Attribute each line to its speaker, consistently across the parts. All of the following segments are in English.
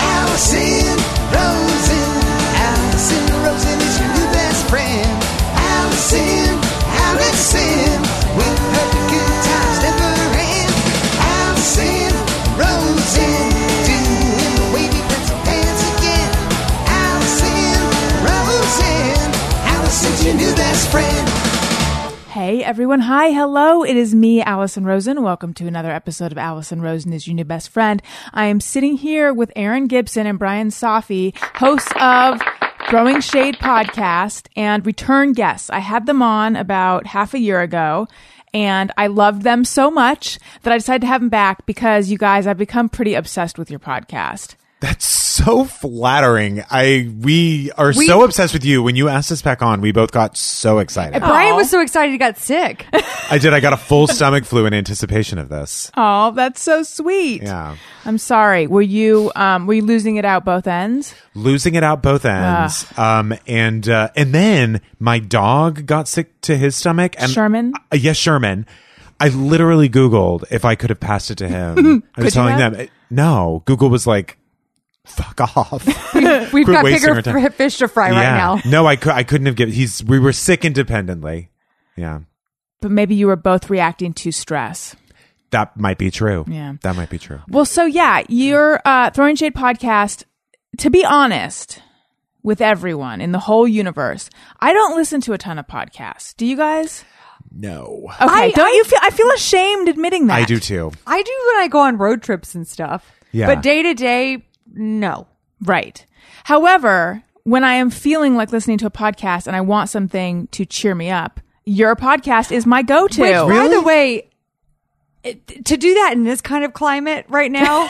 Speaker 1: Allison Rosen. Allison Rosen is your new best friend. Allison, Allison, with her good times never end. Allison Rosen, doing the wavy pencil dance again. Allison Rosen, Allison's your new best friend.
Speaker 2: Hey everyone, hi, hello. It is me, Allison Rosen. Welcome to another episode of Allison Rosen is Your New Best Friend. I am sitting here with Aaron Gibson and Brian Safi, hosts of Throwing Shade podcast and return guests. I had them on about half a year ago and I loved them so much that I decided to have them back because you guys, I've become pretty obsessed with your podcast.
Speaker 3: That's so flattering. I we are so obsessed with you. When you asked us back on, we both got so excited.
Speaker 4: Brian was so excited he got sick.
Speaker 3: I did. I got a full stomach flu in anticipation of this.
Speaker 2: Oh, that's so sweet.
Speaker 3: Yeah.
Speaker 2: I'm sorry. Were you, um, were you losing it out both ends?
Speaker 3: Losing it out both ends. Um and uh, and then my dog got sick to his stomach and
Speaker 2: Sherman?
Speaker 3: Uh, yes, Sherman. I literally googled if I could have passed it to him. I was
Speaker 2: you
Speaker 3: telling
Speaker 2: have?
Speaker 3: them uh, no. Google was like fuck off.
Speaker 4: We've
Speaker 3: Quit
Speaker 4: got
Speaker 3: wasting
Speaker 4: bigger
Speaker 3: our time.
Speaker 4: f- fish to fry right now.
Speaker 3: No, I could I couldn't have given he's we were sick independently. Yeah.
Speaker 2: But maybe you were both reacting to stress.
Speaker 3: That might be true.
Speaker 2: Yeah.
Speaker 3: That might be true.
Speaker 2: Well, so yeah, your uh, Throwing Shade podcast, to be honest with everyone in the whole universe, I don't listen to a ton of podcasts. Do you guys?
Speaker 3: No.
Speaker 2: Okay.
Speaker 4: I-
Speaker 2: don't
Speaker 4: I-
Speaker 2: you feel, I feel ashamed admitting that.
Speaker 3: I do too.
Speaker 4: I do when I go on road trips and stuff.
Speaker 3: Yeah.
Speaker 4: But day to day, no.
Speaker 2: Right. However, when I am feeling like listening to a podcast and I want something to cheer me up, your podcast is my go to.
Speaker 4: Which, by the way, it- to do that in this kind of climate right now,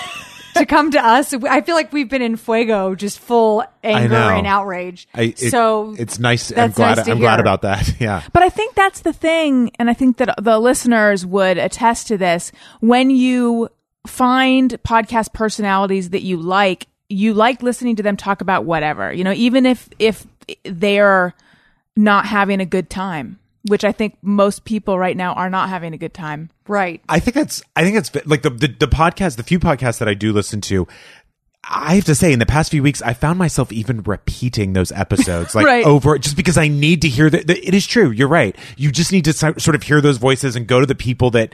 Speaker 4: to come to us, I feel like we've been in fuego, just full anger
Speaker 3: know.
Speaker 4: and outrage.
Speaker 3: I, it-
Speaker 4: so
Speaker 3: it's nice. I'm
Speaker 4: that's
Speaker 3: glad.
Speaker 4: nice to
Speaker 3: I'm glad
Speaker 4: hear.
Speaker 3: about that. Yeah.
Speaker 2: But I think that's the thing, and I think that the listeners would attest to this. When you find podcast personalities that you like, you like listening to them talk about whatever, you know, even if if they're not having a good time, which I think most people right now are not having a good time.
Speaker 4: right.
Speaker 3: I think that's. I think it's like the, the the podcast. The few podcasts that I do listen to. I have to say, in the past few weeks, I found myself even repeating those episodes, like
Speaker 2: Right.
Speaker 3: over, just because I need to hear that. It is true. You're right. You just need to so- sort of hear those voices and go to the people that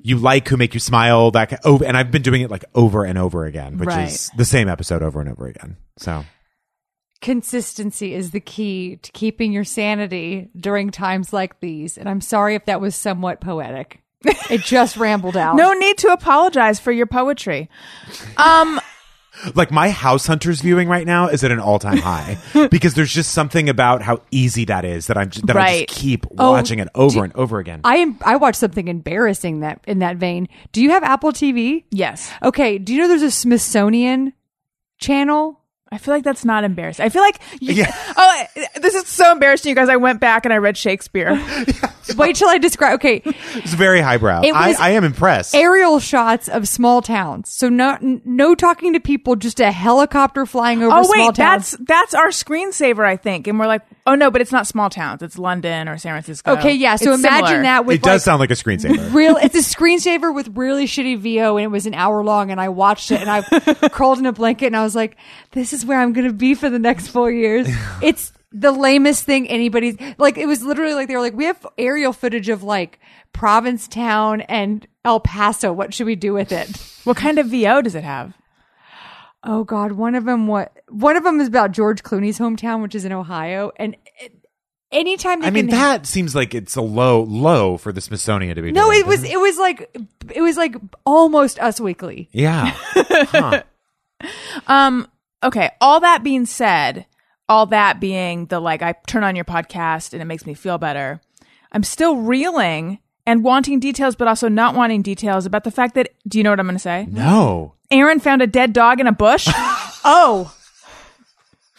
Speaker 3: you like, who make you smile. That ki- over, and I've been doing it like over and over again, which
Speaker 2: Right.
Speaker 3: is the same episode over and over again. So
Speaker 4: Consistency is the key to keeping your sanity during times like these. And I'm sorry if that was somewhat poetic. It just rambled out.
Speaker 2: No need to apologize for your poetry. Um,
Speaker 3: like my house hunters viewing right now is at an all time high because there's just something about how easy that is that I'm just, that I
Speaker 2: Right.
Speaker 3: just keep
Speaker 4: Oh,
Speaker 3: watching it over and over again.
Speaker 4: I am. I watched something embarrassing that in that vein. Do you have Apple TV?
Speaker 2: yes.
Speaker 4: Okay. Do you know there's a Smithsonian channel?
Speaker 2: I feel like that's not embarrassing. I feel like you,
Speaker 3: Yeah.
Speaker 2: oh, this is so embarrassing, you guys. I went back and I read Shakespeare.
Speaker 4: Wait till I describe. Okay,
Speaker 3: it's very highbrow.
Speaker 4: It was-
Speaker 3: I, I am impressed.
Speaker 4: aerial shots of small towns. So no, n- no talking to people. Just a helicopter flying over
Speaker 2: Oh
Speaker 4: small
Speaker 2: wait,
Speaker 4: towns.
Speaker 2: that's that's our screensaver, I think. And we're like, oh no, but it's not small towns. It's London or San Francisco.
Speaker 4: okay. Yeah. So
Speaker 2: It's
Speaker 4: imagine
Speaker 2: similar.
Speaker 4: that with
Speaker 3: it does
Speaker 4: like,
Speaker 3: sound like a screensaver.
Speaker 4: real. It's a screensaver with really shitty VO, and it was an hour long. And I watched it, and I curled in a blanket, and I was like, "This is where I'm going to be for the next four years." It's the lamest thing anybody's like. It was literally like they were like, "We have aerial footage of like Provincetown and El Paso. What should we do with it?"
Speaker 2: What kind of VO does it have?
Speaker 4: Oh God, one of them. What one of them is about George Clooney's hometown, which is in Ohio, and. It, Anytime they
Speaker 3: I mean,
Speaker 4: can
Speaker 3: that seems like it's a low, low for the Smithsonian to be.
Speaker 4: no,
Speaker 3: doing,
Speaker 4: it was
Speaker 3: doesn't
Speaker 4: it was like it was like almost Us Weekly.
Speaker 3: Yeah. Huh.
Speaker 2: Um, okay. All that being said, all that being the like, I turn on your podcast and it makes me feel better. I'm still reeling and wanting details, but also not wanting details about the fact that. Do you know what I'm going to say?
Speaker 3: No.
Speaker 2: Aaron found a dead dog in a bush.
Speaker 4: Oh.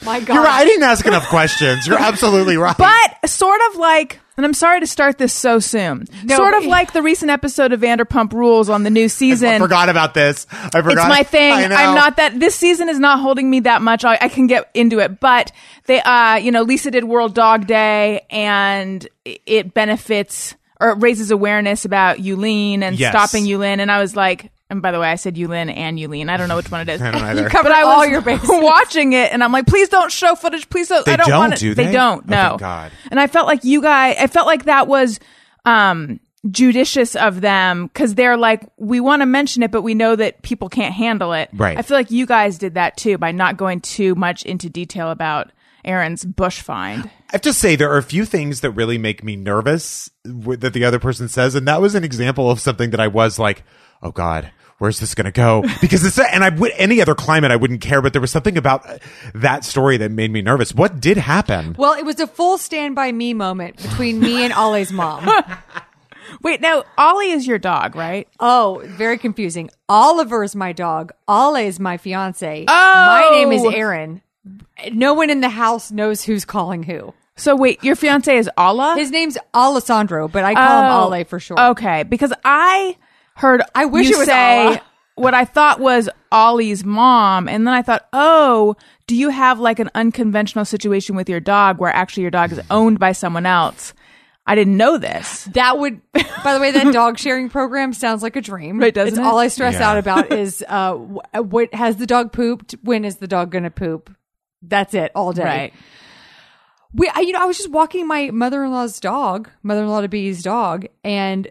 Speaker 4: My God.
Speaker 3: You're right. I didn't ask enough questions. You're absolutely right.
Speaker 2: But sort of like, and I'm sorry to start this so soon.
Speaker 4: No,
Speaker 2: sort
Speaker 4: but-
Speaker 2: of like the recent episode of Vanderpump Rules on the new
Speaker 3: I
Speaker 2: season.
Speaker 3: forgot about this. I forgot.
Speaker 2: It's my thing.
Speaker 3: I know.
Speaker 2: I'm not that. This season is not holding me that much. I, I can get into it, but they, uh, you know, Lisa did World Dog Day, and i- it benefits or it raises awareness about Yulin and
Speaker 3: Yes.
Speaker 2: stopping Yulin. And I was like, And by the way, I said Yulin and Yulin. I don't know which one it is.
Speaker 3: I don't either.
Speaker 4: covered
Speaker 2: but I was
Speaker 4: all your bases.
Speaker 2: watching it, and I'm like, please don't show footage. Please don't.
Speaker 3: They
Speaker 2: I don't,
Speaker 3: don't,
Speaker 2: want it.
Speaker 3: do they?
Speaker 2: don't.
Speaker 3: Oh,
Speaker 2: No.
Speaker 3: thank God.
Speaker 2: And I felt like you guys. I felt like that was um, judicious of them because they're like, we want to mention it, but we know that people can't handle it.
Speaker 3: Right.
Speaker 2: I feel like you guys did that too by not going too much into detail about Aaron's bush find.
Speaker 3: I have to say, there are a few things that really make me nervous w- that the other person says. And that was an example of something that I was like, oh God, where's this going to go? Because it's, and I would, any other climate, I wouldn't care. But there was something about uh, that story that made me nervous. What did happen?
Speaker 4: Well, it was a full stand by me moment between me and Ollie's mom.
Speaker 2: Wait, now Ollie is your dog, right?
Speaker 4: Oh, very confusing. Oliver's my dog. Ollie's my fiance.
Speaker 2: Oh!
Speaker 4: My name is Aaron. No one in the house knows who's calling who.
Speaker 2: So wait, your fiance is Allah.
Speaker 4: His name's Alessandro, but I call
Speaker 2: Oh,
Speaker 4: him Ale for short.
Speaker 2: Okay, because I heard
Speaker 4: I wish
Speaker 2: you
Speaker 4: it was
Speaker 2: say
Speaker 4: Allah.
Speaker 2: what I thought was Ollie's mom, and then I thought, oh, do you have like an unconventional situation with your dog where actually your dog is owned by someone else? I didn't know this.
Speaker 4: That would, by the way, that dog sharing program sounds like a dream.
Speaker 2: Right, doesn't
Speaker 4: it's
Speaker 2: it?
Speaker 4: All I stress
Speaker 3: Yeah.
Speaker 4: out about is uh, wh- what has the dog pooped? When is the dog going to poop? That's it all day.
Speaker 2: Right.
Speaker 4: We, I, you know, I was just walking my mother in law's dog, mother in law to be's dog, and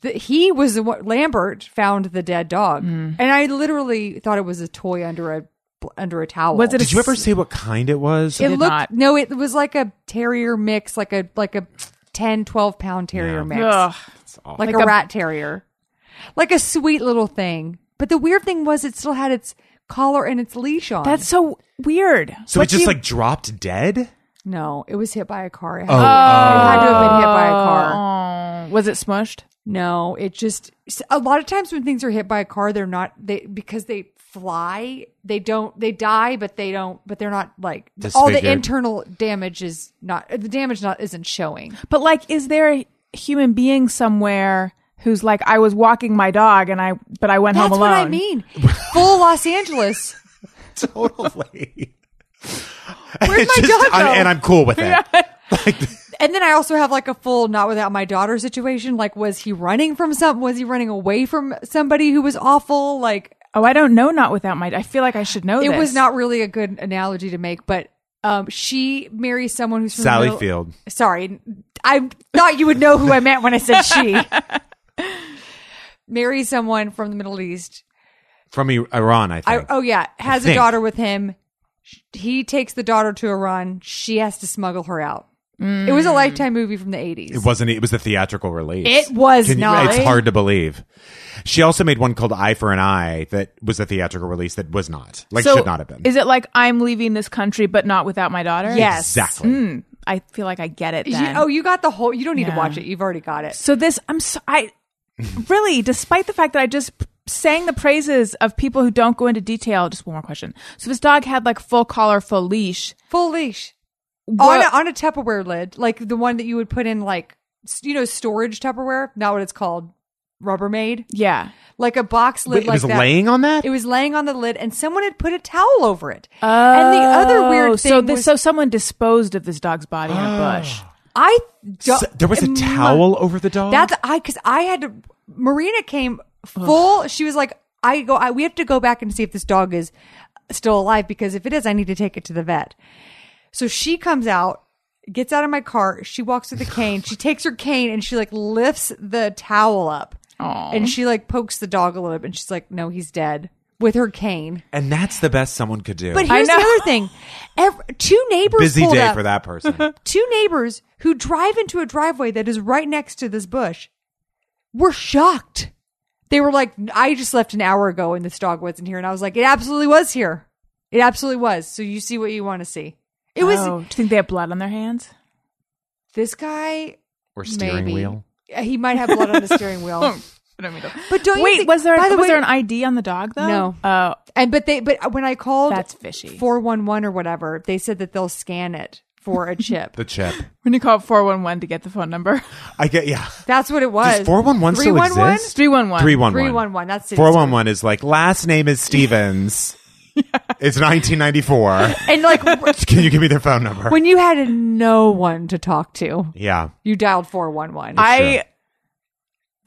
Speaker 4: the, he was the one, Lambert found the dead dog,
Speaker 2: Hmm.
Speaker 4: and I literally thought it was a toy under a under a towel.
Speaker 2: Was it a
Speaker 3: Did you ever say what kind it was?
Speaker 4: It
Speaker 2: did
Speaker 4: looked
Speaker 2: not.
Speaker 4: no, it was like a terrier mix, like a like a 10, 12 pound terrier
Speaker 3: Yeah.
Speaker 4: mix,
Speaker 2: Ugh.
Speaker 4: like,
Speaker 2: Like
Speaker 4: a,
Speaker 2: a-
Speaker 4: rat terrier, like a sweet little thing. But the weird thing was, it still had its collar and its leash on.
Speaker 2: That's so weird.
Speaker 3: so
Speaker 2: What
Speaker 3: it
Speaker 2: do
Speaker 3: just
Speaker 2: you-
Speaker 3: like dropped dead?
Speaker 4: no, it was hit by a car. It had,
Speaker 3: Oh,
Speaker 4: it
Speaker 3: oh.
Speaker 4: had to have been hit by a car.
Speaker 2: Oh, was it smushed?
Speaker 4: No, it just a lot of times when things are hit by a car, they're not they because they fly. They don't they die, but they don't. But they're not like all the
Speaker 3: Disfigured.
Speaker 4: internal damage is not the damage not isn't showing.
Speaker 2: But like, is there a human being somewhere who's like, I was walking my dog and I, but I went
Speaker 4: That's
Speaker 2: home
Speaker 4: what
Speaker 2: alone?
Speaker 4: I mean. Full Los Angeles.
Speaker 3: totally.
Speaker 4: Where'd my dog
Speaker 3: I'm-
Speaker 4: go?
Speaker 3: and I'm cool with it.
Speaker 4: And then I also have like a full not without my daughter situation. Like, was he running from something? Was he running away from somebody who was awful? Like,
Speaker 2: Oh, I don't know. Not without my. I feel like I should know.
Speaker 4: it
Speaker 2: this.
Speaker 4: was not really a good analogy to make, but um, she marries someone who's from the
Speaker 3: Sally
Speaker 4: middle-
Speaker 3: Field.
Speaker 4: Sorry, I thought you would know who I meant when I said she. marries someone from the Middle East.
Speaker 3: From I- Iran, I
Speaker 4: I,
Speaker 3: think.
Speaker 4: oh yeah, has a
Speaker 3: think.
Speaker 4: daughter with him. Sh- He takes the daughter to Iran. She has to smuggle her out. It was a lifetime movie from the eighties.
Speaker 3: Mm. It wasn't. e, It was a theatrical release.
Speaker 4: It was
Speaker 3: Can you-
Speaker 4: not.
Speaker 3: It's hard to believe. She also made one called "Eye for an Eye" that was a theatrical release that was not like
Speaker 2: So
Speaker 3: should not have been.
Speaker 2: Is it like I'm leaving this country, but not without my daughter?
Speaker 4: Yes.
Speaker 3: exactly.
Speaker 2: Hmm. I feel like I get it.
Speaker 4: You-
Speaker 2: Then.
Speaker 4: oh, you got the whole. You don't need
Speaker 2: Yeah.
Speaker 4: to watch it. You've already got it.
Speaker 2: so this I'm so I really, despite the fact that I just p- sang the praises of people who don't go into detail. Just one more question. So this dog had like full collar, full leash.
Speaker 4: Full leash on
Speaker 2: What-
Speaker 4: a, on a Tupperware lid, like the one that you would put in, like s- you know, storage Tupperware. Not what it's called. Rubbermaid,
Speaker 2: yeah.
Speaker 4: like a box lid.
Speaker 3: Wait, it
Speaker 4: like
Speaker 3: was
Speaker 4: that.
Speaker 3: laying on that.
Speaker 4: It was laying on the lid, and someone had put a towel over it. Oh, and the other
Speaker 2: Oh,
Speaker 4: weird thing
Speaker 2: So this,
Speaker 4: was,
Speaker 2: so someone disposed of this dog's body in a bush.
Speaker 4: I do-
Speaker 3: S- there was a
Speaker 4: Mm,
Speaker 3: towel over the dog.
Speaker 4: That's I because I had to. Marina came full. She was like, "I go. I, we have to go back and see if this dog is still alive because if it is, I need to take it to the vet." So she comes out, gets out of my car. She walks with a cane. She takes her cane and she like lifts the towel up, and she like pokes the dog a little bit, and she's like, "No, he's dead." With her cane.
Speaker 3: and that's the best someone could do.
Speaker 4: But
Speaker 2: I
Speaker 4: here's the
Speaker 2: know.
Speaker 4: other thing: Ev two neighbors
Speaker 3: Busy
Speaker 4: pulled
Speaker 3: day
Speaker 4: up
Speaker 3: for that person.
Speaker 4: two neighbors who drive into a driveway that is right next to this bush were shocked. They were like, I just left an hour ago and this dog wasn't here. And I was like, it absolutely was here. It absolutely was. So you see what you want to see. It was
Speaker 2: Oh, do you think they have blood on their hands?
Speaker 4: this guy.
Speaker 3: or steering
Speaker 4: maybe.
Speaker 3: wheel.
Speaker 4: Yeah, He might have blood on the steering wheel. But don't you
Speaker 2: Wait,
Speaker 4: think-
Speaker 2: was there
Speaker 4: by the
Speaker 2: was
Speaker 4: way-
Speaker 2: there an ID on the dog though?
Speaker 4: No.
Speaker 2: Oh,
Speaker 4: And but they but when I called
Speaker 2: That's fishy.
Speaker 4: four one one or whatever, they said that they'll scan it for a chip.
Speaker 3: The chip.
Speaker 2: When you call 411 to get the phone number,
Speaker 3: I get. Yeah.
Speaker 4: That's what it was.
Speaker 3: Does four one one still
Speaker 4: 311?
Speaker 3: exist?
Speaker 2: 311.
Speaker 3: Three one one.
Speaker 4: 311, that's it.
Speaker 3: four one one is like last name is Stevens. It's nineteen ninety four.
Speaker 4: And like
Speaker 3: Can you give me their phone number?
Speaker 4: when you had no one to talk to,
Speaker 3: yeah.
Speaker 4: you dialed 411.
Speaker 2: I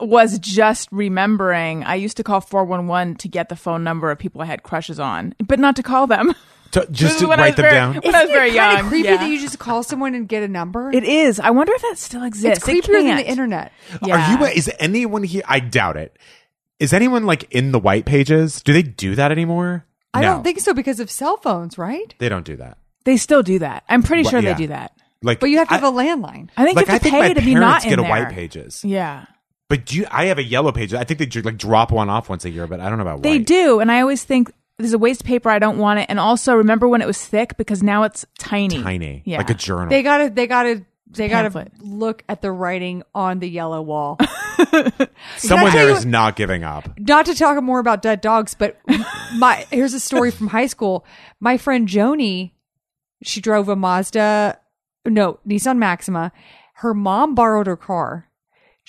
Speaker 3: Sure.
Speaker 2: was just remembering I used to call 411 to get the phone number of people I had crushes on, but not to call them.
Speaker 3: To-
Speaker 2: This
Speaker 3: just
Speaker 2: is
Speaker 3: to
Speaker 2: when I was
Speaker 3: write them
Speaker 2: very-
Speaker 3: down.
Speaker 2: when I was very
Speaker 4: kind
Speaker 2: young.
Speaker 4: of creepy
Speaker 2: yeah.
Speaker 4: that you just call someone and get a number?
Speaker 2: it is. I wonder if that still
Speaker 4: it's
Speaker 2: exists. It
Speaker 4: creepier than
Speaker 2: can't.
Speaker 4: the internet.
Speaker 2: Yeah.
Speaker 3: Are you? Is anyone here? I doubt it. Is anyone like in the white pages? Do they do that anymore?
Speaker 4: I
Speaker 3: no,
Speaker 4: don't think so because of cell phones, right?
Speaker 3: they don't do that.
Speaker 2: They still do that. I'm pretty
Speaker 3: Well,
Speaker 2: sure
Speaker 3: yeah.
Speaker 2: they do that.
Speaker 3: Like,
Speaker 4: But you have to have
Speaker 3: I-
Speaker 4: a landline.
Speaker 2: I think
Speaker 3: like
Speaker 2: you
Speaker 3: I
Speaker 2: have to
Speaker 3: think
Speaker 2: pay
Speaker 3: my
Speaker 2: to
Speaker 3: parents
Speaker 2: be not
Speaker 3: get
Speaker 2: in
Speaker 3: a
Speaker 2: there.
Speaker 3: white pages.
Speaker 2: Yeah.
Speaker 3: But do you, I have a yellow page? I think they dr- like drop one off once a year, but I don't know about
Speaker 2: They
Speaker 3: white.
Speaker 2: do, and I always think there's a waste of paper. I don't want it. And also, remember when it was thick because now it's tiny,
Speaker 3: tiny,
Speaker 2: yeah,
Speaker 3: like a journal.
Speaker 4: They gotta they gotta they gotta
Speaker 2: Pamphlet.
Speaker 4: look at the writing on the yellow wall.
Speaker 3: Someone
Speaker 4: Can I tell
Speaker 3: there
Speaker 4: you-
Speaker 3: is not giving up.
Speaker 4: Not to talk more about dead dogs, but my here's a story from high school. My friend Joni, she drove a Mazda no, Nissan Maxima. Her mom borrowed her car.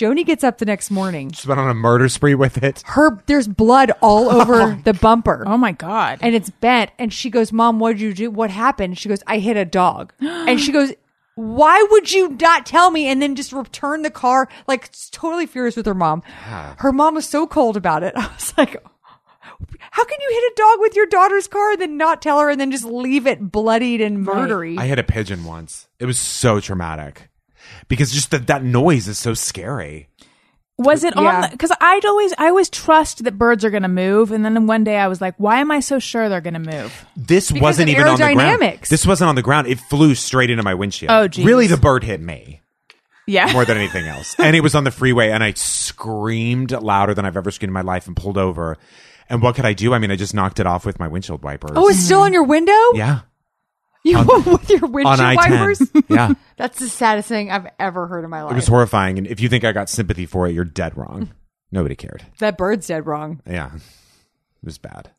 Speaker 4: Joni gets up the next morning.
Speaker 3: Just went on a murder spree with it.
Speaker 4: Her there's blood all
Speaker 3: Oh
Speaker 4: over the bumper.
Speaker 2: Oh my god!
Speaker 4: and it's bent. And she goes, Mom, what did you do? What happened? She goes, I hit a dog. and she goes, Why would you not tell me? And then just return the car, like s- totally furious with her mom. Her mom was so cold about it. I was like, How can you hit a dog with your daughter's car and then not tell her and then just leave it bloodied and murdery?
Speaker 3: I had a pigeon once. It was so traumatic because just that that noise is so scary.
Speaker 2: was it
Speaker 4: Yeah.
Speaker 2: on? Because I'd always, I always trust that birds are going to move, and then one day I was like, why am I so sure they're going to move?
Speaker 3: This wasn't
Speaker 4: of
Speaker 3: even on the ground.
Speaker 4: aerodynamics.
Speaker 3: This wasn't on the ground. It flew straight into my windshield.
Speaker 2: Oh, geez.
Speaker 3: Really, the bird hit me
Speaker 2: Yeah,
Speaker 3: more than anything else. and it was on the freeway, and I screamed louder than I've ever screamed in my life and pulled over. And what could I do? I mean, I just knocked it off with my windshield wipers.
Speaker 4: Oh, it's still on your window?
Speaker 3: Mm-hmm. yeah.
Speaker 4: You with your
Speaker 3: On
Speaker 4: windshield
Speaker 3: I
Speaker 4: wipers?
Speaker 3: 10. yeah.
Speaker 4: That's the saddest thing I've ever heard in my
Speaker 3: It
Speaker 4: life.
Speaker 3: was horrifying. And if you think I got sympathy for it, you're dead wrong. Nobody cared.
Speaker 4: that bird's dead wrong.
Speaker 3: Yeah. It was bad.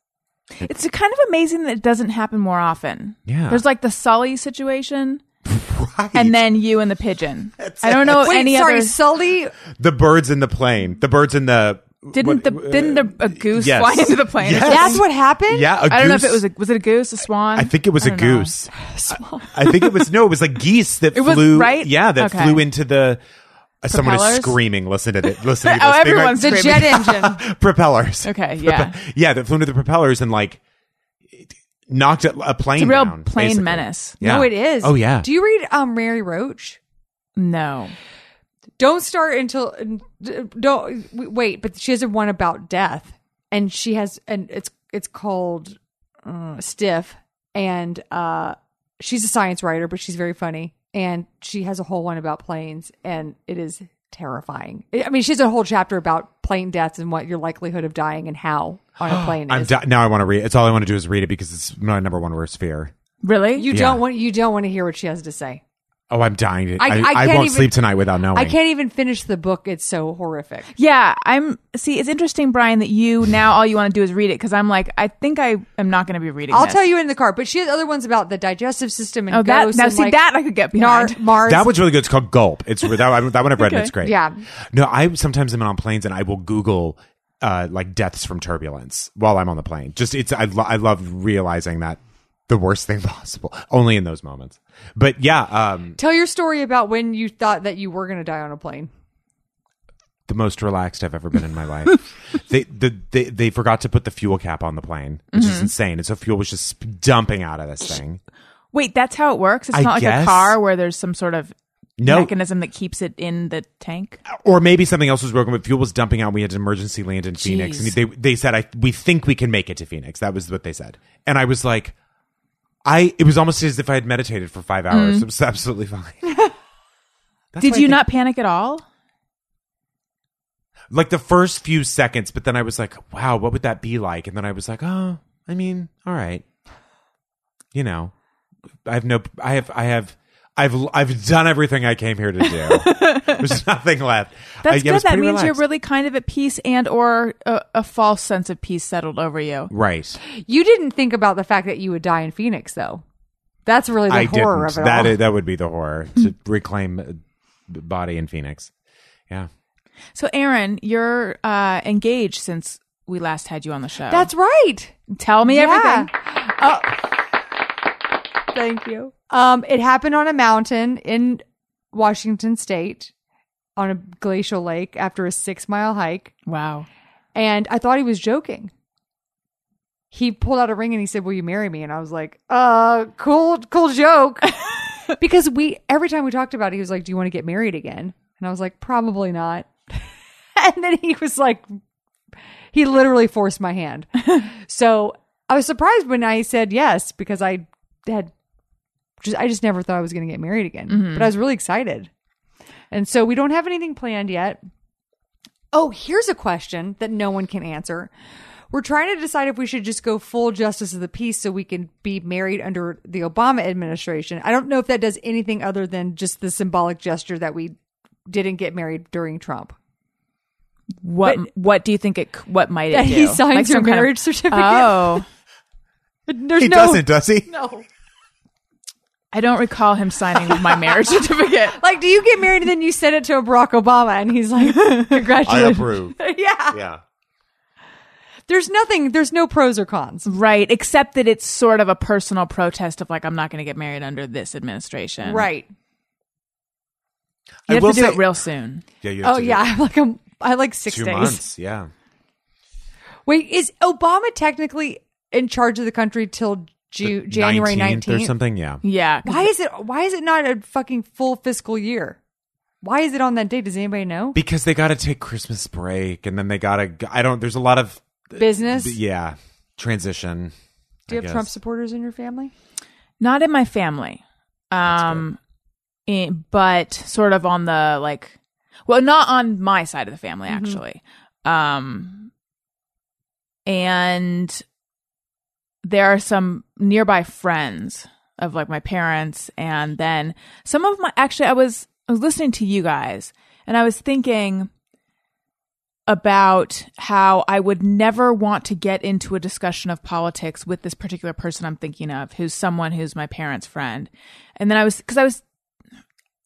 Speaker 2: it's kind of amazing that it doesn't happen more often.
Speaker 3: Yeah.
Speaker 2: there's like the Sully situation,
Speaker 3: Right.
Speaker 2: and then you and the pigeon. I don't know
Speaker 4: Wait,
Speaker 2: any
Speaker 4: sorry,
Speaker 2: other.
Speaker 4: Sully
Speaker 3: the birds in the plane. The birds in the.
Speaker 2: didn't
Speaker 3: what- uh,
Speaker 2: the didn't the, a goose
Speaker 3: yes.
Speaker 2: fly into the plane? or
Speaker 3: Yes.
Speaker 2: something?
Speaker 4: That's what happened?
Speaker 3: Yeah, a
Speaker 2: I don't know if
Speaker 3: goose.
Speaker 2: it was a was it a goose, a swan?
Speaker 3: I think it was
Speaker 2: I
Speaker 3: a
Speaker 2: don't know.
Speaker 3: goose. I think it was no, it was like geese that
Speaker 2: It was-
Speaker 3: flew
Speaker 2: right?
Speaker 3: Yeah, that
Speaker 2: Okay.
Speaker 3: flew into the. uh, someone is
Speaker 2: Propellers?
Speaker 3: screaming. Listen to it. Listen
Speaker 2: Oh,
Speaker 3: to this. They might-
Speaker 2: everyone's
Speaker 4: the jet engine.
Speaker 3: propellers.
Speaker 2: Okay,
Speaker 3: Prope-
Speaker 2: yeah.
Speaker 3: yeah, that flew into the propellers and like it knocked a, a plane.
Speaker 2: It's a real
Speaker 3: down,
Speaker 2: plane
Speaker 3: basically.
Speaker 2: menace.
Speaker 3: Yeah.
Speaker 4: No, it is.
Speaker 3: Oh yeah.
Speaker 4: Do you read um Mary Roach?
Speaker 2: No.
Speaker 4: Don't start until don't w- wait. But she has a one about death, and she has and it's it's called uh, Stiff, and uh she's a science writer, but she's very funny, and she has a whole one about planes, and it is terrifying. I I mean, she has a whole chapter about plane deaths and what your likelihood of dying and how on a plane
Speaker 3: I'm
Speaker 4: is.
Speaker 3: di- now. I want to read. It's all I want to do is read it because it's my number one worst fear.
Speaker 2: Really?
Speaker 4: you don't want you don't want to hear what she has to say.
Speaker 3: Oh, I'm dying to.
Speaker 4: I-
Speaker 3: I,
Speaker 4: I
Speaker 3: I,
Speaker 4: can't
Speaker 3: won't
Speaker 4: even-
Speaker 3: sleep tonight without knowing.
Speaker 4: I can't even finish the book. It's so horrific.
Speaker 2: yeah, I'm see it's interesting Brian that you now all you want to do is read it cuz I'm like I think I am not going to be reading
Speaker 4: I'll
Speaker 2: this.
Speaker 4: tell you in the car. But she has other ones about the digestive system and
Speaker 2: Oh, that
Speaker 4: ghosts
Speaker 2: now
Speaker 4: and,
Speaker 2: see
Speaker 4: like,
Speaker 2: that I could get
Speaker 4: Nar-
Speaker 2: behind.
Speaker 4: Mars.
Speaker 3: That one's really good. It's called Gulp. It's that, one- that one I've read and it's great.
Speaker 4: Yeah.
Speaker 3: No, I sometimes am on planes and I will Google uh, like deaths from turbulence while I'm on the plane. Just it's I, lo- I love realizing that the worst thing possible only in those moments. But yeah, um,
Speaker 4: Tell your story about when you thought that you were going to die on a plane.
Speaker 3: the most relaxed I've ever been in my life. they, the, they they forgot to put the fuel cap on the plane, which is insane. And so fuel was just sp- dumping out of this thing.
Speaker 2: Wait, that's how it works. It's
Speaker 3: I
Speaker 2: not like a
Speaker 3: guess.
Speaker 2: car where there's some sort of
Speaker 3: No,
Speaker 2: mechanism that keeps it in the tank.
Speaker 3: or maybe something else was broken, but fuel was dumping out. We had to emergency land in Phoenix, and
Speaker 2: Jeez.
Speaker 3: they they said, "I we think we can make it to Phoenix." That was what they said, and I was like, "I." It was almost as if I had meditated for five hours. It was absolutely fine. That's
Speaker 2: Mm-hmm. Did
Speaker 3: why I
Speaker 2: you
Speaker 3: think-
Speaker 2: not panic at all?
Speaker 3: like the first few seconds? But then I was like, "Wow, what would that be like?" And then I was like, "Oh, I mean, all right, you know, I have no, I have, I have." I've I've done everything I came here to do. There's nothing left.
Speaker 2: That's
Speaker 3: I- yeah, I
Speaker 2: good.
Speaker 3: was
Speaker 2: That
Speaker 3: pretty
Speaker 2: means you're
Speaker 3: relaxed.
Speaker 2: really kind of at peace and or a, a false sense of peace settled over you.
Speaker 3: right.
Speaker 4: You didn't think about the fact that you would die in Phoenix, though. That's really the
Speaker 3: I
Speaker 4: horror
Speaker 3: didn't.
Speaker 4: of it
Speaker 3: That
Speaker 4: all.
Speaker 3: i- that would be the horror to reclaim uh, b- body in Phoenix. Yeah.
Speaker 2: So Aaron, you're uh engaged since we last had you on the show.
Speaker 4: That's right.
Speaker 2: tell me everything.
Speaker 4: Yeah. Oh. Thank you. Um, it happened on a mountain in Washington State, on a glacial lake after a six mile hike,
Speaker 2: Wow.
Speaker 4: and I thought he was joking. He pulled out a ring and he said, "Will you marry me?" And I was like, "Uh, cool, cool joke." because we every time we talked about it, he was like, "Do you want to get married again?" And I was like, "Probably not." and then he was like, he literally forced my hand. so I was surprised when I said yes because I had just I just never thought I was going to get married again, but I was really excited. And so we don't have anything planned yet. Oh, here's a question that no one can answer. We're trying to decide if we should just go full justice of the peace so we can be married under the Obama administration. I don't know if that does anything other than just the symbolic gesture that we didn't get married during Trump.
Speaker 2: What What do you think it? c- What might it
Speaker 4: That
Speaker 2: do?
Speaker 4: he signs your
Speaker 2: some kind
Speaker 4: marriage certificate?
Speaker 2: Oh,
Speaker 4: There's
Speaker 3: He
Speaker 4: no
Speaker 3: doesn't, does he?
Speaker 4: no.
Speaker 2: I don't recall him signing my marriage certificate.
Speaker 4: Like, do you get married and then you send it to a Barack Obama and he's like, "Congratulations."
Speaker 3: I approve.
Speaker 4: yeah.
Speaker 3: Yeah.
Speaker 4: There's nothing. There's no pros or cons.
Speaker 2: Right, except that it's sort of a personal protest of like I'm not going to get married under this administration.
Speaker 4: Right.
Speaker 2: you
Speaker 3: I
Speaker 2: have
Speaker 3: will
Speaker 2: to do
Speaker 3: say-
Speaker 2: it real soon.
Speaker 3: Yeah. You have
Speaker 4: Oh
Speaker 3: to do
Speaker 4: yeah.
Speaker 3: it.
Speaker 4: I'm like I'm, I like six
Speaker 3: Two
Speaker 4: days.
Speaker 3: months. Yeah.
Speaker 4: Wait, is Obama technically in charge of the country till Ju- January
Speaker 3: 19th or
Speaker 4: nineteenth?
Speaker 3: something. Yeah.
Speaker 2: Yeah, 'cause
Speaker 4: Why is it? Why is it not a fucking full fiscal year? Why is it on that date? Does anybody know?
Speaker 3: Because they got to take Christmas break and then they got to, I don't, there's a lot of,
Speaker 4: Business.
Speaker 3: yeah, transition.
Speaker 4: Do you have
Speaker 3: guess.
Speaker 4: Trump supporters in your family?
Speaker 2: not in my family. Um, in- but sort of on the like, well, not on my side of the family actually. Um, and there are some nearby friends of like my parents and then some of my actually I was I was listening to you guys and I was thinking about how I would never want to get into a discussion of politics with this particular person I'm thinking of who's someone who's my parents friend. And then I was cuz I was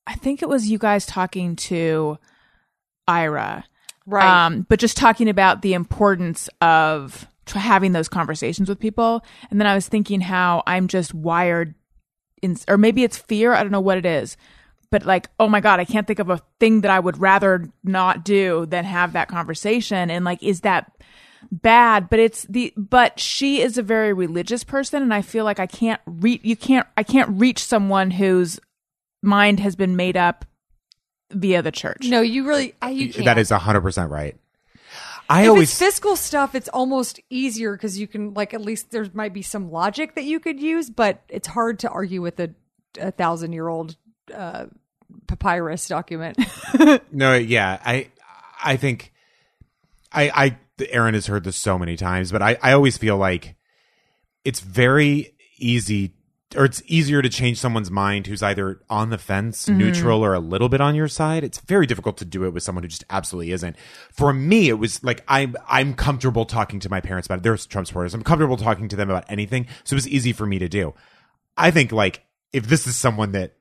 Speaker 2: I think it was you guys talking to Ira um, but just talking about the importance of tr having those conversations with people. And then I was thinking how I'm just wired in, or maybe it's fear. I don't know what it is, but like, oh my God, I can't think of a thing that I would rather not do than have that conversation. And like, is that bad? But it's the, but she is a very religious person. And I feel like I can't reach, you can't, I can't reach someone whose mind has been made up via the church.
Speaker 4: no, you really. I, you can't.
Speaker 3: That is 100% right. I
Speaker 4: If
Speaker 3: always
Speaker 4: it's fiscal stuff, it's almost easier because you can like at least there might be some logic that you could use, but it's hard to argue with a, a thousand year old uh, papyrus document.
Speaker 3: No, yeah, I, I think, I, I, Aaron has heard this so many times, but I, I always feel like it's very easy, or it's easier to change someone's mind who's either on the fence, neutral, or a little bit on your side. It's very difficult to do it with someone who just absolutely isn't. For me, it was like I'm, I'm comfortable talking to my parents about it. They're Trump supporters. I'm comfortable talking to them about anything, so it was easy for me to do. I think like if this is someone that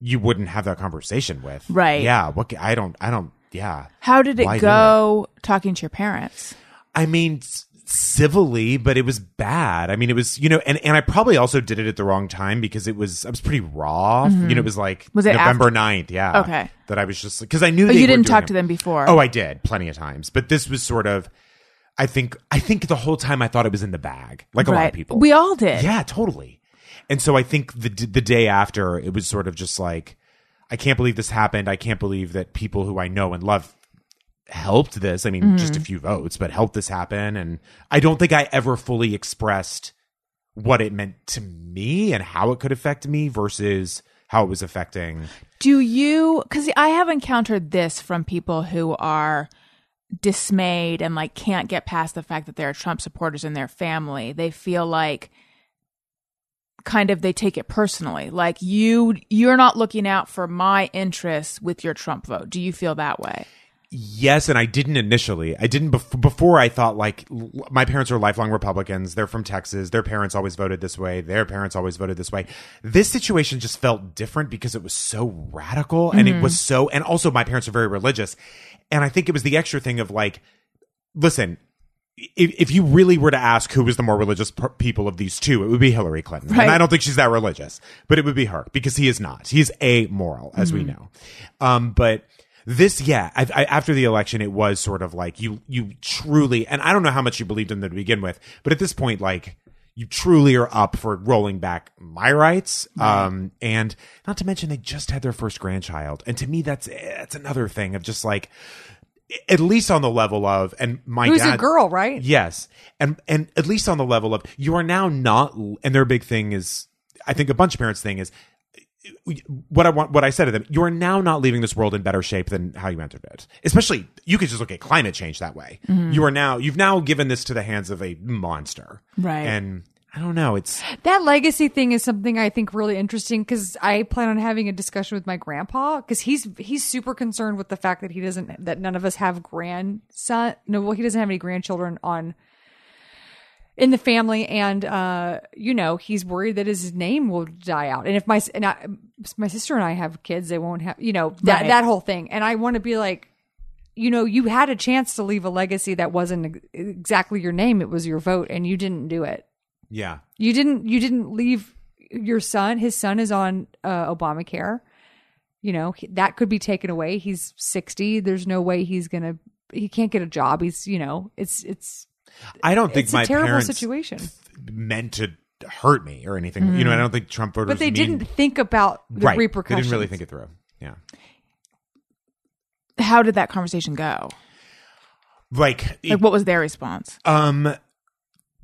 Speaker 3: you wouldn't have that conversation with,
Speaker 2: Right.
Speaker 3: Yeah, what ca- I don't, I don't, yeah.
Speaker 2: How did it
Speaker 3: Why do
Speaker 2: go talking to your parents?
Speaker 3: I mean, s- civilly, but it was bad. I mean, it was you know, and and I probably also did it at the wrong time because it was I was pretty raw. You know, it was like
Speaker 2: Was it
Speaker 3: November 9th, Yeah,
Speaker 2: Okay.
Speaker 3: That I was just because I knew.
Speaker 2: But
Speaker 3: they
Speaker 2: you
Speaker 3: were
Speaker 2: didn't
Speaker 3: doing
Speaker 2: talk
Speaker 3: it.
Speaker 2: to them before.
Speaker 3: Oh, I did plenty of times, but this was sort of. I think I think the whole time I thought it was in the bag, like a lot of people.
Speaker 2: We all did.
Speaker 3: Yeah, totally. And so I think the the day after it was sort of just like I can't believe this happened. I can't believe that people who I know and love helped this. I mean, just a few votes, but helped this happen and I don't think I ever fully expressed what it meant to me and how it could affect me versus how it was affecting
Speaker 2: Do you? Because I have encountered this from people who are dismayed and like can't get past the fact that there are Trump supporters in their family. They feel like kind of they take it personally. Like you, you're not looking out for my interests with your Trump vote. Do you feel that way?
Speaker 3: Yes, and I didn't initially. I didn't bef- before. I thought like l- my parents are lifelong Republicans. They're from Texas. Their parents always voted this way. Their parents always voted this way. This situation just felt different because it was so radical, and it was so. And also, my parents are very religious, and I think it was the extra thing of like, listen. If, if you really were to ask who was the more religious per- people of these two, it would be Hillary Clinton.
Speaker 2: Right.
Speaker 3: And I don't think she's that religious, but it would be her because he is not. He's amoral, as we know. Um, but This, yeah, I, I, after the election, it was sort of like you, you truly, and I don't know how much you believed in them to begin with, but at this point, like you truly are up for rolling back my rights. Um, and not to mention they just had their first grandchild, and to me, that's that's another thing of just like, at least on the level of, and my
Speaker 4: Who's a
Speaker 3: dad-
Speaker 4: girl, right?
Speaker 3: Yes, and and at least on the level of you are now not, and their big thing is, I think a bunch of parents' thing is, what I want, what I said to them, you are now not leaving this world in better shape than how you entered it. Especially, you could just look at climate change that way.
Speaker 4: Mm-hmm.
Speaker 3: You are now, you've now given this to the hands of a monster,
Speaker 2: Right.
Speaker 3: And I don't know, it's
Speaker 4: That legacy thing is something I think really interesting because I plan on having a discussion with my grandpa because he's he's super concerned with the fact that he doesn't that none of us have grandson. No, well, he doesn't have any grandchildren on in the family, and uh, you know he's worried that his name will die out. And if my s- and I, my sister and I have kids, they won't have you know that
Speaker 2: Right.
Speaker 4: that whole thing. And I want to be like. You know, you had a chance to leave a legacy that wasn't ex- exactly your name. It was your vote, and you didn't do it.
Speaker 3: yeah,
Speaker 4: You didn't. You didn't leave your son. His son is on uh, Obamacare. You know he- that could be taken away. He's sixty. There's no way he's gonna. He can't get a job. He's. You know. It's. It's.
Speaker 3: I don't think
Speaker 4: It's
Speaker 3: my
Speaker 4: a terrible
Speaker 3: parents
Speaker 4: situation. Mm-hmm.
Speaker 3: meant to hurt me or anything. You know, I don't think Trump voters,
Speaker 4: But they
Speaker 3: mean-
Speaker 4: didn't think about the
Speaker 3: right.
Speaker 4: repercussions.
Speaker 3: They didn't really think it through. Yeah.
Speaker 2: How did that conversation go?
Speaker 3: Like,
Speaker 2: Like, what was their response?
Speaker 3: um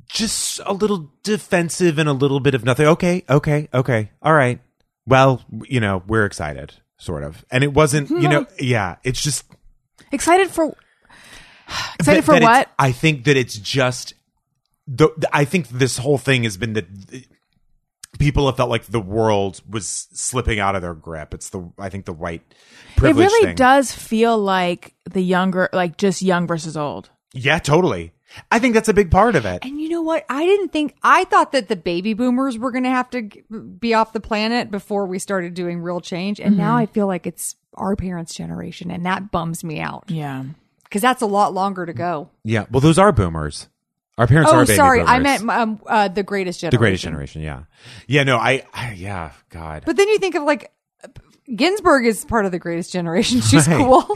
Speaker 3: just a little defensive and a little bit of nothing okay okay okay all right well you know we're excited sort of and it wasn't you know yeah it's just
Speaker 2: Excited for excited
Speaker 3: that-
Speaker 2: for
Speaker 3: that it's-
Speaker 2: what?
Speaker 3: i think that it's just the, the- i think this whole thing has been that people have felt like the world was slipping out of their grip it's the i think the white
Speaker 2: It
Speaker 3: privilege
Speaker 2: really
Speaker 3: thing.
Speaker 2: does feel like the younger, like just young versus old.
Speaker 3: yeah totally i think that's a big part of it
Speaker 4: And you know what? I didn't think. I thought that the baby boomers were gonna have to g- be off the planet before we started doing real change. And
Speaker 3: Mm-hmm.
Speaker 4: now I feel like it's our parents' generation, and that bums me out
Speaker 2: Yeah.
Speaker 4: because that's a lot longer to go.
Speaker 3: yeah well those are boomers our parents
Speaker 4: Oh,
Speaker 3: are baby
Speaker 4: sorry. I
Speaker 3: boomers.
Speaker 4: meant um, uh, the greatest generation.
Speaker 3: The greatest generation, yeah. Yeah, no, I, I yeah, God.
Speaker 4: But then you think of like Ginsburg is part of the greatest generation. She's
Speaker 3: Right.
Speaker 4: cool.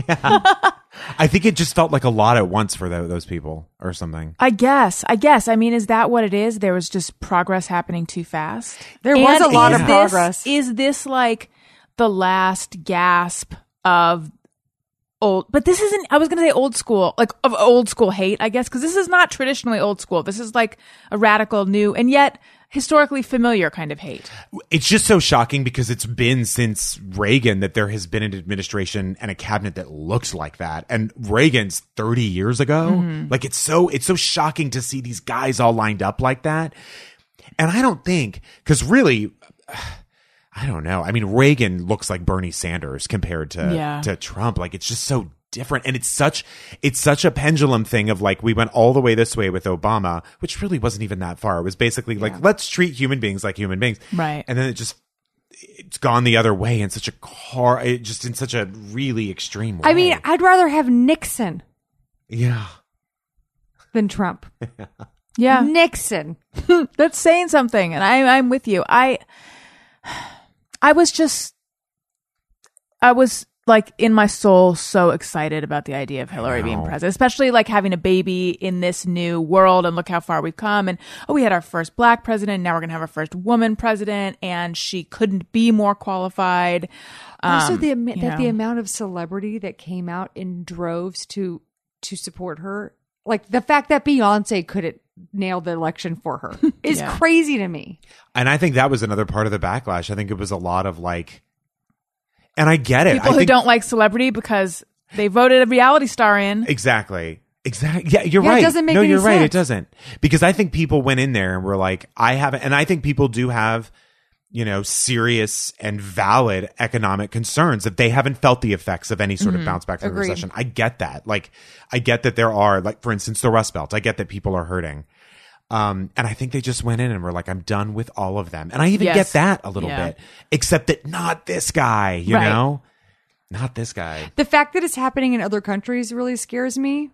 Speaker 3: I think it just felt like a lot at once for tho- those people or something.
Speaker 2: I guess. I guess. I mean, is that what it is? There was just progress happening too fast.
Speaker 4: There was
Speaker 2: And
Speaker 4: a lot
Speaker 2: is
Speaker 4: of
Speaker 2: this-
Speaker 4: progress.
Speaker 2: Is this like the last gasp of old? But this isn't. I was going to say old school, like of old school hate, I guess, because this is not traditionally old school. This is like a radical new and yet historically familiar kind of hate.
Speaker 3: It's just so shocking because it's been since Reagan that there has been an administration and a cabinet that looks like that. And Reagan's 30 years ago. Like it's so it's so shocking to see these guys all lined up like that. And I don't think cuz really I don't know. I mean, Reagan looks like Bernie Sanders compared to
Speaker 2: Yeah.
Speaker 3: to Trump. Like it's just so different, and it's such it's such a pendulum thing of like we went all the way this way with Obama, which really wasn't even that far. It was basically like let's treat human beings like human beings,
Speaker 2: Right.
Speaker 3: And then it just it's gone the other way in such a car, it just in such a really extreme way.
Speaker 4: I mean, I'd rather have Nixon
Speaker 3: yeah,
Speaker 4: than Trump.
Speaker 2: Yeah,
Speaker 4: Nixon.
Speaker 2: that's saying something, and I, I'm with you. I, I was just, I was like in my soul so excited about the idea of Hillary being
Speaker 3: know.
Speaker 2: president, especially like having a baby in this new world, and look how far we've come. And oh, we had our first black president, now we're gonna have our first woman president, and she couldn't be more qualified.
Speaker 4: also,
Speaker 2: Um,
Speaker 4: the ama-
Speaker 2: you
Speaker 4: that the
Speaker 2: know.
Speaker 4: amount of celebrity that came out in droves to to support her, like the fact that Beyonce couldn't nail the election for her, is
Speaker 2: Yeah.
Speaker 4: crazy to me.
Speaker 3: and I think that was another part of the backlash. I think it was a lot of like, and I get it. I
Speaker 2: People who
Speaker 3: think-
Speaker 2: don't like celebrity because they voted a reality star in.
Speaker 3: Exactly. Exactly. Yeah, you're
Speaker 4: Mm-hmm. Yeah, it
Speaker 3: right.
Speaker 4: doesn't make
Speaker 3: no,
Speaker 4: any
Speaker 3: you're right. It
Speaker 4: sense.
Speaker 3: doesn't because I think people went in there and were like, I haven't, and I think people do have, you know, serious and valid economic concerns that they haven't felt the effects of any sort of bounce back from the
Speaker 4: Mm-hmm. Agreed.
Speaker 3: recession. I get that. Like, I get that there are, like, for instance, the Rust Belt. I get that people are hurting. Um, and I think they just went in and were like, I'm done with all of them. And I even
Speaker 2: Yes.
Speaker 3: get that a little
Speaker 2: Yeah.
Speaker 3: bit, except that not this guy, you
Speaker 2: Right.
Speaker 3: know, not this guy.
Speaker 4: The fact that it's happening in other countries really scares me.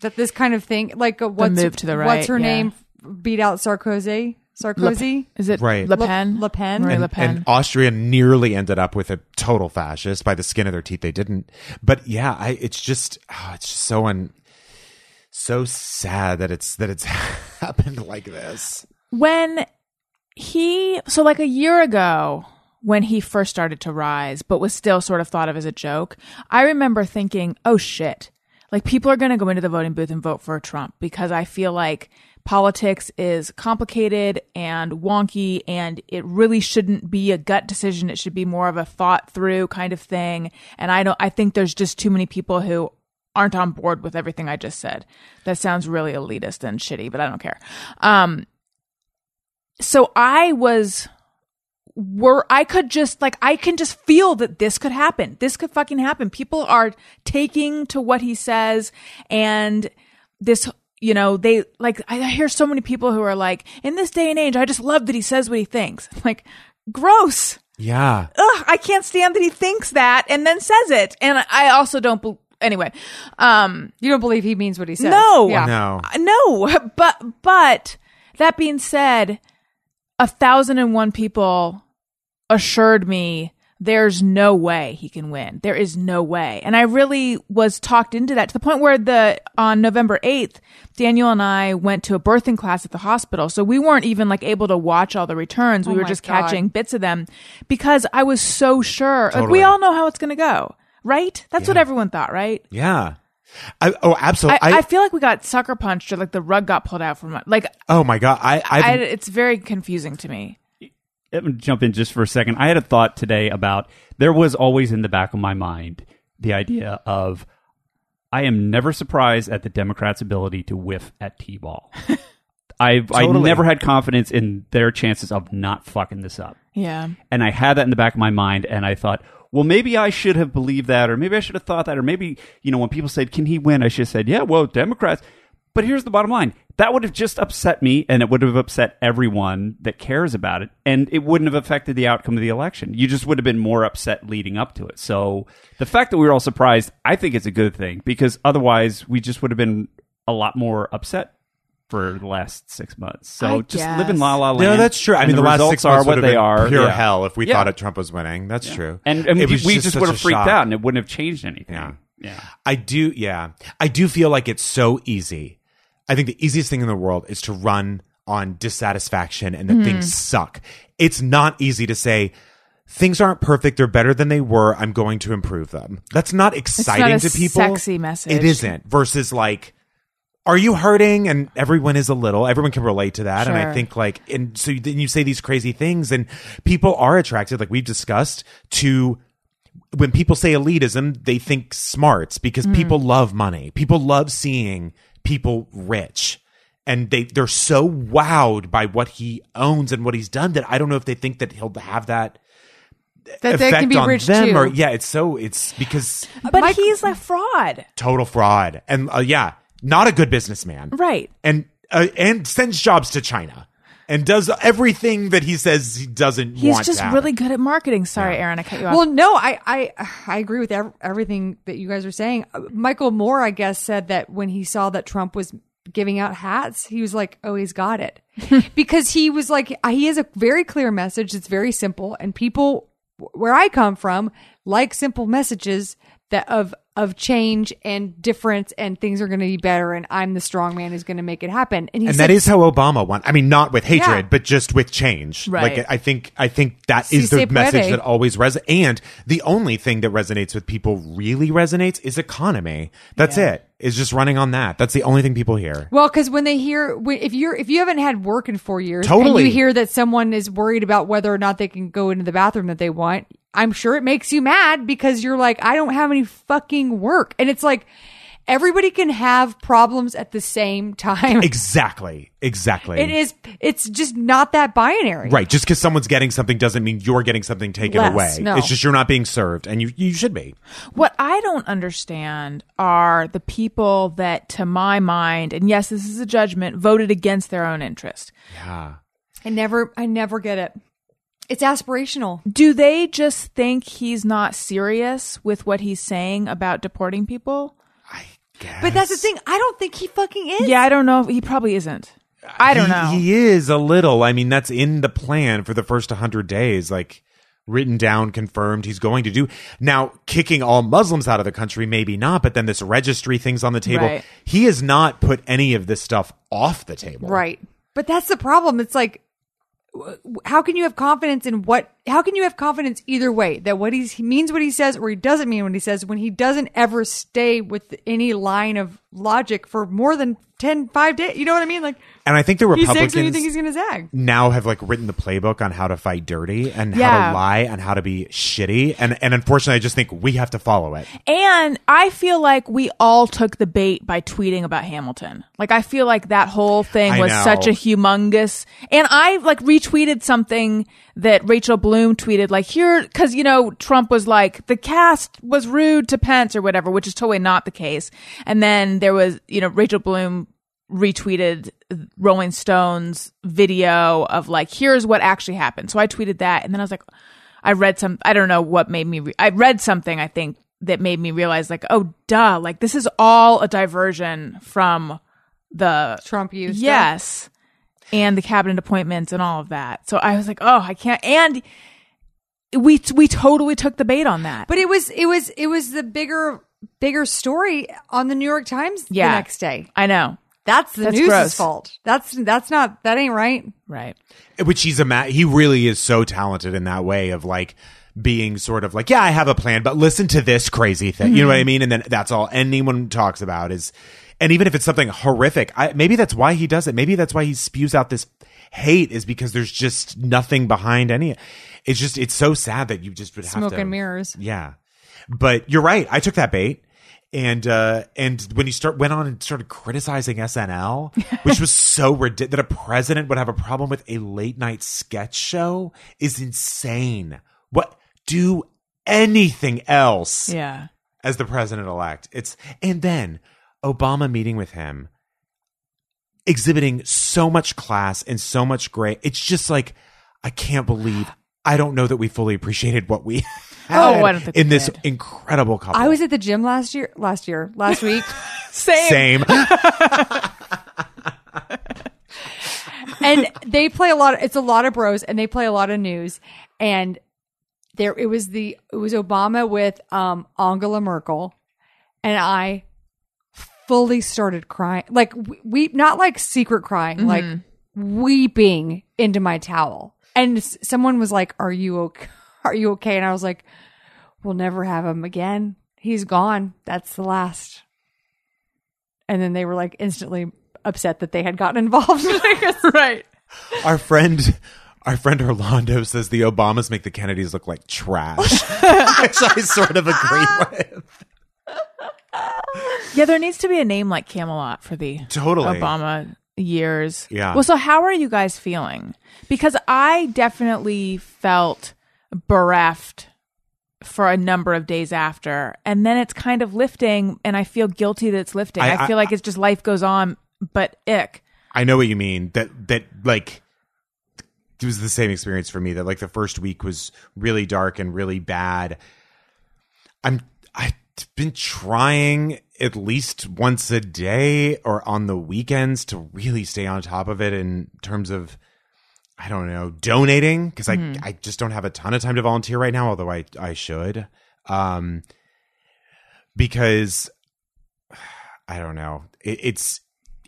Speaker 4: That this kind of thing, like uh, what's
Speaker 2: move to the right,
Speaker 4: what's her
Speaker 2: yeah.
Speaker 4: name, beat out Sarkozy. Sarkozy.
Speaker 2: Is it
Speaker 3: Right.
Speaker 2: Le Pen?
Speaker 4: Le- Le Pen?
Speaker 2: Marie
Speaker 4: And-
Speaker 2: Le Pen.
Speaker 3: And Austria nearly ended up with a total fascist by the skin of their teeth. They didn't, but yeah, I, it's just oh, it's just so un, so sad that it's that it's happened like this.
Speaker 2: when he so like a year ago when he first started to rise but was still sort of thought of as a joke i remember thinking oh shit like people are going to go into the voting booth and vote for trump because i feel like politics is complicated and wonky and it really shouldn't be a gut decision it should be more of a thought through kind of thing and i don't i think there's just too many people who aren't on board with everything i just said that sounds really elitist and shitty but i don't care um so I was were I could just like I can just feel that this could happen. This could fucking happen. People are taking to what he says and this you know, they like I hear so many people who are like, in this day and age, I just love that he says what he thinks. Like, gross
Speaker 3: Yeah, Oh,
Speaker 2: ugh, I can't stand that he thinks that and then says it. And I also don't, bel anyway, um,
Speaker 4: You don't believe he means what he says?
Speaker 2: No.
Speaker 4: Yeah.
Speaker 3: no,
Speaker 2: uh, no, but, but that being said, a thousand and one people assured me there's no way he can win. There is no way. And I really was talked into that to the point where the, on November 8th, Daniel and I went to a birthing class at the hospital. So we weren't even like able to watch all the returns. We
Speaker 4: Oh
Speaker 2: were
Speaker 4: my
Speaker 2: just
Speaker 4: God.
Speaker 2: catching bits of them because I was so sure. Like
Speaker 3: Totally.
Speaker 2: we all know how it's going to go, right? That's what everyone thought, right?
Speaker 3: yeah. I, oh,
Speaker 2: I,
Speaker 3: absolutely.
Speaker 2: I,
Speaker 3: I,
Speaker 2: feel like we got sucker punched or like the rug got pulled out from un- like
Speaker 3: oh my god. I, I've,
Speaker 2: I, it's very confusing to me.
Speaker 5: I'm gonna jump in just for a second. I had a thought today about there was always in the back of my mind the idea of I am never surprised at the Democrats' ability to whiff at T-ball. I've I
Speaker 3: Totally.
Speaker 5: never had confidence in their chances of not fucking this up.
Speaker 2: Yeah.
Speaker 5: And I had that in the back of my mind and I thought, well, maybe I should have believed that or maybe I should have thought that or maybe, you know, when people said, "Can he win?" I should have said, "Yeah, well, Democrats." But here's the bottom line. That would have just upset me and it would have upset everyone that cares about it and it wouldn't have affected the outcome of the election. You just would have been more upset leading up to it. So, the fact that we were all surprised, I think it's a good thing because otherwise we just would have been a lot more upset for the last 6 months. So,
Speaker 2: I
Speaker 5: just live in
Speaker 2: guess.
Speaker 5: la la land.
Speaker 3: no, that's true. I
Speaker 5: and
Speaker 3: mean, the, last
Speaker 5: results
Speaker 3: six months
Speaker 5: are what
Speaker 3: would have
Speaker 5: they
Speaker 3: been
Speaker 5: are.
Speaker 3: pure
Speaker 5: Yeah.
Speaker 3: hell if we
Speaker 5: Yeah.
Speaker 3: thought that Trump was winning. That's true.
Speaker 5: And, and
Speaker 3: It
Speaker 5: we,
Speaker 3: was
Speaker 5: we just
Speaker 3: such
Speaker 5: would
Speaker 3: a
Speaker 5: have freaked
Speaker 3: shock.
Speaker 5: out and it wouldn't have changed anything.
Speaker 3: Yeah.
Speaker 5: Yeah.
Speaker 3: I do, yeah. I do feel like it's so easy. I think the easiest thing in the world is to run on dissatisfaction and that
Speaker 2: Hmm.
Speaker 3: things suck. It's not easy to say things aren't perfect, they're better than they were, I'm going to improve them. That's not exciting
Speaker 2: a
Speaker 3: to people.
Speaker 2: sexy message.
Speaker 3: It isn't versus like are you hurting? And everyone is a little. Everyone can relate to that. And
Speaker 2: Sure.
Speaker 3: I think like, and so then you say these crazy things, and people are attracted, like we've discussed, to when people say elitism, they think smarts because
Speaker 4: Mm.
Speaker 3: people love money. People love seeing people rich. And they, they're so wowed by what he owns and what he's done that I don't know if they think that he'll have that
Speaker 4: That they
Speaker 3: effect
Speaker 4: can be
Speaker 3: on
Speaker 4: rich
Speaker 3: them.
Speaker 4: too.
Speaker 3: Or yeah, it's so it's because
Speaker 2: But
Speaker 4: Mike-
Speaker 2: he's a fraud.
Speaker 3: total fraud and uh, yeah, not a good businessman,
Speaker 2: Right.
Speaker 3: And uh, and sends jobs to China and does everything that he says he doesn't
Speaker 2: He's
Speaker 3: want. to
Speaker 2: just
Speaker 3: happen.
Speaker 2: really good at marketing. Sorry, Aaron, I cut you off.
Speaker 4: Well, no, I I I agree with ev- everything that you guys are saying. Uh, Michael Moore, I guess, said that when he saw that Trump was giving out hats, he was like, "Oh, he's got it," because he was like, uh, he has a very clear message. It's very simple, and people wh- where I come from like simple messages that of of change and difference and things are going to be better and I'm the strong man who's going to make it happen. And, he
Speaker 3: and
Speaker 4: said,
Speaker 3: that is how Obama won. I mean, not with hatred,
Speaker 4: Yeah.
Speaker 3: but just with change.
Speaker 2: Right.
Speaker 3: Like I think, I think that is
Speaker 4: Si se
Speaker 3: the message
Speaker 4: puede.
Speaker 3: that always resonates. And the only thing that resonates with people really resonates is economy. That's it. Is just running on that. That's the only thing people hear.
Speaker 4: Well, because when they hear when- if you're if you haven't had work in four years,
Speaker 3: Totally.
Speaker 4: and you hear that someone is worried about whether or not they can go into the bathroom that they want, I'm sure it makes you mad because you're like, I don't have any fucking work, and it's like everybody can have problems at the same time.
Speaker 3: Exactly. Exactly.
Speaker 4: It is it's just not that binary,
Speaker 3: Right. Just because someone's getting something doesn't mean you're getting something taken
Speaker 4: Less,
Speaker 3: away.
Speaker 4: no.
Speaker 3: It's just you're not being served, and you you should be.
Speaker 2: What I don't understand are the people that, to my mind, and yes, this is a judgment, voted against their own interest.
Speaker 3: Yeah.
Speaker 4: I never I never get it. It's aspirational.
Speaker 2: Do they just think he's not serious with what he's saying about deporting people?
Speaker 3: I guess.
Speaker 4: But that's the thing. I don't think he fucking is.
Speaker 2: Yeah, I don't know. He probably isn't. I don't
Speaker 3: He-
Speaker 2: know.
Speaker 3: He is a little. I mean, that's in the plan for the first 100 days, like written down, confirmed he's going to do. Now, kicking all Muslims out of the country, maybe not, but then this registry thing's on the table.
Speaker 2: Right.
Speaker 3: He has not put any of this stuff off the table.
Speaker 4: Right. But that's the problem. It's like, w- w- how can you have confidence in what? How can you have confidence either way that what he's, he means what he says or he doesn't mean what he says when he doesn't ever stay with any line of logic for more than 10, 5 days? You know what I mean? Like,
Speaker 3: And I think the
Speaker 4: he
Speaker 3: Republicans
Speaker 4: zigs when you think he's going to zag.
Speaker 3: now have like written the playbook on how to fight dirty and how
Speaker 2: Yeah.
Speaker 3: to lie and how to be shitty. And and unfortunately, I just think we have to follow it.
Speaker 2: And I feel like we all took the bait by tweeting about Hamilton. Like I feel like that whole thing
Speaker 3: I
Speaker 2: was
Speaker 3: know.
Speaker 2: such a humongous. And I like retweeted something that Rachel Bloom tweeted like here cuz you know Trump was like the cast was rude to Pence or whatever, which is totally not the case. And then there was, you know, Rachel Bloom retweeted Rolling Stones video of like, here's what actually happened. So I tweeted that, and then I was like, I read some, I don't know what made me, re- I read something I think that made me realize like, oh duh, like this is all a diversion from the
Speaker 4: Trump used. to.
Speaker 2: yes and the cabinet appointments and all of that. So I was like, oh, I can't, and we we totally took the bait on that.
Speaker 4: But it was, it was, it was the bigger, bigger story on the New York Times
Speaker 2: Yeah.
Speaker 4: the next day.
Speaker 2: I know,
Speaker 4: That's the
Speaker 2: That's
Speaker 4: news's
Speaker 2: gross.
Speaker 4: fault. That's, that's not, that ain't right.
Speaker 2: right?
Speaker 3: which he's a ma- he really is so talented in that way of like being sort of like yeah i have a plan but listen to this crazy thing you know what
Speaker 4: Mm-hmm.
Speaker 3: i mean and then that's all anyone talks about is and even if it's something horrific I, maybe that's why he does it maybe that's why he spews out this hate is because there's just nothing behind any it's just it's so sad that you just would have
Speaker 4: Smoke
Speaker 3: to
Speaker 4: and mirrors.
Speaker 3: yeah but you're right i took that bait and uh and when he start went on and started criticizing snl which was so ridiculous that a president would have a problem with a late night sketch show is insane what do anything else
Speaker 2: Yeah.
Speaker 3: as the president-elect it's and then obama meeting with him exhibiting so much class and so much gray it's just like i can't believe i don't know that we fully appreciated what we
Speaker 2: Oh,
Speaker 3: had
Speaker 2: I don't think
Speaker 3: in
Speaker 2: we
Speaker 3: this
Speaker 2: did.
Speaker 3: incredible couple
Speaker 4: I was at the gym last year, last year, last week.
Speaker 3: same
Speaker 4: and they play a lot of, it's a lot of bros and they play a lot of news and there it was the it was obama with um angela merkel and i fully started crying like we- weep not like secret crying like weeping into my towel and s- someone was like are you okay are you okay and i was like we'll never have him again he's gone that's the last and then they were like instantly upset that they had gotten involved
Speaker 2: Right.
Speaker 3: our friend our friend Orlando says the Obamas make the Kennedys look like trash, which I sort of agree with.
Speaker 2: Yeah, there needs to be a name like Camelot for the
Speaker 3: Totally.
Speaker 2: Obama years.
Speaker 3: Yeah.
Speaker 2: Well, so how are you guys feeling? Because I definitely felt bereft for a number of days after, and then it's kind of lifting, and I feel guilty that it's lifting.
Speaker 3: I-
Speaker 2: I,
Speaker 3: I-
Speaker 2: feel like it's just life goes on, but ick.
Speaker 3: I know what you mean. That that like it was the same experience for me. That like the first week was really dark and really bad. I'm I've been trying at least once a day or on the weekends to really stay on top of it in terms of I don't know donating because I I just don't have a ton of time to volunteer right now. Although I I should. Um, because I don't know. It, it's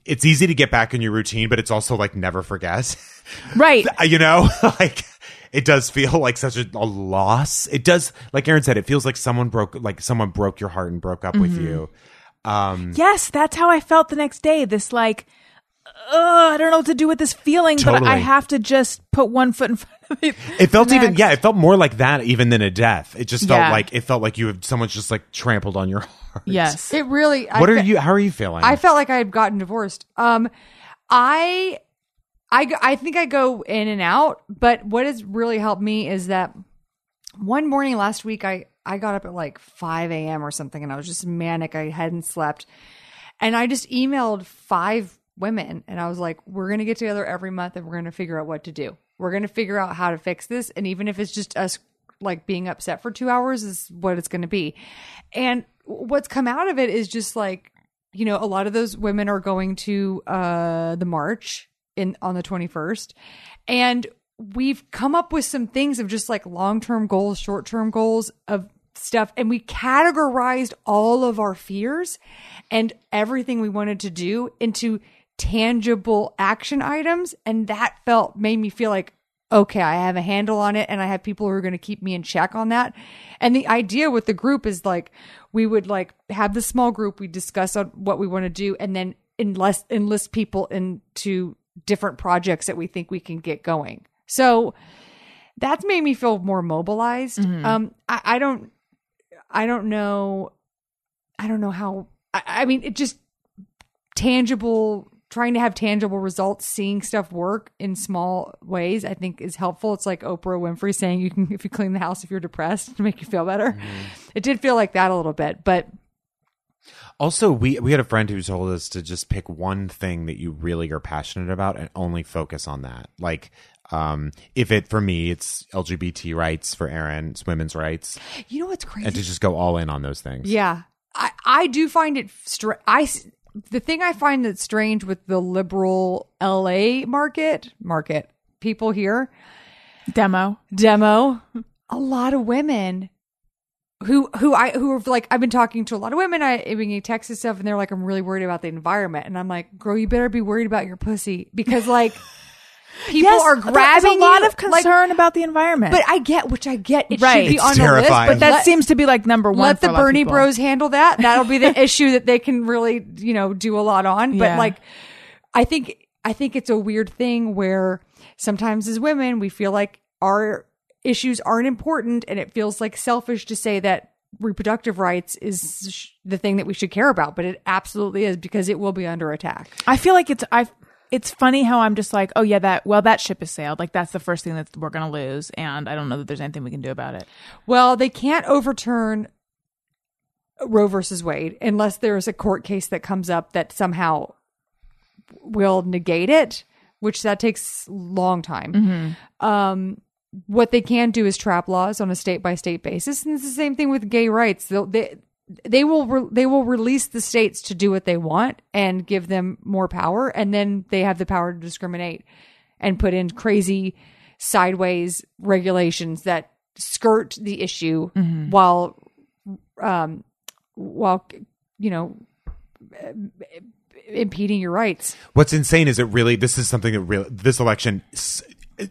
Speaker 3: it's easy to get back in your routine, but it's also like never forget.
Speaker 2: Right.
Speaker 3: you know, like it does feel like such a, a loss. It does, like Aaron said, it feels like someone broke, like someone broke your heart and broke up
Speaker 4: Mm-hmm.
Speaker 3: with you.
Speaker 2: Yes, that's how I felt the next day. This like, ugh, I don't know what to do with this feeling, but I
Speaker 3: Totally.
Speaker 2: have to just put one foot in front of the
Speaker 3: It felt even,
Speaker 2: next.
Speaker 3: yeah, it felt more like that even than a death. It just
Speaker 2: Yeah.
Speaker 3: felt like it felt like you have someone's just like trampled on your heart.
Speaker 2: Yes.
Speaker 4: It really.
Speaker 3: What
Speaker 4: I
Speaker 3: are
Speaker 4: fe-
Speaker 3: you? How are you feeling?
Speaker 4: I felt like I had gotten divorced. Um, I, I, go- I think I go in and out. But what has really helped me is that one morning last week, I I got up at like five a.m. or something, and I was just manic. I hadn't slept, and I just emailed five women, and I was like, "We're gonna get together every month, and we're gonna figure out what to do. We're gonna figure out how to fix this, and even if it's just us." like being upset for 2 hours is what it's going to be. And what's come out of it is just like you know, a lot of those women are going to uh, the march in on the 21st and we've come up with some things of just like long-term goals short-term goals of stuff and we categorized all of our fears and everything we wanted to do into tangible action items and that felt made me feel like okay, I have a handle on it and I have people who are going to keep me in check on that. And the idea with the group is like we would like have the small group, we discuss on what we want to do and then enlist enlist people into different projects that we think we can get going. So that's made me feel more mobilized. Um I, I don't I don't know I don't know how I, I mean it just tangible trying to have tangible results seeing stuff work in small ways i think is helpful it's like oprah winfrey saying you can if you clean the house if you're depressed to make you feel better it did feel like that a little bit but
Speaker 3: Also, we we had a friend who told us to just pick one thing that you really are passionate about and only focus on that. Like, um, if it for me, it's LGBT rights. For Aaron, it's women's rights,
Speaker 4: you know what's crazy
Speaker 3: and to just go all in on those things.
Speaker 4: Yeah. I, I do find it str- I s- the thing I find that's strange with the liberal LA market market people here
Speaker 2: Demo.
Speaker 4: demo a lot of women who who I who have like I've been talking to a lot of women I I mean in Texas stuff and they're like I'm really worried about the environment and I'm like girl you better be worried about your pussy because like people are grabbing
Speaker 2: There's a lot
Speaker 4: you,
Speaker 2: of
Speaker 4: like-
Speaker 2: concern about the environment.
Speaker 4: but I get which I get it
Speaker 2: Right.
Speaker 4: should be
Speaker 2: It's
Speaker 4: on
Speaker 3: terrifying.
Speaker 4: the list but
Speaker 2: that
Speaker 4: let-
Speaker 2: seems to be like number one.
Speaker 4: let
Speaker 2: for a
Speaker 4: the
Speaker 2: lot of
Speaker 4: Bernie
Speaker 2: people.
Speaker 4: Bros handle that. That'll be the issue that they can really, you know, do a lot on. But
Speaker 2: Yeah.
Speaker 4: like, I think I think it's a weird thing where sometimes as women we feel like our issues aren't important, and it feels like selfish to say that reproductive rights is sh- the thing that we should care about, but it absolutely is because it will be under attack.
Speaker 2: I feel like it's I. It's funny how I'm just like, oh yeah, that well that ship has sailed. Like that's the first thing that we're gonna lose, and I don't know that there's anything we can do about it.
Speaker 4: Well, they can't overturn Roe versus Wade unless there is a court case that comes up that somehow will negate it, which that takes long time. Um, what they can do is trap laws on a state by state basis, and it's the same thing with gay rights. They'll, they they will re- they will release the states to do what they want and give them more power, and then they have the power to discriminate and put in crazy sideways regulations that skirt the issue while um while you know impeding your rights
Speaker 3: What's insane is it really. This is something that really this election. s-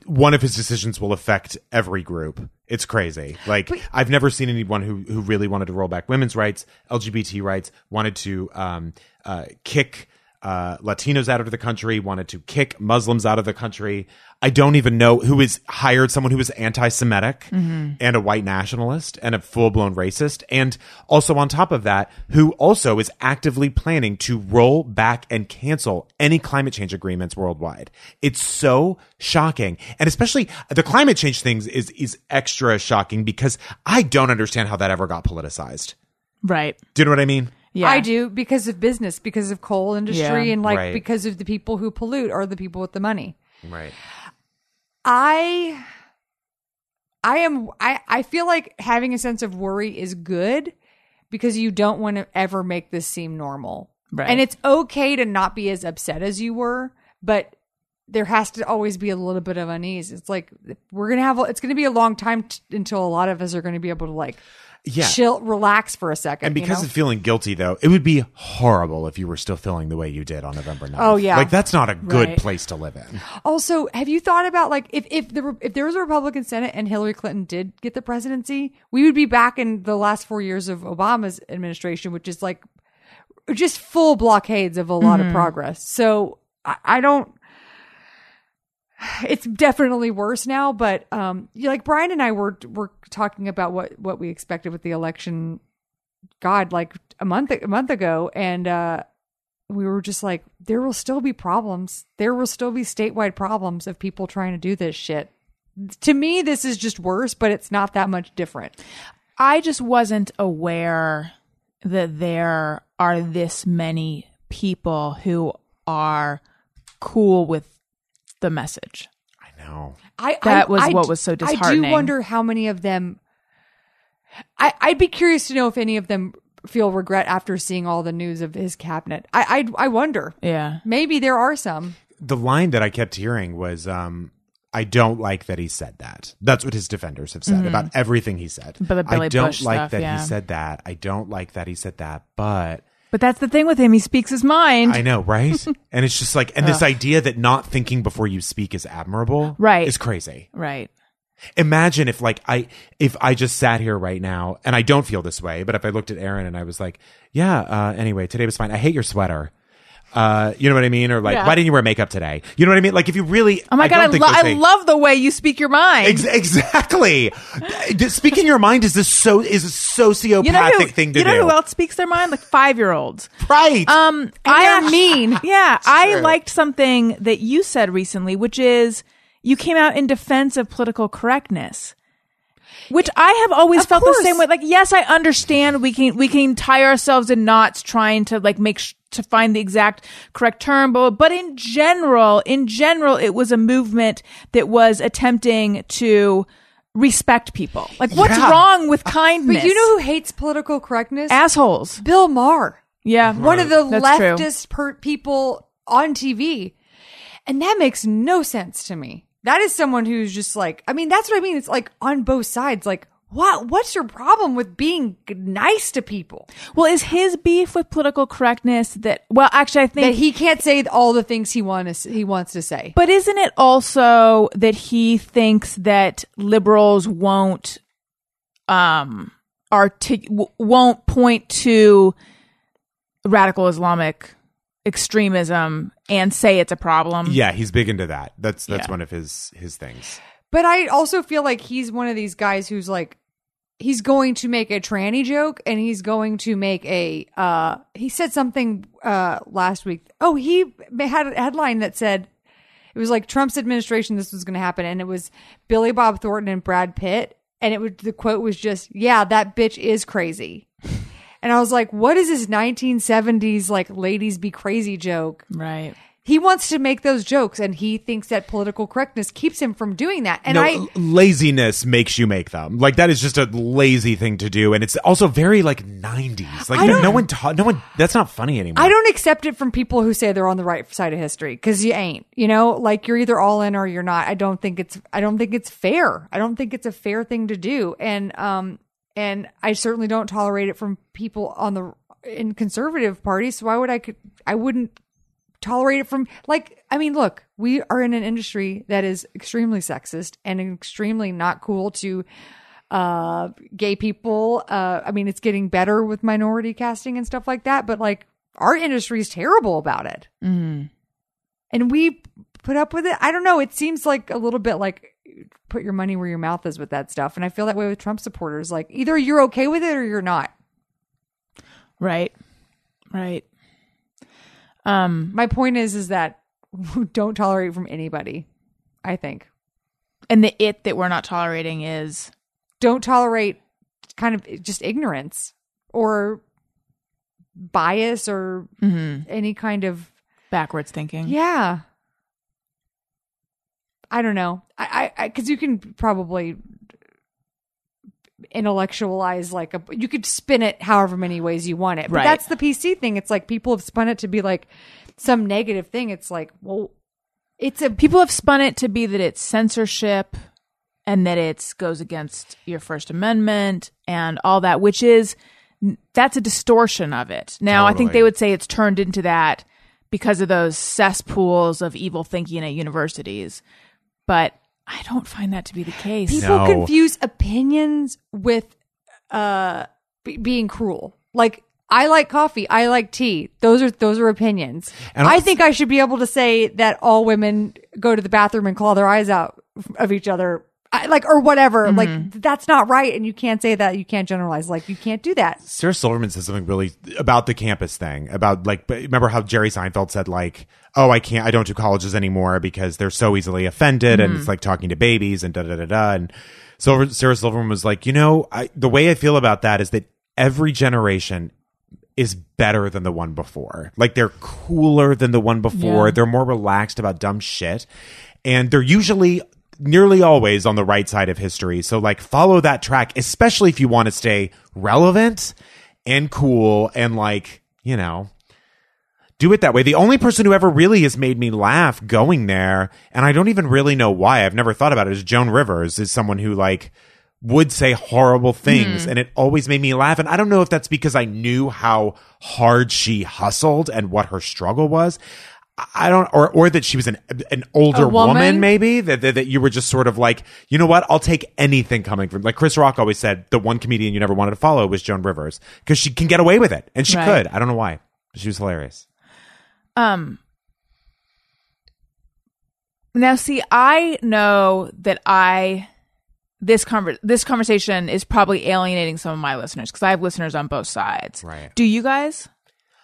Speaker 3: One of his decisions will affect every group. It's crazy. Like I've never seen anyone who who really wanted to roll back women's rights, LGBT rights, wanted to um, uh, kick uh, Latinos out of the country, wanted to kick Muslims out of the country. I don't even know who is hired someone who is anti-Semitic and a white nationalist and a full-blown racist, and also on top of that, who also is actively planning to roll back and cancel any climate change agreements worldwide. It's so shocking, and especially the climate change things is is extra shocking because I don't understand how that ever got politicized.
Speaker 2: Right.
Speaker 3: Do you know what I mean?
Speaker 2: Yeah.
Speaker 4: I do because of business, because of coal industry,
Speaker 2: Yeah.
Speaker 4: and like
Speaker 3: Right.
Speaker 4: because of the people who pollute are the people with the money.
Speaker 3: Right.
Speaker 4: I I am I I feel like having a sense of worry is good because you don't want to ever make this seem normal.
Speaker 2: Right.
Speaker 4: And it's okay to not be as upset as you were, but there has to always be a little bit of unease. It's like we're going to have a- it's going to be a long time t- until a lot of us are going to be able to like
Speaker 3: Yeah.
Speaker 4: chill relax for a second.
Speaker 3: And
Speaker 4: you
Speaker 3: because
Speaker 4: know?
Speaker 3: of feeling guilty, though, it would be horrible if you were still feeling the way you did on November 9th.
Speaker 4: Oh, yeah.
Speaker 3: Like, that's not a good
Speaker 2: Right.
Speaker 3: place to live in.
Speaker 4: Also, have you thought about like if if the if there was a Republican Senate and Hillary Clinton did get the presidency, we would be back in the last four years of Obama's administration, which is like just full blockades of a lot of progress. So I, I don't. It's definitely worse now, but um, you- like Brian and I were were talking about what what we expected with the election. God, like a month a month ago, and uh, we were just like, there will still be problems. There will still be statewide problems of people trying to do this shit. To me, this is just worse, but it's not that much different.
Speaker 2: I just wasn't aware that there are this many people who are cool with the message.
Speaker 3: I know.
Speaker 4: I
Speaker 2: That
Speaker 4: I-
Speaker 2: was
Speaker 4: I
Speaker 2: what
Speaker 4: d-
Speaker 2: was so
Speaker 4: I
Speaker 2: disheartening.
Speaker 4: do wonder how many of them. I I'd be curious to know if any of them feel regret after seeing all the news of his cabinet. I I, I wonder.
Speaker 2: Yeah.
Speaker 4: Maybe there are some.
Speaker 3: the line that I kept hearing was, um, I don't like that he said that. That's what his defenders have said about everything he said.
Speaker 2: Mm-hmm. But the Billy
Speaker 3: I don't
Speaker 2: Bush
Speaker 3: like
Speaker 2: stuff,
Speaker 3: that
Speaker 2: yeah.
Speaker 3: he said that. I don't like that he said that. But
Speaker 2: But that's the thing with him. He speaks his mind.
Speaker 3: I know, right? and it's just like, and this idea that not thinking before you speak is admirable,
Speaker 2: Right.
Speaker 3: Is crazy.
Speaker 2: right.
Speaker 3: imagine if like i if i just sat here right now and i don't feel this way but if i looked at aaron and i was like yeah uh anyway today was fine i hate your sweater uh you know what i mean or like
Speaker 2: Yeah.
Speaker 3: why didn't you wear makeup today you know what i mean like if you really
Speaker 2: Oh my god, I,
Speaker 3: don't think
Speaker 2: lo-
Speaker 3: those
Speaker 2: I
Speaker 3: things-
Speaker 2: love the way you speak your mind.
Speaker 3: Ex- exactly D- speaking your mind is this so is a sociopathic
Speaker 2: you know who,
Speaker 3: thing to
Speaker 2: you know
Speaker 3: do
Speaker 2: who else speaks their mind? Like five year olds.
Speaker 3: right
Speaker 2: Um, I
Speaker 4: they're
Speaker 2: act-
Speaker 4: mean.
Speaker 2: Yeah, I
Speaker 3: true.
Speaker 2: liked something that you said recently, which is you came out in defense of political correctness. Which I have always
Speaker 4: Of
Speaker 2: felt the
Speaker 4: course.
Speaker 2: same way. Like, yes, I understand we can we can tie ourselves in knots trying to like make sh- to find the exact correct term, but but in general, in general, it was a movement that was attempting to respect people. Like, what's
Speaker 3: Yeah.
Speaker 2: wrong with kindness?
Speaker 4: But you know who hates political correctness?
Speaker 2: assholes.
Speaker 4: Bill Maher.
Speaker 2: Yeah,
Speaker 4: Um, one of the
Speaker 2: That's true.
Speaker 4: leftist per- people on TV. And that makes no sense to me. That is someone who's just like, I mean, that's what I mean. It's like on both sides. Like, what? What's your problem with being nice to people?
Speaker 2: Well, is his beef with political correctness that? Well, actually, I think
Speaker 4: That he can't say all the things he wants he wants to say.
Speaker 2: But isn't it also that he thinks that liberals won't um artic- w- won't point to radical Islamic extremism and say it's a problem?
Speaker 3: yeah he's big into that that's that's
Speaker 2: Yeah.
Speaker 3: one of his his things
Speaker 4: But I also feel like he's one of these guys who's like he's going to make a tranny joke and he's going to make a uh he said something uh last week. Oh, he had a headline that said it was like Trump's administration this was going to happen and it was Billy Bob Thornton and Brad Pitt and it was the quote was just, "Yeah, that bitch is crazy." And I was like, "What is this 1970s like ladies be crazy joke?"
Speaker 2: Right.
Speaker 4: He wants to make those jokes and he thinks that political correctness keeps him from doing that. And
Speaker 3: no,
Speaker 4: I
Speaker 3: l- laziness makes you make them. Like that is just a lazy thing to do, and it's also very like '90s. Like no one taught, no one. That's not funny anymore.
Speaker 4: I don't accept it from people who say they're on the right side of history because you ain't. You know, like you're either all in or you're not. I don't think it's. I don't think it's fair. I don't think it's a fair thing to do. And um, and I certainly don't tolerate it from people on the in conservative parties. So why would I? Could I wouldn't tolerate it from like I mean, look, we are in an industry that is extremely sexist and extremely not cool to uh gay people. Uh I mean it's getting better with minority casting and stuff like that, but like our industry is terrible about it. And we put up with it. I don't know, it seems like a little bit like put your money where your mouth is with that stuff. And I feel that way with Trump supporters. Like either you're okay with it or you're not.
Speaker 2: Right. Right. Um, Mm-hmm.
Speaker 4: My point is is that don't tolerate from anybody, I think.
Speaker 2: And the it that we're not tolerating is
Speaker 4: don't tolerate kind of just ignorance or bias or any kind of
Speaker 2: backwards thinking.
Speaker 4: yeah i don't know i i because you can probably intellectualize like a you could spin it however many ways you want it but
Speaker 2: Right.
Speaker 4: that's the pc thing it's like people have spun it to be like some negative thing it's like well it's a
Speaker 2: People have spun it to be that it's censorship and that it goes against your First Amendment and all that, which is that's a distortion of it. Now, I think
Speaker 3: Totally.
Speaker 2: they would say it's turned into that because of those cesspools of evil thinking at universities, but I don't find that to be the case.
Speaker 4: people
Speaker 3: No.
Speaker 4: confuse opinions with uh b- being cruel like i like coffee i like tea those are those are opinions
Speaker 3: And
Speaker 4: i
Speaker 3: also-
Speaker 4: think i should be able to say that all women go to the bathroom and claw their eyes out of each other I, like or whatever like that's not right and you can't say that you can't generalize like you can't do that
Speaker 3: Sarah Silverman said something really about the campus thing about like but remember how Jerry Seinfeld said like oh I can't I don't do colleges anymore because they're so easily offended and it's like talking to babies and da da da da and Silver, Sarah Silverman was like you know I, the way I feel about that is that every generation is better than the one before like they're cooler than the one before
Speaker 2: Yeah.
Speaker 3: they're more relaxed about dumb shit and they're usually nearly always on the right side of history so like follow that track especially if you want to stay relevant and cool and like you know do it that way. The only person who ever really has made me laugh going there, and I don't even really know why, I've never thought about it, is Joan Rivers, is someone who like would say horrible things
Speaker 2: Hmm.
Speaker 3: and it always made me laugh. And I don't know if that's because I knew how hard she hustled and what her struggle was. I- I don't, or, or that she was an, an older
Speaker 2: A woman?
Speaker 3: woman, maybe maybe that, that that you were just sort of like, you know what? I'll take anything coming from. Like Chris Rock always said, the one comedian you never wanted to follow was Joan Rivers because she can get away with it, and she
Speaker 2: Right.
Speaker 3: could. I don't know why. But she was hilarious.
Speaker 2: Um Now see I know that I this conver- this conversation is probably alienating some of my listeners cuz I have listeners on both sides.
Speaker 3: Right.
Speaker 2: Do you guys?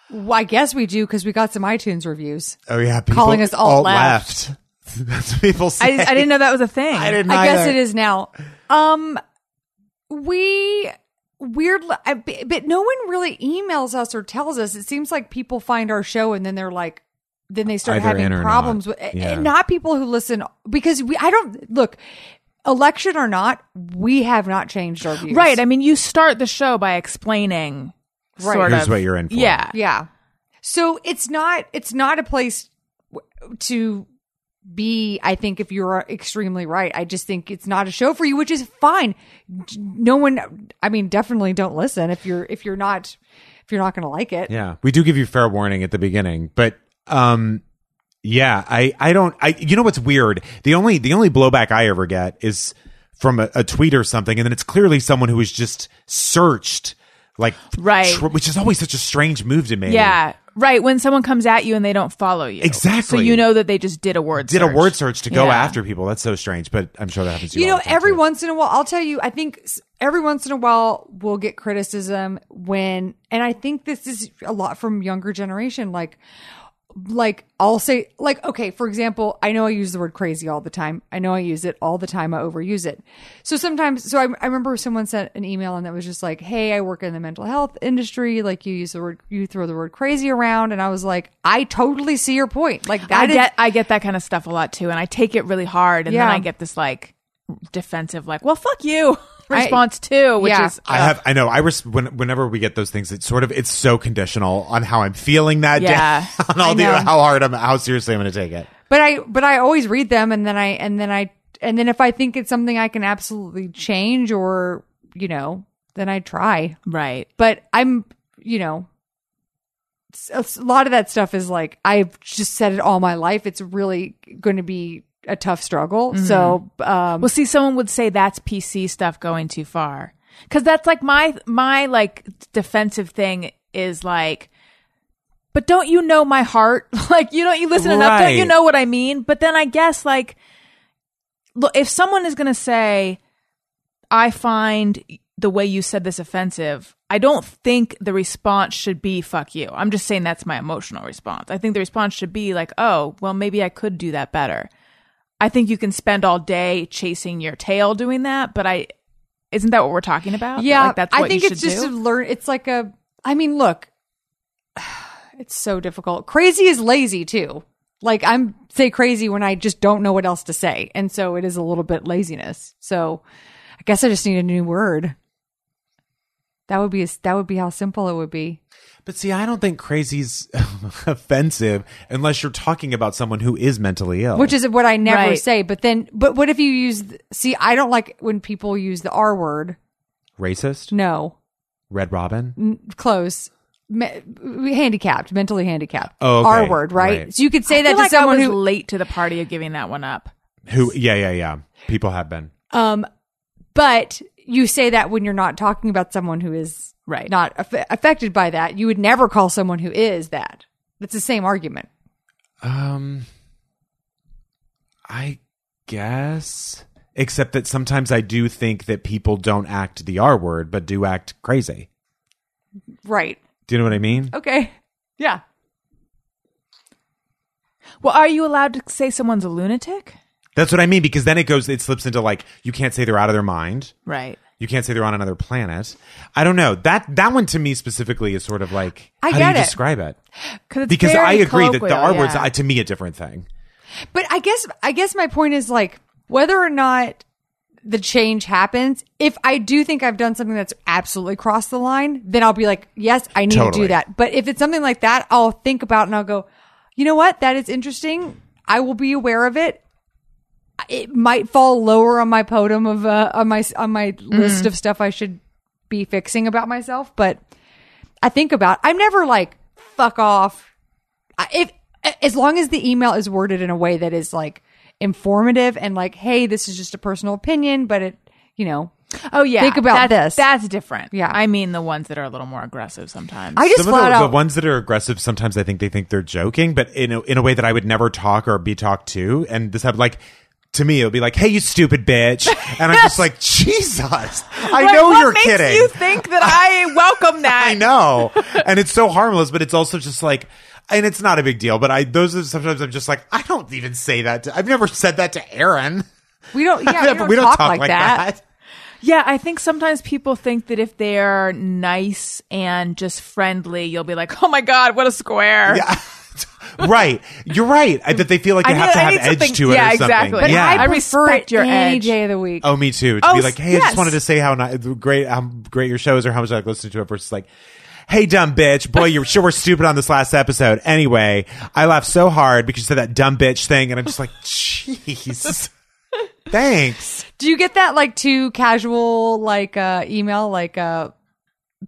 Speaker 4: Well, I guess we do because we got some iTunes reviews.
Speaker 3: Oh yeah,
Speaker 4: Calling us alt alt-left.
Speaker 3: left. That's what people
Speaker 2: I,
Speaker 3: say.
Speaker 2: I didn't know that was a thing.
Speaker 3: I didn't.
Speaker 4: I guess it is now. Um, we weird, I- but but no one really emails us or tells us. It seems like people find our show and then they're like, then they start
Speaker 3: Either
Speaker 4: having
Speaker 3: in or
Speaker 4: problems
Speaker 3: not.
Speaker 4: with
Speaker 3: Yeah.
Speaker 4: and not people who listen because we. I don't look election or not. We have not changed our views,
Speaker 2: Right. I mean, you start the show by explaining
Speaker 4: Right.
Speaker 2: sort
Speaker 3: Here's
Speaker 2: of
Speaker 3: what you're in for.
Speaker 2: Yeah.
Speaker 4: Yeah. So it's not it's not a place w- to be I think if you're extremely right. I just think it's not a show for you, which is fine. J- No one I mean definitely don't listen if you're if you're not if you're not going to like it.
Speaker 3: Yeah, we do give you fair warning at the beginning, but um, yeah, I I don't I you know what's weird? The only the only blowback I ever get is from a, a tweet or something, and then it's clearly someone who has just searched like
Speaker 2: Right.
Speaker 3: tr- which is always such a strange move to me.
Speaker 2: Yeah. Right. When someone comes at you and they don't follow you. So
Speaker 3: Exactly.
Speaker 2: you know that they just did a word
Speaker 3: did
Speaker 2: search.
Speaker 3: a word search to go
Speaker 2: Yeah.
Speaker 3: after people. That's so strange, but I'm sure that happens. To you,
Speaker 4: You
Speaker 3: all
Speaker 4: know,
Speaker 3: the time,
Speaker 4: every
Speaker 3: too.
Speaker 4: once in a while, I'll tell you, I think s- every once in a while we'll get criticism when, and I think this is a lot from younger generation. Like, like I'll say, like, okay, for example, I know I use the word crazy all the time. I know I use it all the time. I overuse it. So sometimes, so I, I remember someone sent an email and that was just like, hey, I work in the mental health industry. Like, you use the word, you throw the word crazy around. And I was like, I totally see your point. Like,
Speaker 2: I
Speaker 4: that is
Speaker 2: get I get that kind of stuff a lot too, and I take it really hard, and
Speaker 4: Yeah.
Speaker 2: then I get this like defensive, like "Well, fuck you"
Speaker 4: I-
Speaker 2: response too, which
Speaker 4: Yeah.
Speaker 2: is
Speaker 3: I have, I know, I res- when, whenever we get those things, it's sort of, it's so conditional on how I'm feeling that
Speaker 2: Yeah.
Speaker 3: day, on all the,
Speaker 4: know.
Speaker 3: how hard I'm, how seriously I'm going to take it.
Speaker 4: but i but i always read them and then i and then i and then if i think it's something i can absolutely change or you know then i try
Speaker 2: uh, right.
Speaker 4: but i'm you know s- a s- a lot of that stuff is like i've just said it all my life it's really going to be a tough struggle so um
Speaker 2: Well, see, someone would say that's PC stuff going too far, because that's like my my like defensive thing is like. But don't you know my heart? Like you don't you listen enough? Don't you
Speaker 3: Right.
Speaker 2: know what I mean? But then I guess like, look, if someone is gonna say, I find the way you said this offensive. I don't think the response should be fuck you. I'm just saying that's my emotional response. I think the response should be like, oh, well, maybe I could do that better. I think you can spend all day chasing your tail doing that, but I isn't that what we're talking about?
Speaker 4: Yeah,
Speaker 2: like, that's what
Speaker 4: I think
Speaker 2: you
Speaker 4: it's
Speaker 2: should
Speaker 4: just
Speaker 2: do?
Speaker 4: a learn. It's like a. I mean, look, it's so difficult. Crazy is lazy too. Like I'm say crazy when I just don't know what else to say, and so it is a little bit laziness. So I guess I just need a new word. That would be as that would be how simple it would be.
Speaker 3: But see, I don't think crazy's offensive unless you're talking about someone who is mentally ill.
Speaker 4: which is what I never
Speaker 2: Right.
Speaker 4: say. But then, but what if you use? th- See, I don't like when people use the R word.
Speaker 3: racist,
Speaker 4: No,
Speaker 3: Red Robin.
Speaker 4: N- close. Me- handicapped, mentally handicapped.
Speaker 3: Oh, okay.
Speaker 4: R word, right?
Speaker 3: Right.
Speaker 4: So you could say
Speaker 2: I
Speaker 4: that
Speaker 2: feel
Speaker 4: to
Speaker 2: like
Speaker 4: someone
Speaker 2: I was
Speaker 4: who
Speaker 2: late to the party of giving that one up.
Speaker 3: Who? Yeah, yeah, yeah. People have been.
Speaker 4: Um, but you say that when you're not talking about someone who is
Speaker 2: Right.
Speaker 4: not aff- affected by that. You would never call someone who is that. That's the same argument.
Speaker 3: Um, I guess. Except that sometimes I do think that people don't act the R word, but do act crazy.
Speaker 4: Right.
Speaker 3: Do you know what I mean?
Speaker 4: Okay. Yeah.
Speaker 2: Well, are you allowed to say someone's a lunatic?
Speaker 3: That's what I mean because then it goes, it slips into like you can't say they're out of their mind.
Speaker 2: Right.
Speaker 3: You can't say they're on another planet. I don't know that that one to me specifically is sort of like
Speaker 4: I
Speaker 3: how
Speaker 4: get
Speaker 3: do you
Speaker 4: it.
Speaker 3: describe it?
Speaker 2: it's
Speaker 3: Because
Speaker 2: very
Speaker 3: I agree that the
Speaker 2: colloquial,
Speaker 3: R word's
Speaker 2: yeah.
Speaker 3: uh, to me a different thing.
Speaker 4: But I guess I guess my point is like whether or not the change happens. If I do think I've done something that's absolutely crossed the line, then I'll be like, yes, I need to
Speaker 3: Totally.
Speaker 4: do that. But if it's something like that, I'll think about it and I'll go, you know what? That is interesting. I will be aware of it. It might fall lower on my podium of uh, on my on my list of stuff I should be fixing about myself, but I think about. I'm never like fuck off. I- If as long as the email is worded in a way that is like informative and like, hey, this is just a personal opinion, but it, you know,
Speaker 2: Oh yeah,
Speaker 4: Think about
Speaker 2: that's,
Speaker 4: this.
Speaker 2: That's different.
Speaker 4: Yeah.
Speaker 2: I mean the ones that are a little more aggressive sometimes.
Speaker 4: I just
Speaker 3: Some of
Speaker 4: flat
Speaker 3: the,
Speaker 4: out.
Speaker 3: the ones that are aggressive, sometimes I think they think they're joking, but in a, in a way that I would never talk or be talked to. And this happened like to me, it would be like, "Hey, you stupid bitch," and I'm just like, "Jesus, I
Speaker 2: Like,
Speaker 3: know
Speaker 2: what
Speaker 3: you're
Speaker 2: makes
Speaker 3: kidding."
Speaker 2: You think that I welcome that?
Speaker 3: I know, and it's so harmless, but it's also just like, and it's not a big deal. But I those are sometimes I'm just like, I don't even say that. To, I've never said that to Aaron.
Speaker 4: we don't. Yeah, we don't, talk, like, that.
Speaker 2: Yeah, I think sometimes people think that if they're nice and just friendly, you'll be like, "Oh my god, what a square!"
Speaker 3: Yeah. right, you're right. I, that they feel like
Speaker 2: I
Speaker 3: they have
Speaker 2: need-
Speaker 3: to
Speaker 2: I
Speaker 3: have
Speaker 2: need something-
Speaker 3: edge to it
Speaker 2: yeah,
Speaker 3: or something.
Speaker 2: exactly. But
Speaker 4: But
Speaker 3: yeah,
Speaker 4: I,
Speaker 2: I
Speaker 4: prefer
Speaker 2: respect
Speaker 4: it
Speaker 2: your
Speaker 4: any
Speaker 2: edge.
Speaker 4: day of the week.
Speaker 3: Oh, me too. To
Speaker 2: Oh,
Speaker 3: be like, hey, I
Speaker 2: yes.
Speaker 3: just wanted to say how ni- great, how great your show is, or how much I listened to it, versus like, hey, dumb bitch, boy, you sure were stupid on this last episode. Anyway, I laughed so hard because you said that dumb bitch thing, and I'm just like, jeez, thanks.
Speaker 4: Do you get that like too casual like uh email like uh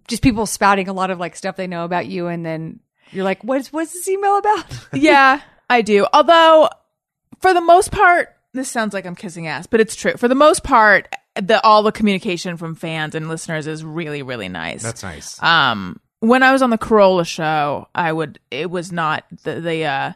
Speaker 4: just people spouting a lot of like stuff they know about you and then you're like, what's what's this email about?
Speaker 2: yeah, I do. Although, for the most part, this sounds like I'm kissing ass, but it's true. For the most part, the all the communication from fans and listeners is really, really nice.
Speaker 3: That's nice.
Speaker 2: Um, when I was on the Corolla show, I would it was not the the uh,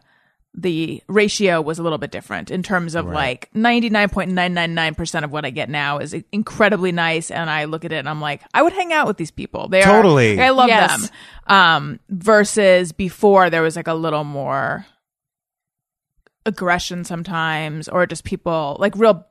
Speaker 2: the ratio was a little bit different in terms of like ninety nine point nine nine nine percent of what I get now is incredibly nice, and I look at it and I'm like, I would hang out with these people. They are-
Speaker 3: Totally.
Speaker 2: I love
Speaker 4: Yes.
Speaker 2: them. Um, versus before there was like a little more aggression sometimes or just people like real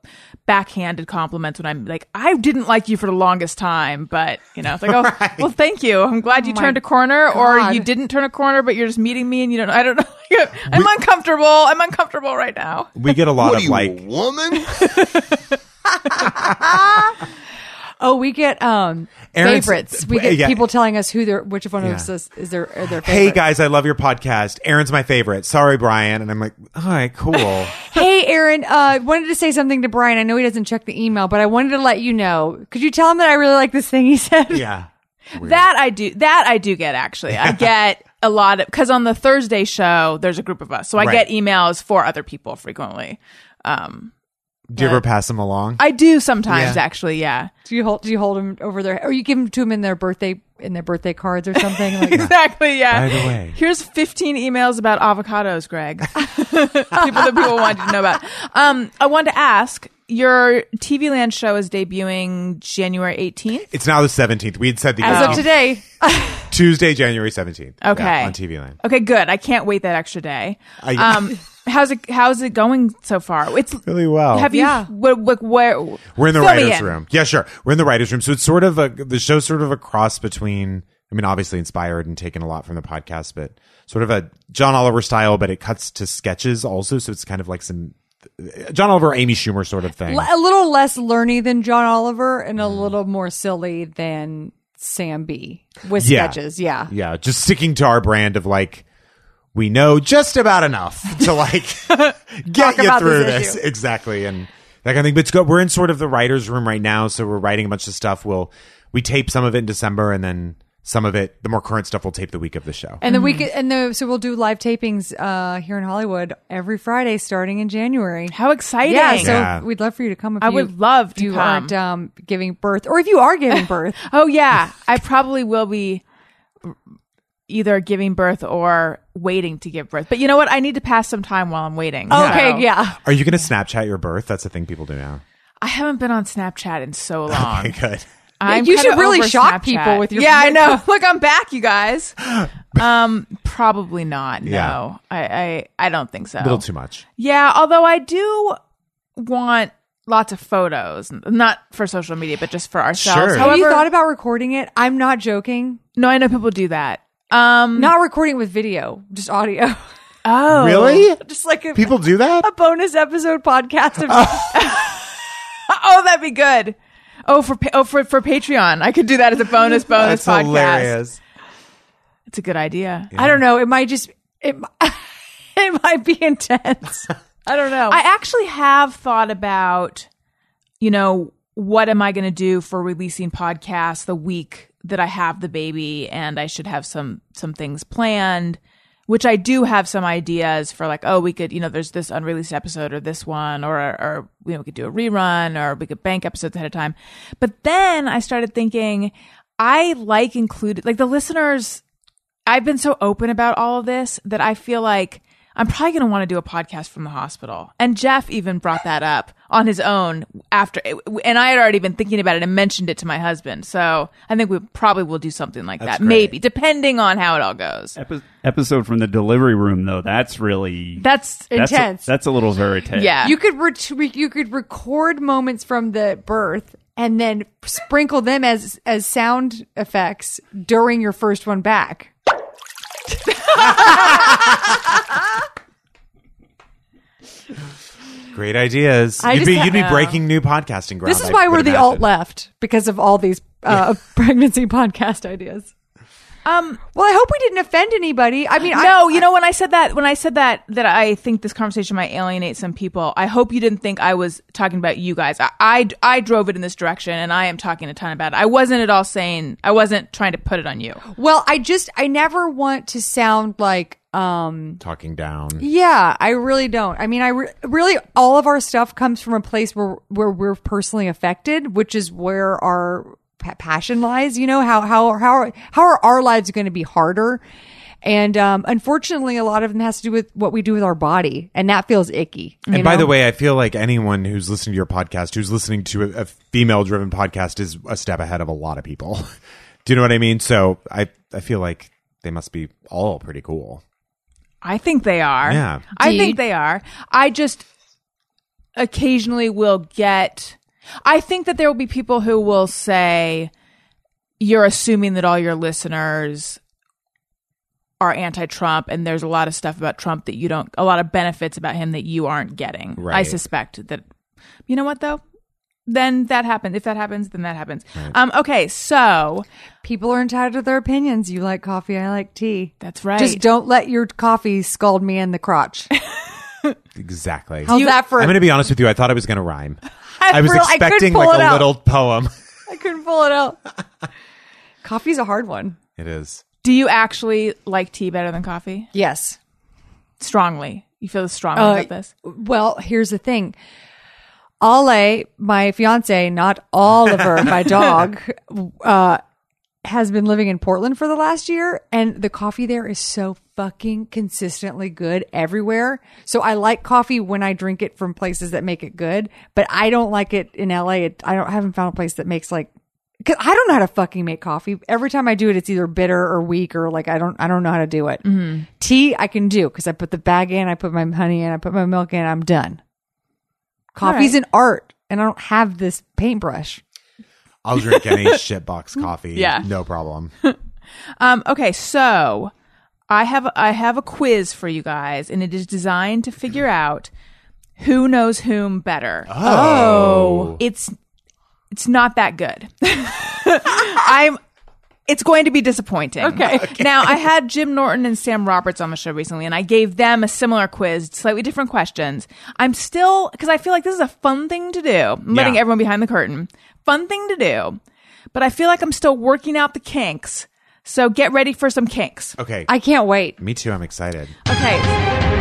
Speaker 2: backhanded compliments when I'm like, I didn't like you for the longest time, but you know, it's like, oh, well, thank you. I'm glad you
Speaker 4: Oh my
Speaker 2: turned a corner or
Speaker 4: God.
Speaker 2: you didn't turn a corner, but you're just meeting me and you don't, I don't know. I'm uncomfortable. I'm uncomfortable right now.
Speaker 3: we get a lot
Speaker 1: What are
Speaker 3: of
Speaker 1: you,
Speaker 3: like,
Speaker 1: a woman?
Speaker 4: Oh, we get um
Speaker 3: Aaron's-
Speaker 4: favorites. We get
Speaker 3: yeah.
Speaker 4: people telling us who their which one
Speaker 3: Yeah.
Speaker 4: of us is, is their are their favorite.
Speaker 3: hey guys, I love your podcast. Aaron's my favorite. Sorry, Brian, and I'm like, all right, cool.
Speaker 4: Hey Aaron, uh wanted to say something to Brian. I know he doesn't check the email, but I wanted to let you know. Could you tell him that I really like this thing he said?
Speaker 3: yeah.
Speaker 2: That I do. That I do get actually. I get a lot of because on the Thursday show there's a group of us, so I
Speaker 3: Right.
Speaker 2: get emails for other people frequently.
Speaker 3: Do you ever pass them along?
Speaker 2: I do sometimes
Speaker 3: Yeah.
Speaker 2: actually. Yeah,
Speaker 4: Do you hold do you hold him over their or you give them to him in their birthday in their birthday cards or something? Like,
Speaker 2: exactly. Yeah.
Speaker 3: By the way.
Speaker 2: here's 15 emails about avocados, Greg. people that people wanted to know about. Um, I wanted to ask. Your TV Land show is debuting January 18th.
Speaker 3: It's now the 17th. We had said the
Speaker 4: As of
Speaker 3: 18th.
Speaker 4: today.
Speaker 3: Tuesday, January 17th. Yeah,
Speaker 2: Okay.
Speaker 3: on TV Land.
Speaker 2: Okay, good. I can't wait that extra day.
Speaker 3: I-
Speaker 2: um, how's it? How's it going so far? It's
Speaker 3: Really well.
Speaker 2: Have you?
Speaker 4: Yeah.
Speaker 2: What, what, where?
Speaker 3: We're in the
Speaker 2: fill me
Speaker 3: writers'
Speaker 2: in.
Speaker 3: room. Yeah, sure. We're in the writers' room. So it's sort of a the show's sort of a cross between. I mean, obviously inspired and taken a lot from the podcast, but sort of a John Oliver style. But it cuts to sketches also, so it's kind of like some John Oliver, Amy Schumer sort of thing.
Speaker 4: a little less learny than John Oliver and a little more silly than Sam B with
Speaker 3: Yeah.
Speaker 4: sketches. Yeah.
Speaker 3: yeah, just sticking to our brand of like we know just about enough to like get you
Speaker 4: about
Speaker 3: through
Speaker 4: this
Speaker 3: this
Speaker 4: issue.
Speaker 3: exactly and that kind of thing. But it's good. We're in sort of the writers' room right now, so we're writing a bunch of stuff. We'll we tape some of it in December, and then some of it, the more current stuff, we'll tape the week of the show.
Speaker 4: And the week and the so we'll do live tapings uh here in Hollywood every Friday starting in January.
Speaker 2: How exciting!
Speaker 4: Yeah, so
Speaker 3: Yeah.
Speaker 4: we'd love for you to come. If
Speaker 2: I
Speaker 4: you-
Speaker 2: would love
Speaker 4: if
Speaker 2: to
Speaker 4: you
Speaker 2: come.
Speaker 4: aren't um, giving birth, or if you are giving birth,
Speaker 2: Oh yeah, I probably will be either giving birth or waiting to give birth. But you know what? I need to pass some time while I'm waiting.
Speaker 4: okay,
Speaker 2: So-
Speaker 4: yeah,
Speaker 3: Are you going to Snapchat your birth? That's the thing people do now.
Speaker 2: I haven't been on Snapchat in so long.
Speaker 3: Okay, good.
Speaker 2: I'm
Speaker 4: You should
Speaker 2: kinda
Speaker 4: really
Speaker 2: over Snapchat.
Speaker 4: shock people with your-
Speaker 2: Yeah, I know. Look, I'm back, you guys. Um, probably not. No,
Speaker 3: Yeah.
Speaker 2: I, I, I don't think so.
Speaker 3: A little too much.
Speaker 2: Yeah, although I do want lots of photos, not for social media, but just for ourselves.
Speaker 3: Sure.
Speaker 4: Have
Speaker 2: However,
Speaker 4: you thought about recording it? I'm not joking.
Speaker 2: no, I know people do that. Um,
Speaker 4: Not recording it with video, just audio.
Speaker 2: oh,
Speaker 3: Really?
Speaker 4: just like a,
Speaker 3: People do that?
Speaker 5: Oh.
Speaker 4: a bonus episode podcast of
Speaker 2: Oh, that'd be good. Oh, for pa- oh for for Patreon, I could do that as a bonus bonus
Speaker 3: That's
Speaker 2: podcast.
Speaker 3: hilarious.
Speaker 2: It's a good idea.
Speaker 4: I don't know. It might just it mi- it might be intense. I don't know.
Speaker 2: I actually have thought about, you know, what am I going to do for releasing podcasts the week that I have the baby, and I should have some some things planned. Which I do have some ideas for, like, oh, we could, you know, there's this unreleased episode or this one, or or you know, we could do a rerun, or we could bank episodes ahead of time. But then I started thinking, I like included, like the listeners I've been so open about all of this that I feel like I'm probably going to want to do a podcast from the hospital. And Jeff even brought that up on his own after, and I had already been thinking about it and mentioned it to my husband. So I think we probably will do something like that,
Speaker 3: great.
Speaker 2: maybe, depending on how it all goes.
Speaker 5: Epi- episode from the delivery room though. That's really
Speaker 2: That's
Speaker 5: that's a-
Speaker 4: intense.
Speaker 5: That's a, little verite.
Speaker 2: Yeah.
Speaker 4: you could ret- re- you could record moments from the birth and then sprinkle them as as sound effects during your first one back.
Speaker 3: Great ideas.
Speaker 4: I
Speaker 3: you'd
Speaker 4: just
Speaker 3: be,
Speaker 4: ha-
Speaker 3: you'd be
Speaker 4: yeah.
Speaker 3: breaking new podcasting ground.
Speaker 4: This is
Speaker 3: Um, I
Speaker 4: why
Speaker 3: would
Speaker 4: we're the
Speaker 3: imagine.
Speaker 4: alt left because of all these uh, pregnancy podcast ideas.
Speaker 2: Um,
Speaker 4: Well, I hope we didn't offend anybody. I mean, I-
Speaker 2: no, you know when I said that when I said that that I think this conversation might alienate some people. I hope you didn't think I was talking about you guys. I I, I drove it in this direction, and I am talking a ton about it. I wasn't at all saying I wasn't trying to put it on you.
Speaker 4: well, I just I never want to sound like um
Speaker 3: Talking down.
Speaker 4: Yeah, I really don't. I mean, I re- really all of our stuff comes from a place where where we're personally affected, which is where our pa- passion lies. You know how how how are, how are our lives going to be harder? And um, unfortunately, a lot of them has to do with what we do with our body, and that feels icky. you
Speaker 3: And by
Speaker 4: know?
Speaker 3: the way, I feel like anyone who's listening to your podcast, who's listening to a, a female-driven podcast, is a step ahead of a lot of people. Do you know what I mean? So I, I feel like they must be all pretty cool.
Speaker 2: I think they are.
Speaker 3: Yeah.
Speaker 2: I
Speaker 4: Dude.
Speaker 2: think they are. I just occasionally will get I think that there will be people who will say you're assuming that all your listeners are anti-Trump and there's a lot of stuff about Trump that you don't a lot of benefits about him that you aren't getting. I
Speaker 3: Right.
Speaker 2: suspect that You know what though? Then that happens. If that happens, then that happens. Um okay, so
Speaker 4: people are entitled to their opinions. You like coffee, I like tea.
Speaker 2: that's right.
Speaker 4: Just don't let your coffee scald me in the crotch.
Speaker 3: Exactly.
Speaker 4: How's that for?
Speaker 3: I'm going to be honest with you. I thought it was going to rhyme.
Speaker 4: I
Speaker 3: I was
Speaker 4: real- I couldn't
Speaker 3: expecting
Speaker 4: pull
Speaker 3: like
Speaker 4: it
Speaker 3: a
Speaker 4: out.
Speaker 3: little poem.
Speaker 4: I couldn't pull it out. Coffee's a hard one.
Speaker 3: It is.
Speaker 2: Do you actually like tea better than coffee?
Speaker 4: Yes.
Speaker 2: strongly. You feel strongly
Speaker 4: Uh,
Speaker 2: about this.
Speaker 4: Well, here's the thing. Ale, my fiance, not Oliver, my dog, uh, has been living in Portland for the last year, and the coffee there is so fucking consistently good everywhere. So I like coffee when I drink it from places that make it good, but I don't like it in LA. It, I don't I haven't found a place that makes like. Cause I don't know how to fucking make coffee. Every time I do it, it's either bitter or weak or like I don't I don't know how to do it. Tea I can do because I put the bag in, I put my honey in, I put my milk in, I'm done. Coffee's
Speaker 2: right.
Speaker 4: an art, and I don't have this paintbrush.
Speaker 3: I'll drink any shitbox coffee.
Speaker 2: Yeah.
Speaker 3: No problem.
Speaker 2: Um, okay, so I have I have a quiz for you guys, and it is designed to figure out who knows whom better.
Speaker 3: Oh.
Speaker 2: It's it's not that good. I'm it's going to be disappointing. Okay. Now, I had Jim Norton and Sam Roberts on the show recently, and I gave them a similar quiz, slightly different questions. I'm still, because I feel like this is a fun thing to do, I'm letting
Speaker 3: Yeah.
Speaker 2: everyone behind the curtain. Fun thing to do, but I feel like I'm still working out the kinks. So get ready for some kinks.
Speaker 3: Okay.
Speaker 4: I can't wait.
Speaker 3: Me too. I'm excited.
Speaker 2: Okay.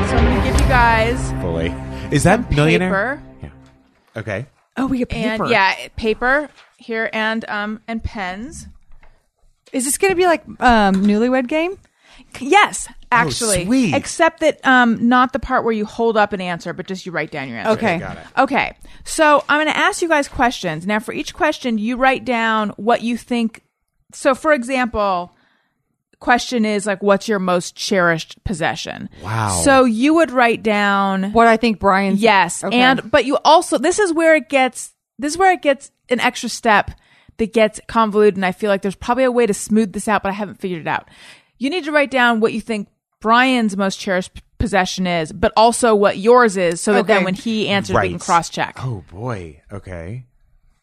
Speaker 2: So I'm going to give you guys
Speaker 3: Fully. Is that millionaire?
Speaker 2: paper.
Speaker 3: Yeah. Okay.
Speaker 4: Oh, we get
Speaker 2: And
Speaker 4: paper.
Speaker 2: yeah, paper here and um and pens.
Speaker 4: Is this going to be like um newlywed game?
Speaker 2: Yes, actually.
Speaker 3: sweet.
Speaker 2: Except that um not the part where you hold up an answer, but just you write down your answer.
Speaker 4: Okay.
Speaker 3: Got it.
Speaker 2: Okay. So I'm going to ask you guys questions. Now, for each question, you write down what you think. So, for example, question is like, what's your most cherished possession?
Speaker 3: Wow.
Speaker 2: So you would write down
Speaker 4: What I think Brian's
Speaker 2: yes,
Speaker 4: Okay.
Speaker 2: and but you also this is where it gets this is where it gets an extra step that gets convoluted, and I feel like there's probably a way to smooth this out, but I haven't figured it out. You need to write down what you think Brian's most cherished p- possession is, but also what yours is, so that then
Speaker 4: Okay.
Speaker 2: when he answers, we can
Speaker 3: Right.
Speaker 2: cross check.
Speaker 3: Oh boy. Okay.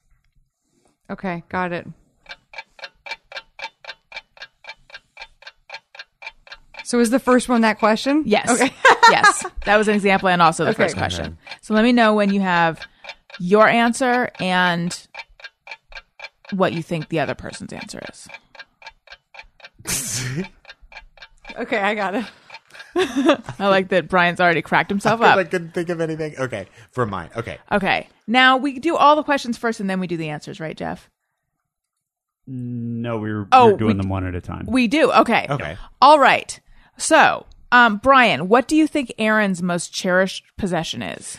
Speaker 4: Okay, got it. So is the first one that question?
Speaker 2: Yes.
Speaker 4: Okay.
Speaker 2: yes. That was an example and also the
Speaker 4: Okay.
Speaker 2: first question. So let me know when you have your answer and what you think the other person's answer is.
Speaker 4: Okay, I got it.
Speaker 2: I like that Brian's already cracked himself
Speaker 3: Because I
Speaker 2: up.
Speaker 3: couldn't think of anything. Okay, for mine. Okay,
Speaker 2: Okay. Now we do all the questions first and then we do the answers, right, Jeff?
Speaker 5: No, we were,
Speaker 2: Oh,
Speaker 5: we were doing
Speaker 2: we-
Speaker 5: them one at a time.
Speaker 2: We do. Okay.
Speaker 3: Okay.
Speaker 2: All right. So, um, Brian, what do you think Aaron's most cherished possession is?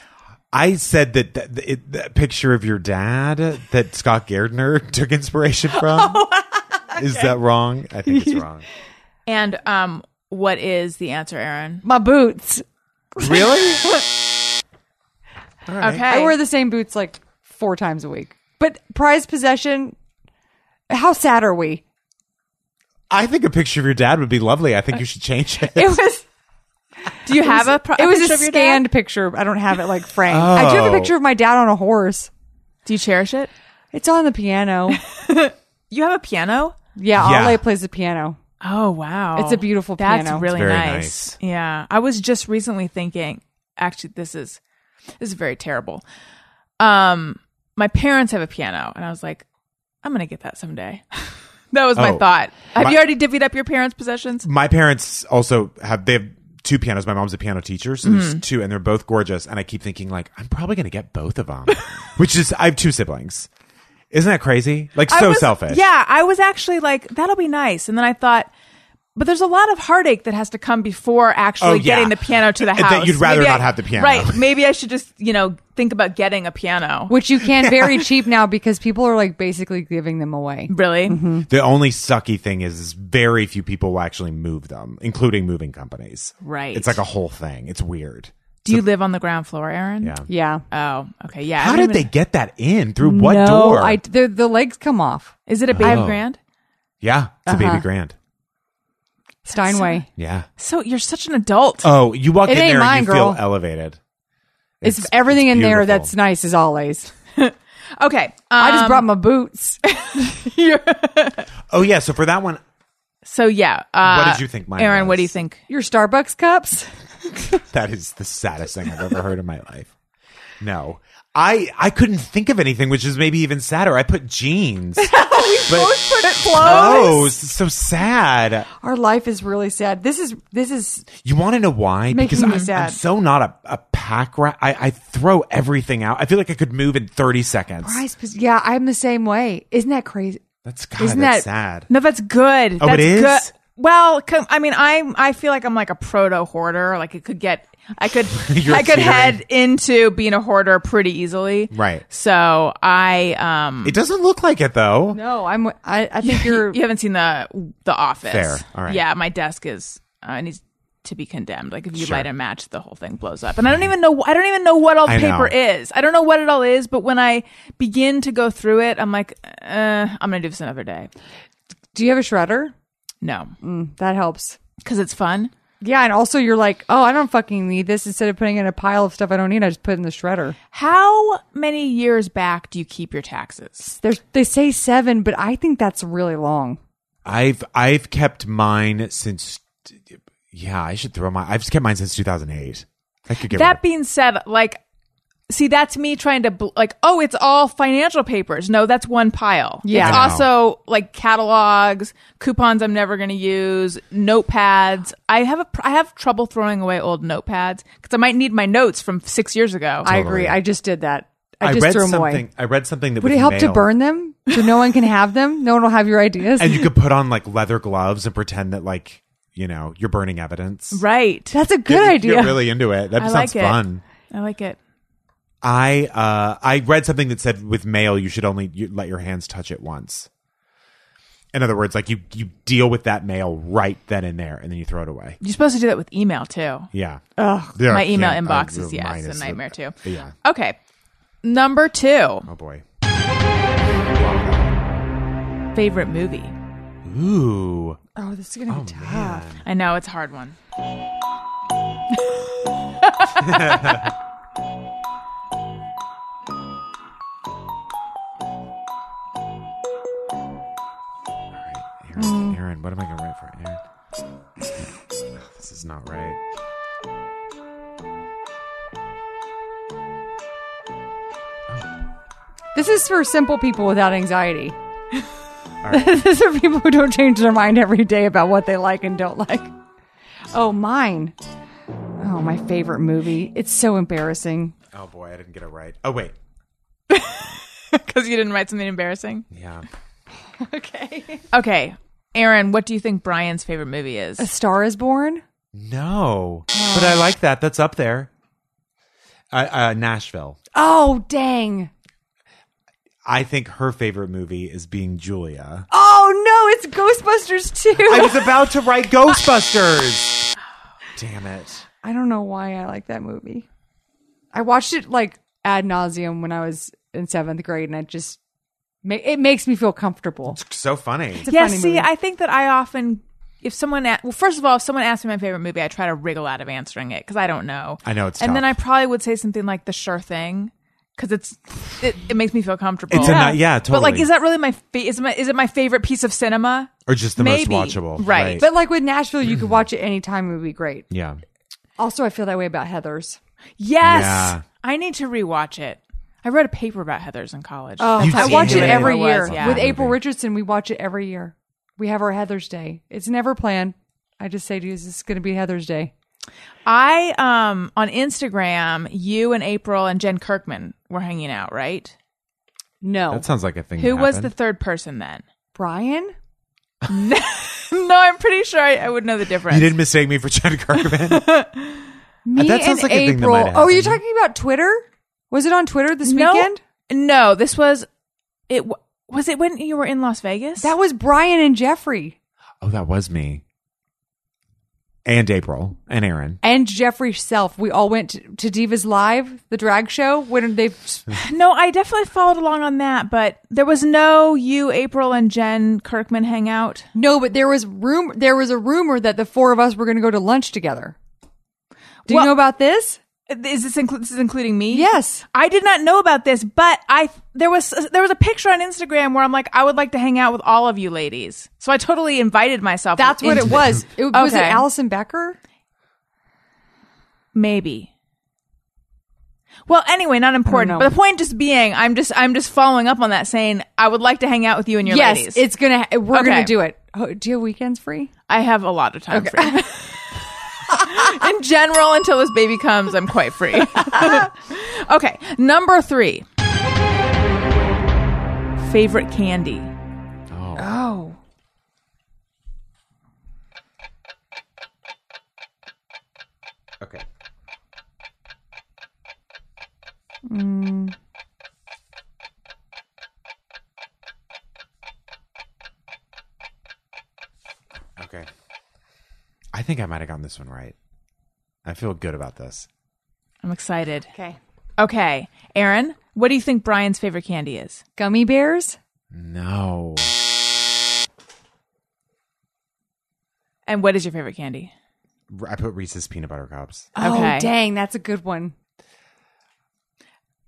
Speaker 3: I said that that, that, it, that picture of your dad that Scott Gardner took inspiration from. Is that wrong? I think it's wrong.
Speaker 2: And um, what is the answer, Aaron?
Speaker 4: My boots.
Speaker 3: Really? All right.
Speaker 2: Okay.
Speaker 4: I wear the same boots like four times a week. But prize possession, how sad are we?
Speaker 3: I think a picture of your dad would be lovely. I think you should change it.
Speaker 4: It was
Speaker 2: do you have a, pro-
Speaker 4: it was
Speaker 2: picture
Speaker 4: a
Speaker 2: of your dad? Oh.
Speaker 4: scanned picture. I don't have it like framed. I do have a picture of my dad on a horse.
Speaker 2: Do you cherish it?
Speaker 4: It's on the piano.
Speaker 2: You have a piano?
Speaker 4: Yeah,
Speaker 3: Yeah.
Speaker 4: Ale plays the piano.
Speaker 2: Oh wow!
Speaker 4: It's a beautiful
Speaker 2: That's
Speaker 4: piano.
Speaker 2: really
Speaker 3: Very
Speaker 2: nice. Yeah, I was just recently thinking. Actually, this is this is very terrible. Um, my parents have a piano, and I was like, I'm gonna get that someday. that was my
Speaker 3: Oh.
Speaker 2: thought. Have
Speaker 3: My-
Speaker 2: you already divvied up your parents' possessions?
Speaker 3: my parents also have they have two pianos. My mom's a piano teacher, so
Speaker 2: Mm-hmm.
Speaker 3: there's two, and they're both gorgeous. And I keep thinking like I'm probably gonna get both of them, which is I have two siblings. Isn't that crazy? Like
Speaker 2: I
Speaker 3: so
Speaker 2: was-
Speaker 3: selfish.
Speaker 2: Yeah, I was actually like, that'll be nice, and then I thought. But there's a lot of heartache that has to come before actually
Speaker 3: Oh, yeah.
Speaker 2: getting the piano to the
Speaker 3: And that
Speaker 2: house.
Speaker 3: you'd rather
Speaker 2: Maybe I-
Speaker 3: not have the piano.
Speaker 2: Right. Maybe I should just, you know, think about getting a piano.
Speaker 4: which you can very cheap now because people are like basically giving them away.
Speaker 2: Really?
Speaker 4: Mm-hmm.
Speaker 3: The only sucky thing is, is very few people will actually move them, including moving companies.
Speaker 2: Right.
Speaker 3: It's like a whole thing. It's weird.
Speaker 2: Do you live on the ground floor, Aaron?
Speaker 3: Yeah.
Speaker 4: Yeah.
Speaker 2: Oh, okay. Yeah. I
Speaker 3: How
Speaker 2: don't
Speaker 3: did
Speaker 2: even-
Speaker 3: they get that in? Through what door?
Speaker 4: I the, the legs come off.
Speaker 2: Is it a baby
Speaker 3: Oh.
Speaker 2: grand?
Speaker 3: yeah, it's a
Speaker 4: Uh-huh.
Speaker 3: baby grand.
Speaker 4: Steinway.
Speaker 3: Yeah.
Speaker 2: So you're such an adult.
Speaker 3: Oh, you walk
Speaker 4: It
Speaker 3: in
Speaker 4: ain't
Speaker 3: there
Speaker 4: mine,
Speaker 3: and you
Speaker 4: girl.
Speaker 3: feel elevated.
Speaker 4: It's, everything
Speaker 3: it's
Speaker 4: in there
Speaker 3: beautiful.
Speaker 4: that's nice as always.
Speaker 2: okay. Um,
Speaker 4: I just brought my boots.
Speaker 3: Oh yeah. So for that one,
Speaker 2: So yeah. Uh,
Speaker 3: What did you think mine
Speaker 2: Aaron? What
Speaker 3: was?
Speaker 2: do you think?
Speaker 4: Your Starbucks cups.
Speaker 3: that is the saddest thing I've ever heard in my life. No, I I couldn't think of anything, which is maybe even sadder. I put jeans.
Speaker 4: Oh,
Speaker 3: but oh, it's so sad.
Speaker 4: Our life is really sad. This is this is
Speaker 3: You want to know why?
Speaker 4: Making
Speaker 3: because
Speaker 4: me
Speaker 3: I, am
Speaker 4: sad.
Speaker 3: so not a, a pack rat. I, I throw everything out. I feel like I could move in 30 seconds.
Speaker 4: prize. pos- Yeah, I'm the same way. Isn't that crazy?
Speaker 3: That's God,
Speaker 4: Isn't
Speaker 3: that's
Speaker 4: that-
Speaker 3: sad.
Speaker 2: No, that's good.
Speaker 3: Oh,
Speaker 2: that's
Speaker 3: it is?
Speaker 2: Good. Well, com- I mean, I I feel like I'm like a proto hoarder. Like it could get, I could,
Speaker 3: You're
Speaker 2: I could
Speaker 3: fearing.
Speaker 2: head into being a hoarder pretty easily.
Speaker 3: Right.
Speaker 2: So I um.
Speaker 3: It doesn't look like it though.
Speaker 4: No, I'm. I, I think you're.
Speaker 2: you haven't seen the the office.
Speaker 3: Fair. All right.
Speaker 2: Yeah, my desk is uh, it needs to be condemned. Like if you
Speaker 3: Sure. Mm-hmm.
Speaker 2: light a match, the whole thing blows up. And I don't even know. I don't even know what all the
Speaker 3: I
Speaker 2: paper
Speaker 3: know.
Speaker 2: is. I don't know what it all is. But when I begin to go through it, I'm like, uh, I'm gonna do this another day.
Speaker 4: Do you have a shredder? Mm,
Speaker 2: No,
Speaker 3: Mm.
Speaker 4: That helps.
Speaker 2: because it's fun.
Speaker 4: Yeah, and also you're like, oh, I don't fucking need this. Instead of putting in a pile of stuff I don't need, I just put it in the shredder.
Speaker 2: How many years back do you keep your taxes?
Speaker 4: There's, they say seven, but I think that's really long.
Speaker 3: I've I've kept mine since. Yeah, I should throw my. I've kept mine since 2008. I could get rid
Speaker 2: That
Speaker 3: of-
Speaker 2: being said, like. See, that's me trying to bl- like, oh, it's all financial papers. No, that's one pile.
Speaker 4: Yeah.
Speaker 2: It's
Speaker 4: I
Speaker 3: know.
Speaker 2: also like catalogs, coupons I'm never going to use, notepads. I have a pr- I have trouble throwing away old notepads cuz I might need my notes from 6 years ago.
Speaker 4: I agree. I just did that. I, just
Speaker 3: read
Speaker 4: threw them
Speaker 3: something.
Speaker 4: away.
Speaker 3: I read something that
Speaker 4: Would
Speaker 3: was
Speaker 4: it help to
Speaker 3: mailed.
Speaker 4: burn them so no one can have them? No one will have your ideas.
Speaker 3: And you could put on like leather gloves and pretend that like you know you're burning evidence.
Speaker 2: right.
Speaker 4: That's a good
Speaker 3: You could
Speaker 4: idea.
Speaker 3: Get really into it. That
Speaker 2: I
Speaker 3: sounds
Speaker 2: like it.
Speaker 3: fun.
Speaker 2: I like it.
Speaker 3: I uh I read something that said with mail you should only you let your hands touch it once. In other words, like you you deal with that mail right then and there, and then you throw it away.
Speaker 2: You're supposed to do that with email too.
Speaker 3: Yeah.
Speaker 2: My email inbox
Speaker 3: oh,
Speaker 2: is yes,
Speaker 3: it's
Speaker 2: a nightmare too.
Speaker 3: Yeah.
Speaker 2: Okay. Number 2,
Speaker 3: Oh boy.
Speaker 2: favorite movie.
Speaker 3: Ooh.
Speaker 4: oh, this is gonna be tough.
Speaker 2: I know it's a hard one. Mm.
Speaker 3: Aaron, Aaron, what am I going to write for Aaron? This is not right.
Speaker 4: This is for simple people without anxiety.
Speaker 3: right.
Speaker 4: this is for people who don't change their mind every day about what they like and don't like. Oh, mine. Oh, my favorite movie. It's so embarrassing.
Speaker 3: Oh boy, I didn't get it right. Oh wait,
Speaker 2: Because you didn't write something embarrassing.
Speaker 3: yeah.
Speaker 2: Okay. Aaron, what do you think Brian's favorite movie is?
Speaker 4: A Star is Born.
Speaker 3: No, but I like that. That's up there. Uh, uh, Nashville.
Speaker 4: Oh, dang.
Speaker 3: I think her favorite movie is Being Julia.
Speaker 4: Oh, no, it's Ghostbusters 2.
Speaker 3: I
Speaker 4: I,
Speaker 3: was about to write Ghostbusters. Damn it.
Speaker 4: don't know why I like that movie. I watched it like ad nauseum when I was in seventh grade, and it just ma- it makes me feel comfortable.
Speaker 3: So funny.
Speaker 4: It's a
Speaker 2: yeah,
Speaker 4: funny
Speaker 2: see,
Speaker 4: movie.
Speaker 2: I think that I often, if someone, a- well, first of all, if someone asks me my favorite movie, I try to wriggle out of answering it because I don't know.
Speaker 3: I know, it's
Speaker 2: and then
Speaker 3: tough.
Speaker 2: I probably would say something like the sure thing because it's it, it makes me feel comfortable.
Speaker 3: It's a ni- yeah,
Speaker 2: But like,
Speaker 3: totally.
Speaker 2: is that really my fa- is my is it my favorite piece of cinema?
Speaker 3: Or just the
Speaker 2: Maybe.
Speaker 3: most watchable.
Speaker 2: Right.
Speaker 4: but like with Nashville, you could watch it anytime; it would be great.
Speaker 3: yeah.
Speaker 4: Also, I feel that way about Heather's.
Speaker 2: Yes,
Speaker 3: Yeah.
Speaker 2: I need to rewatch it. I read a paper about Heather's in college.
Speaker 4: Oh,
Speaker 3: You've
Speaker 4: I
Speaker 3: seen
Speaker 4: watch
Speaker 3: it.
Speaker 4: it
Speaker 2: Whatever
Speaker 4: every
Speaker 2: it
Speaker 4: year
Speaker 2: was, yeah.
Speaker 4: with
Speaker 3: Movie.
Speaker 4: April Richardson. We watch it every year. We have our Heather's Day. It's never planned. I just say to you, this is going to be Heather's Day.
Speaker 2: I um on Instagram, you and April and Jen Kirkman were hanging out, right?
Speaker 4: No,
Speaker 3: That sounds like a thing.
Speaker 2: Who
Speaker 3: that
Speaker 2: was the
Speaker 3: happened.
Speaker 2: third person then?
Speaker 4: Brian.
Speaker 3: Uh,
Speaker 2: no, I'm pretty sure I, I would know the difference.
Speaker 3: You didn't mistake me for Jen Kirkman.
Speaker 4: Me
Speaker 3: That sounds
Speaker 4: and
Speaker 3: like a thing that
Speaker 4: April.
Speaker 3: might have
Speaker 4: oh, you're
Speaker 3: happened.
Speaker 4: talking about Twitter? Was it on Twitter this weekend?
Speaker 2: No, this was it. wa- Was it when you were in Las Vegas?
Speaker 4: That was Brian and Jeffrey
Speaker 3: oh, that was me. And April and Aaron.
Speaker 4: and Jeffrey Self. We all went to, to Divas Live, the drag show, when they.
Speaker 2: no, I definitely followed along on that, but there was no you, April, and Jen Kirkman hangout.
Speaker 4: No, but there was room. There was a rumor that the four of us were going to go to lunch together. Do
Speaker 2: Well-
Speaker 4: you know about this?
Speaker 2: Is this, inclu- this is including me?
Speaker 4: Yes.
Speaker 2: I did not know about this, but I there was there was a picture on Instagram where I'm like, I would like to hang out with all of you ladies. So I totally invited myself.
Speaker 4: That's what
Speaker 2: into
Speaker 4: it was. It was it
Speaker 2: Okay.
Speaker 4: Allison Becker.
Speaker 2: Maybe. Well, anyway, not important.
Speaker 4: know.
Speaker 2: But the point just being, I'm just I'm just following up on that, saying I would like to hang out with you and your
Speaker 4: yes,
Speaker 2: ladies.
Speaker 4: it's gonna. We're
Speaker 2: Okay.
Speaker 4: gonna do it. Oh, do you have weekends free?
Speaker 2: I have a lot of time free. In general, until this baby comes, I'm quite free. okay, number three. Favorite candy.
Speaker 4: Oh,
Speaker 3: Okay. Mm. Okay. I think I might have gotten this one right. I feel good about this.
Speaker 2: I'm excited.
Speaker 4: okay.
Speaker 2: Okay, Aaron, what do you think Brian's favorite candy is?
Speaker 4: Gummy bears.
Speaker 3: No.
Speaker 2: And what is your favorite candy?
Speaker 3: R- I put Reese's peanut butter cups.
Speaker 2: Okay.
Speaker 4: Oh, dang, that's a good one.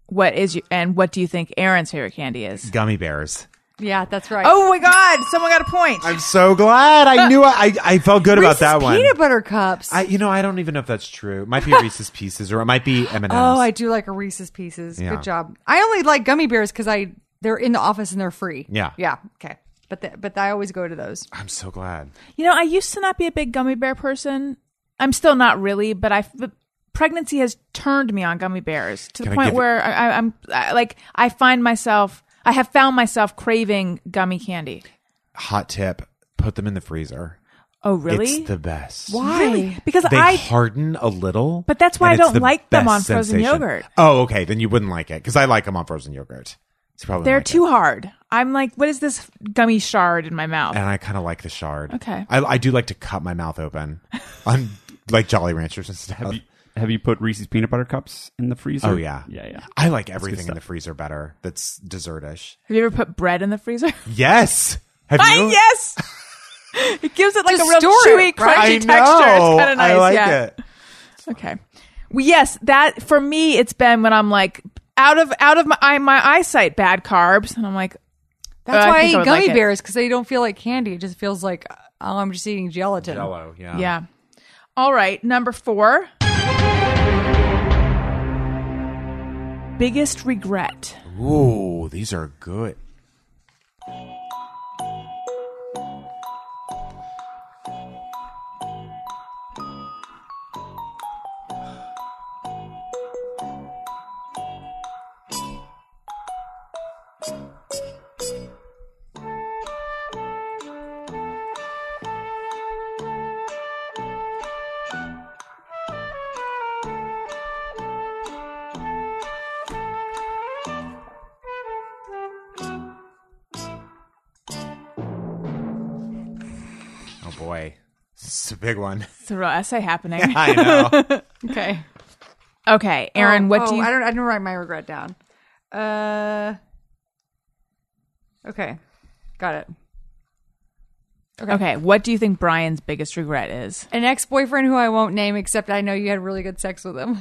Speaker 2: What is your, and what do you think Aaron's favorite candy is?
Speaker 3: Gummy bears.
Speaker 4: Yeah, that's right.
Speaker 2: Oh my God! Someone got a point.
Speaker 3: I'm so glad. I knew I, I, I felt good about
Speaker 4: Reese's
Speaker 3: that one.
Speaker 4: Peanut butter cups.
Speaker 3: I you know, I don't even know if that's true. It might be Reese's pieces or it might be M&M's.
Speaker 4: oh, I do like a Reese's Pieces.
Speaker 3: Yeah.
Speaker 4: Good job. I only like gummy bears because I they're in the office and they're free.
Speaker 3: Yeah.
Speaker 4: Yeah. Okay. But the, but I always go to those.
Speaker 2: Uh,
Speaker 3: I'm so glad.
Speaker 2: You know, I used to not be a big gummy bear person. I'm still not really, but I but pregnancy has turned me on gummy bears to the
Speaker 3: Can I
Speaker 2: point
Speaker 3: give-
Speaker 2: where I, I, I'm I, like I find myself I have found myself craving gummy candy.
Speaker 3: Hot tip, put them in the freezer.
Speaker 2: Oh, really?
Speaker 3: It's the best.
Speaker 2: really? Because
Speaker 3: They
Speaker 2: I
Speaker 3: harden a little.
Speaker 2: But that's why
Speaker 3: and
Speaker 2: I
Speaker 3: it's
Speaker 2: don't
Speaker 3: the
Speaker 2: like them
Speaker 3: best
Speaker 2: on frozen
Speaker 3: sensation.
Speaker 2: yogurt.
Speaker 3: Oh, okay. Then you wouldn't like it because I like them on frozen yogurt. It's probably
Speaker 2: they're
Speaker 3: like
Speaker 2: too
Speaker 3: it.
Speaker 2: hard. I'm like, what is this gummy shard in my mouth?
Speaker 3: And I kind of like the shard.
Speaker 2: Okay.
Speaker 3: I, I do like to cut my mouth open on like Jolly Ranchers and stuff.
Speaker 5: Have you, have you put Reese's peanut butter cups in the freezer?
Speaker 3: Uh, oh yeah,
Speaker 5: yeah, yeah.
Speaker 3: I like everything in the freezer better. That's dessertish.
Speaker 2: Have you ever put bread in the freezer?
Speaker 3: Yes. Have
Speaker 2: Ah,
Speaker 3: you?
Speaker 2: yes. It gives it like
Speaker 4: Just
Speaker 2: a real
Speaker 4: store
Speaker 2: chewy,
Speaker 4: it,
Speaker 2: crunchy
Speaker 4: right?
Speaker 3: I
Speaker 2: texture.
Speaker 3: know.
Speaker 2: It's kind of nice.
Speaker 3: I like
Speaker 2: yeah.
Speaker 3: it.
Speaker 2: Okay. Well, yes, that for me, it's been when I'm like out of out of my eye, my eyesight, bad carbs, and I'm like,
Speaker 4: That's
Speaker 2: I
Speaker 4: why
Speaker 2: think
Speaker 4: I,
Speaker 2: I
Speaker 4: eat
Speaker 2: would
Speaker 4: gummy
Speaker 2: like it.
Speaker 4: bears because they don't feel like candy. It just feels like uh, oh, I'm just eating gelatin.
Speaker 5: Jello, yeah.
Speaker 2: Yeah. All right, number four. Biggest regret.
Speaker 3: Ooh, these are good. Oh boy, it's a big one.
Speaker 2: It's a real essay happening.
Speaker 3: I know.
Speaker 2: Okay. Okay, Aaron,
Speaker 4: Oh,
Speaker 2: what
Speaker 4: oh,
Speaker 2: do you
Speaker 4: I don't. I didn't write my regret down. Uh. Okay, got it.
Speaker 2: Okay, what do you think Brian's biggest regret is?
Speaker 4: An ex-boyfriend who I won't name, except I know you had really good sex with him.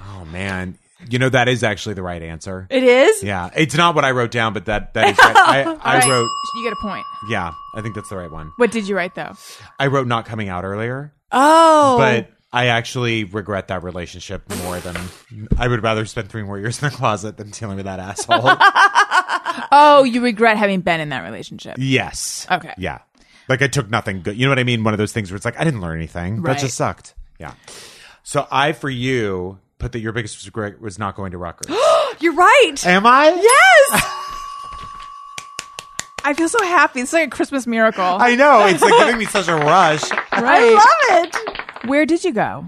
Speaker 3: oh man, you know that is actually the right answer.
Speaker 2: It is?
Speaker 3: Yeah, it's not what I wrote down, but that that is. Right. I, I wrote.
Speaker 2: You get a point.
Speaker 3: Yeah, I think that's the right one.
Speaker 2: What did you write though?
Speaker 3: I wrote not coming out earlier,
Speaker 2: Oh.
Speaker 3: but I actually regret that relationship more than I would rather spend three more years in the closet than dealing with that asshole.
Speaker 2: oh, you regret having been in that relationship.
Speaker 3: yes.
Speaker 2: Okay.
Speaker 3: Yeah. Like I took nothing good. You know what I mean? One of those things where it's like I didn't learn anything.
Speaker 2: Right.
Speaker 3: That just sucked. Yeah. So I, for you, put that your biggest regret was not going to Rutgers.
Speaker 4: You're right.
Speaker 3: Am I? Yeah.
Speaker 2: Yes. I feel so happy. It's like a Christmas miracle.
Speaker 3: I know. It's like giving me such a rush.
Speaker 2: I love it. Where did you go?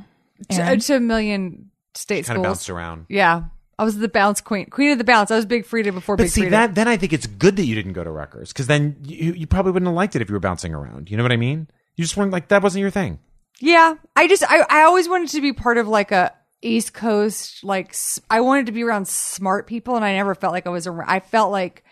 Speaker 4: to, uh, to a million state
Speaker 3: Kind of bounced
Speaker 4: schools.
Speaker 3: around.
Speaker 4: Yeah, I was the bounce queen, queen of the bounce. I was Big Frida before
Speaker 3: But
Speaker 4: Big
Speaker 3: see
Speaker 4: Frida.
Speaker 3: that then I think it's good that you didn't go to Rutgers because then you, you probably wouldn't have liked it if you were bouncing around. You know what I mean? You just weren't like that wasn't your thing.
Speaker 4: yeah, I just I, I always wanted to be part of like a East Coast like s- I wanted to be around smart people, and I never felt like I was. Around, I felt like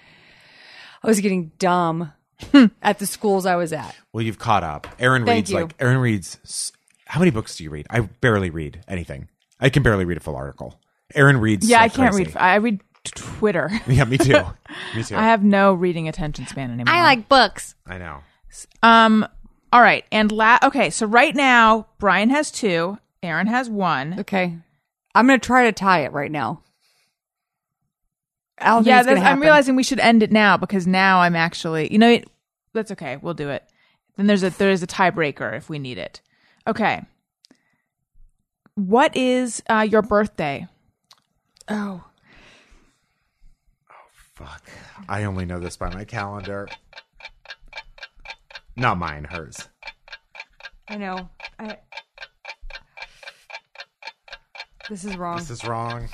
Speaker 4: I was getting dumb
Speaker 3: Hmm.
Speaker 4: at the schools I was at.
Speaker 3: Well, you've caught up. Aaron
Speaker 4: Thank
Speaker 3: reads
Speaker 4: you.
Speaker 3: like Aaron reads. s- How many books do you read? I barely read anything. I can barely read a full article. Aaron reads.
Speaker 2: Yeah, I
Speaker 3: like
Speaker 2: can't
Speaker 3: crazy.
Speaker 2: read. I read Twitter.
Speaker 3: Yeah, me too. me too.
Speaker 2: I have no reading attention span anymore.
Speaker 4: like books.
Speaker 3: I know.
Speaker 2: Um. All right, and la. Okay, so right now Brian has two, Aaron has one.
Speaker 4: Okay, I'm gonna try to tie it right now. I
Speaker 2: Yeah,
Speaker 4: don't think it's
Speaker 2: that's,
Speaker 4: gonna
Speaker 2: I'm
Speaker 4: happen.
Speaker 2: realizing we should end it now because now I'm actually, you know, it, that's okay. We'll do it. Then there's a there is a tiebreaker if we need it. Okay. What is uh, your birthday?
Speaker 4: Oh,
Speaker 3: Fuck. I only know this by my calendar. Not mine. Hers.
Speaker 4: I know. I... This is wrong.
Speaker 3: This is wrong.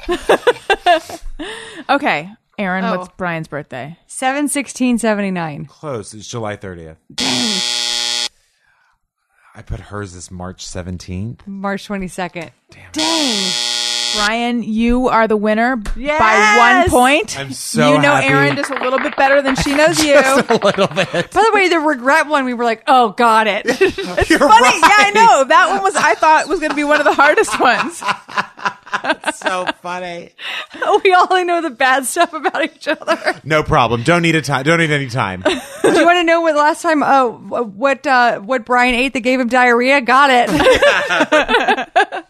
Speaker 2: Okay, Aaron,
Speaker 4: Oh.
Speaker 2: what's Brian's birthday?
Speaker 4: Seven sixteen seventy nine.
Speaker 3: Close. It's July thirtieth. I put hers as March seventeenth.
Speaker 4: March 22nd.
Speaker 2: Brian, you are the winner by one
Speaker 4: Yes!
Speaker 2: point.
Speaker 3: I'm so
Speaker 2: you know
Speaker 3: happy.
Speaker 2: Aaron just a little bit better than she knows you.
Speaker 4: By the way, the regret one, we were like, oh, got it.
Speaker 3: You're
Speaker 2: Funny, yeah, I know that one was I thought was going to be one of the hardest ones.
Speaker 3: So funny.
Speaker 4: we all know the bad stuff about each other.
Speaker 3: No problem. Don't need a time. Don't need any time.
Speaker 4: Do you want to know what last time, uh, wh- what, uh, what Brian ate that gave him diarrhea? Got it.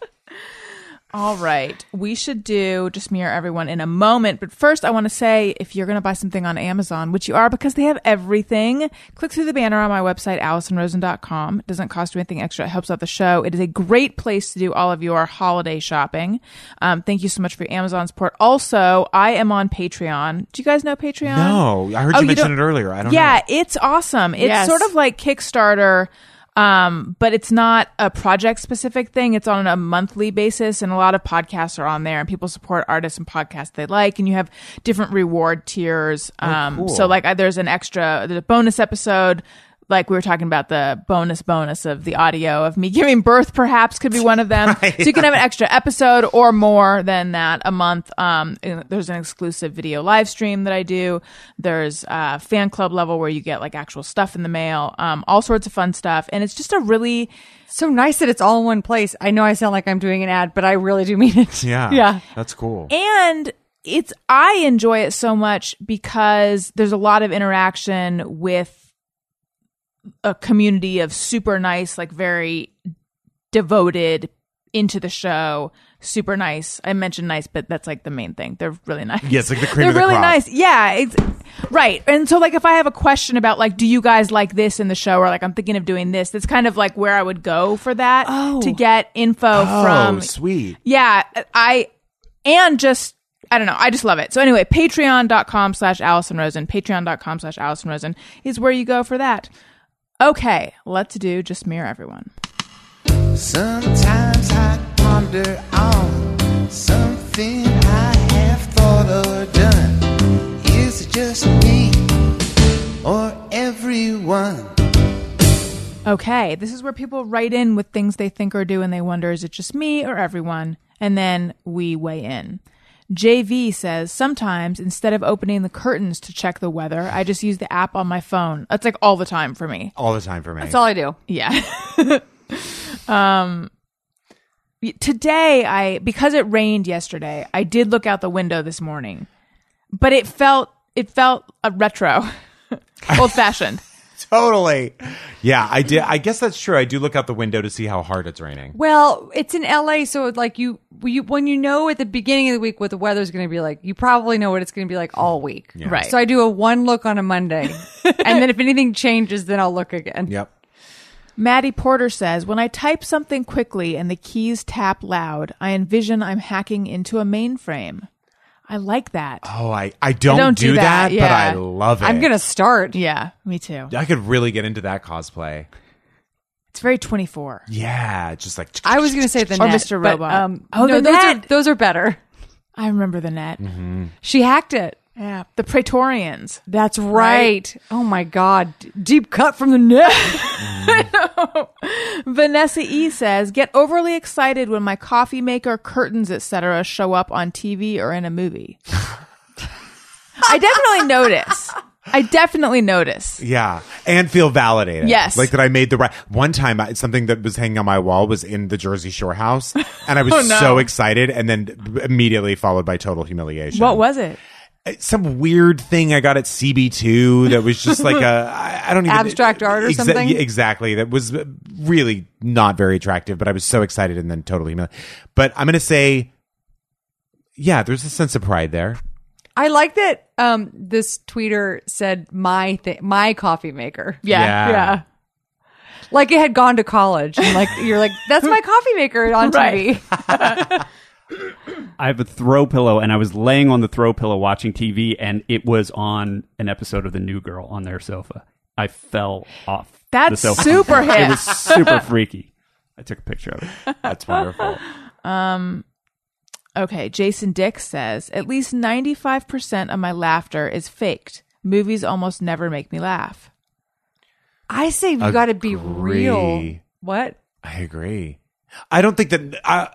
Speaker 2: All right. We should do just mirror everyone in a moment. But first, I want to say if you're going to buy something on Amazon, which you are because they have everything, click through the banner on my website, AllisonRosen.com. It doesn't cost you anything extra. It helps out the show. It is a great place to do all of your holiday shopping. Um, thank you so much for your Amazon support. Also, I am on Patreon. Do you guys know Patreon?
Speaker 3: No, I heard
Speaker 2: Oh,
Speaker 3: you mention
Speaker 2: don't-
Speaker 3: it earlier. I don't know.
Speaker 2: yeah, it's awesome. It's
Speaker 4: Yes.
Speaker 2: sort of like Kickstarter, um, but it's not a project specific thing. It's on a monthly basis, and a lot of podcasts are on there, and people support artists and podcasts they like, and you have different reward tiers. Um,
Speaker 3: cool.
Speaker 2: So, like, uh, there's an extra, there's a bonus episode. Like we were talking about the bonus bonus of the audio of me giving birth, perhaps could be one of them. So you can have an extra episode or more than that a month. Um, and there's an exclusive video live stream that I do. There's a fan club level where you get like actual stuff in the mail, um, all sorts of fun stuff, and it's just a really
Speaker 4: so nice that it's all in one place. I know I sound like I'm doing an ad, but I really do mean it.
Speaker 3: Yeah.
Speaker 4: Yeah.
Speaker 3: That's cool.
Speaker 2: and it's I enjoy it so much because there's a lot of interaction with a community of super nice, like very devoted into the show. Super nice. I mentioned nice, but that's like the main thing. They're really nice.
Speaker 3: Yes, like the cream
Speaker 2: They're
Speaker 3: of the
Speaker 2: really
Speaker 3: crop.
Speaker 2: nice. Yeah, it's right. And so, like, if I have a question about like, do you guys like this in the show, or like, I'm thinking of doing this, that's kind of like where I would go for that to get info from
Speaker 3: Oh. sweet.
Speaker 2: yeah i and just i don't know i just love it so anyway patreon.com slash allison rosen patreon.com slash allison rosen is where you go for that okay let's do just mirror everyone
Speaker 1: Sometimes I ponder on something I have thought or done. Is it just me or everyone?
Speaker 2: okay this is where people write in with things they think or do and they wonder is it just me or everyone and then we weigh in JV says sometimes instead of opening the curtains to check the weather, I just use the app on my phone. That's like all the time for me.
Speaker 3: All the time for me.
Speaker 4: That's all I do.
Speaker 2: Yeah. um today I because it rained yesterday, I did look out the window this morning. But it felt it felt a retro. Old fashioned.
Speaker 3: totally. Yeah, I did. I guess that's true. I do look out the window to see how hard it's raining.
Speaker 4: Well, it's in LA, so it's like you, you when you know at the beginning of the week what the weather's going to be like, you probably know what it's going to be like all week.
Speaker 2: Right.
Speaker 4: So I do a one look on a Monday, and then if anything changes, then I'll look again.
Speaker 3: Yep.
Speaker 2: Maddie Porter says, When I type something quickly and the keys tap loud, I envision I'm hacking into a mainframe. I like that.
Speaker 4: Ah.
Speaker 3: Oh, I I don't,
Speaker 2: don't
Speaker 3: do
Speaker 2: do that,
Speaker 3: that, but I
Speaker 2: yeah.
Speaker 3: love it.
Speaker 4: I'm gonna start.
Speaker 2: Yeah, me too.
Speaker 3: I could really get into that cosplay.
Speaker 2: It's very 24.
Speaker 3: Yeah, just like
Speaker 4: I was gonna say the
Speaker 2: Or
Speaker 4: net,
Speaker 2: Mr.
Speaker 4: but,
Speaker 2: Robot.
Speaker 4: um,
Speaker 2: Oh, the
Speaker 4: no, those are
Speaker 2: net.
Speaker 4: those are better.
Speaker 2: I remember the net.
Speaker 4: Mm-hmm. She hacked it.
Speaker 2: Yeah. The Praetorians.
Speaker 4: That's right. Oh my god, D- deep cut from the net.
Speaker 2: Vanessa E says, "Get overly excited when my coffee maker, curtains, etc., show up on TV or in a movie." I definitely notice. I definitely notice.
Speaker 3: Yeah, and feel validated.
Speaker 2: Yes.
Speaker 3: like that. I made the right one time. I, something that was hanging on my wall was in the Jersey Shore house, and I was
Speaker 2: Oh, no.
Speaker 3: so excited, and then immediately followed by total humiliation. Uh,
Speaker 2: What was it?
Speaker 3: some weird thing I got at CB2 that was just like a I I don't even
Speaker 4: Abstract art or
Speaker 3: Exa-
Speaker 4: something?
Speaker 3: yeah, Exactly, that was really not very attractive, but I was so excited and then totally humiliated. But I'm gonna say, yeah, there's a sense of pride there.
Speaker 4: I like that. Um, this tweeter said my thi- my coffee maker.
Speaker 2: Yeah,
Speaker 3: Yeah.
Speaker 2: yeah.
Speaker 4: like it had gone to college. And like you're like, that's my coffee maker on TV.
Speaker 5: I have a throw pillow, and I was laying on the throw pillow watching TV, and it was on an episode of The New Girl on their sofa. I fell off.
Speaker 2: That's
Speaker 5: the sofa.
Speaker 2: super
Speaker 5: It
Speaker 2: hip.
Speaker 5: was super freaky. I took a picture of it.
Speaker 3: That's wonderful.
Speaker 2: Okay, Jason Dick says, "At least ninety-five percent of my laughter is faked. Movies almost never make me laugh."
Speaker 4: I say you got to be real.
Speaker 3: Agree.
Speaker 4: What?
Speaker 3: I agree. I don't think that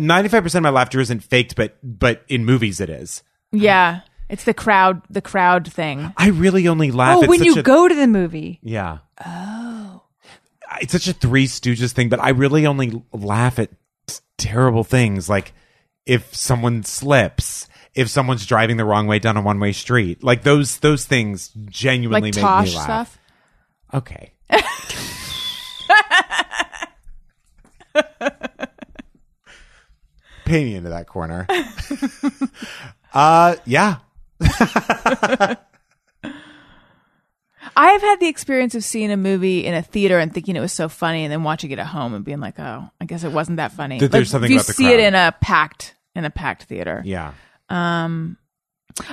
Speaker 3: ninety-five percent of my laughter isn't faked, but but in movies it is.
Speaker 2: Yeah, it's the crowd, the crowd thing.
Speaker 3: I Hmm. really only laugh.
Speaker 4: oh,
Speaker 3: at
Speaker 4: when
Speaker 3: such
Speaker 4: you
Speaker 3: a-
Speaker 4: go to the movie.
Speaker 3: Yeah. Oh. It's such a Three Stooges thing, but I really only laugh at terrible things like if someone slips, if someone's driving the wrong way down a one way street. Like those those things genuinely
Speaker 2: Like
Speaker 3: make
Speaker 2: Tosh
Speaker 3: me laugh.
Speaker 2: stuff.
Speaker 3: Okay. Pay me into that corner. uh yeah.
Speaker 2: I have had the experience of seeing a movie in a theater and thinking it was so funny, and then watching it at home and being like, "Oh, I guess it wasn't that funny."
Speaker 3: That
Speaker 2: Like,
Speaker 3: there's something
Speaker 2: if you
Speaker 3: about the
Speaker 2: see
Speaker 3: crowd.
Speaker 2: it in a packed in a packed theater.
Speaker 3: Yeah.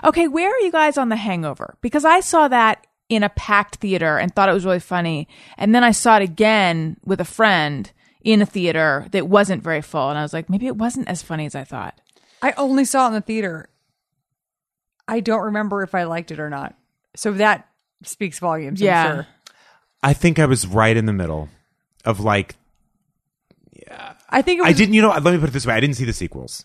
Speaker 2: Okay, where are you guys on The Hangover? Because I saw that in a packed theater and thought it was really funny, and then I saw it again with a friend in a theater that wasn't very full, and I was like, maybe it wasn't as funny as I thought.
Speaker 4: I only saw it in the theater. I don't remember if I liked it or not. So that speaks volumes.
Speaker 2: Yeah.
Speaker 4: I'm sure.
Speaker 3: I think I was right in the middle of like
Speaker 4: I think it was.
Speaker 3: I didn't, you know, let me put it this way. I didn't see the sequels.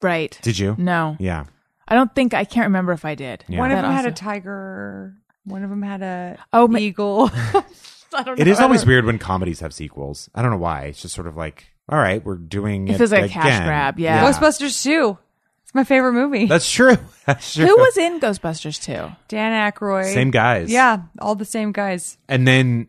Speaker 2: Right?
Speaker 3: Did you?
Speaker 2: No,
Speaker 3: Yeah.
Speaker 2: I don't think I can't remember if I did.
Speaker 4: One of
Speaker 2: That
Speaker 4: them had a
Speaker 2: also-
Speaker 4: tiger. One of them had a
Speaker 2: Oh, ma-
Speaker 4: eagle. I don't know.
Speaker 3: It is always weird when comedies have sequels. I don't know why. It's just sort of like, all right, we're doing
Speaker 2: It
Speaker 3: it.
Speaker 2: feels like a
Speaker 3: again.
Speaker 2: cash grab, yeah.
Speaker 4: Ghostbusters 2. It's It's my favorite movie.
Speaker 3: That's true. That's true.
Speaker 2: Who was in Ghostbusters 2?
Speaker 4: Dan Aykroyd.
Speaker 3: Same guys.
Speaker 4: Yeah, all the same guys.
Speaker 3: And then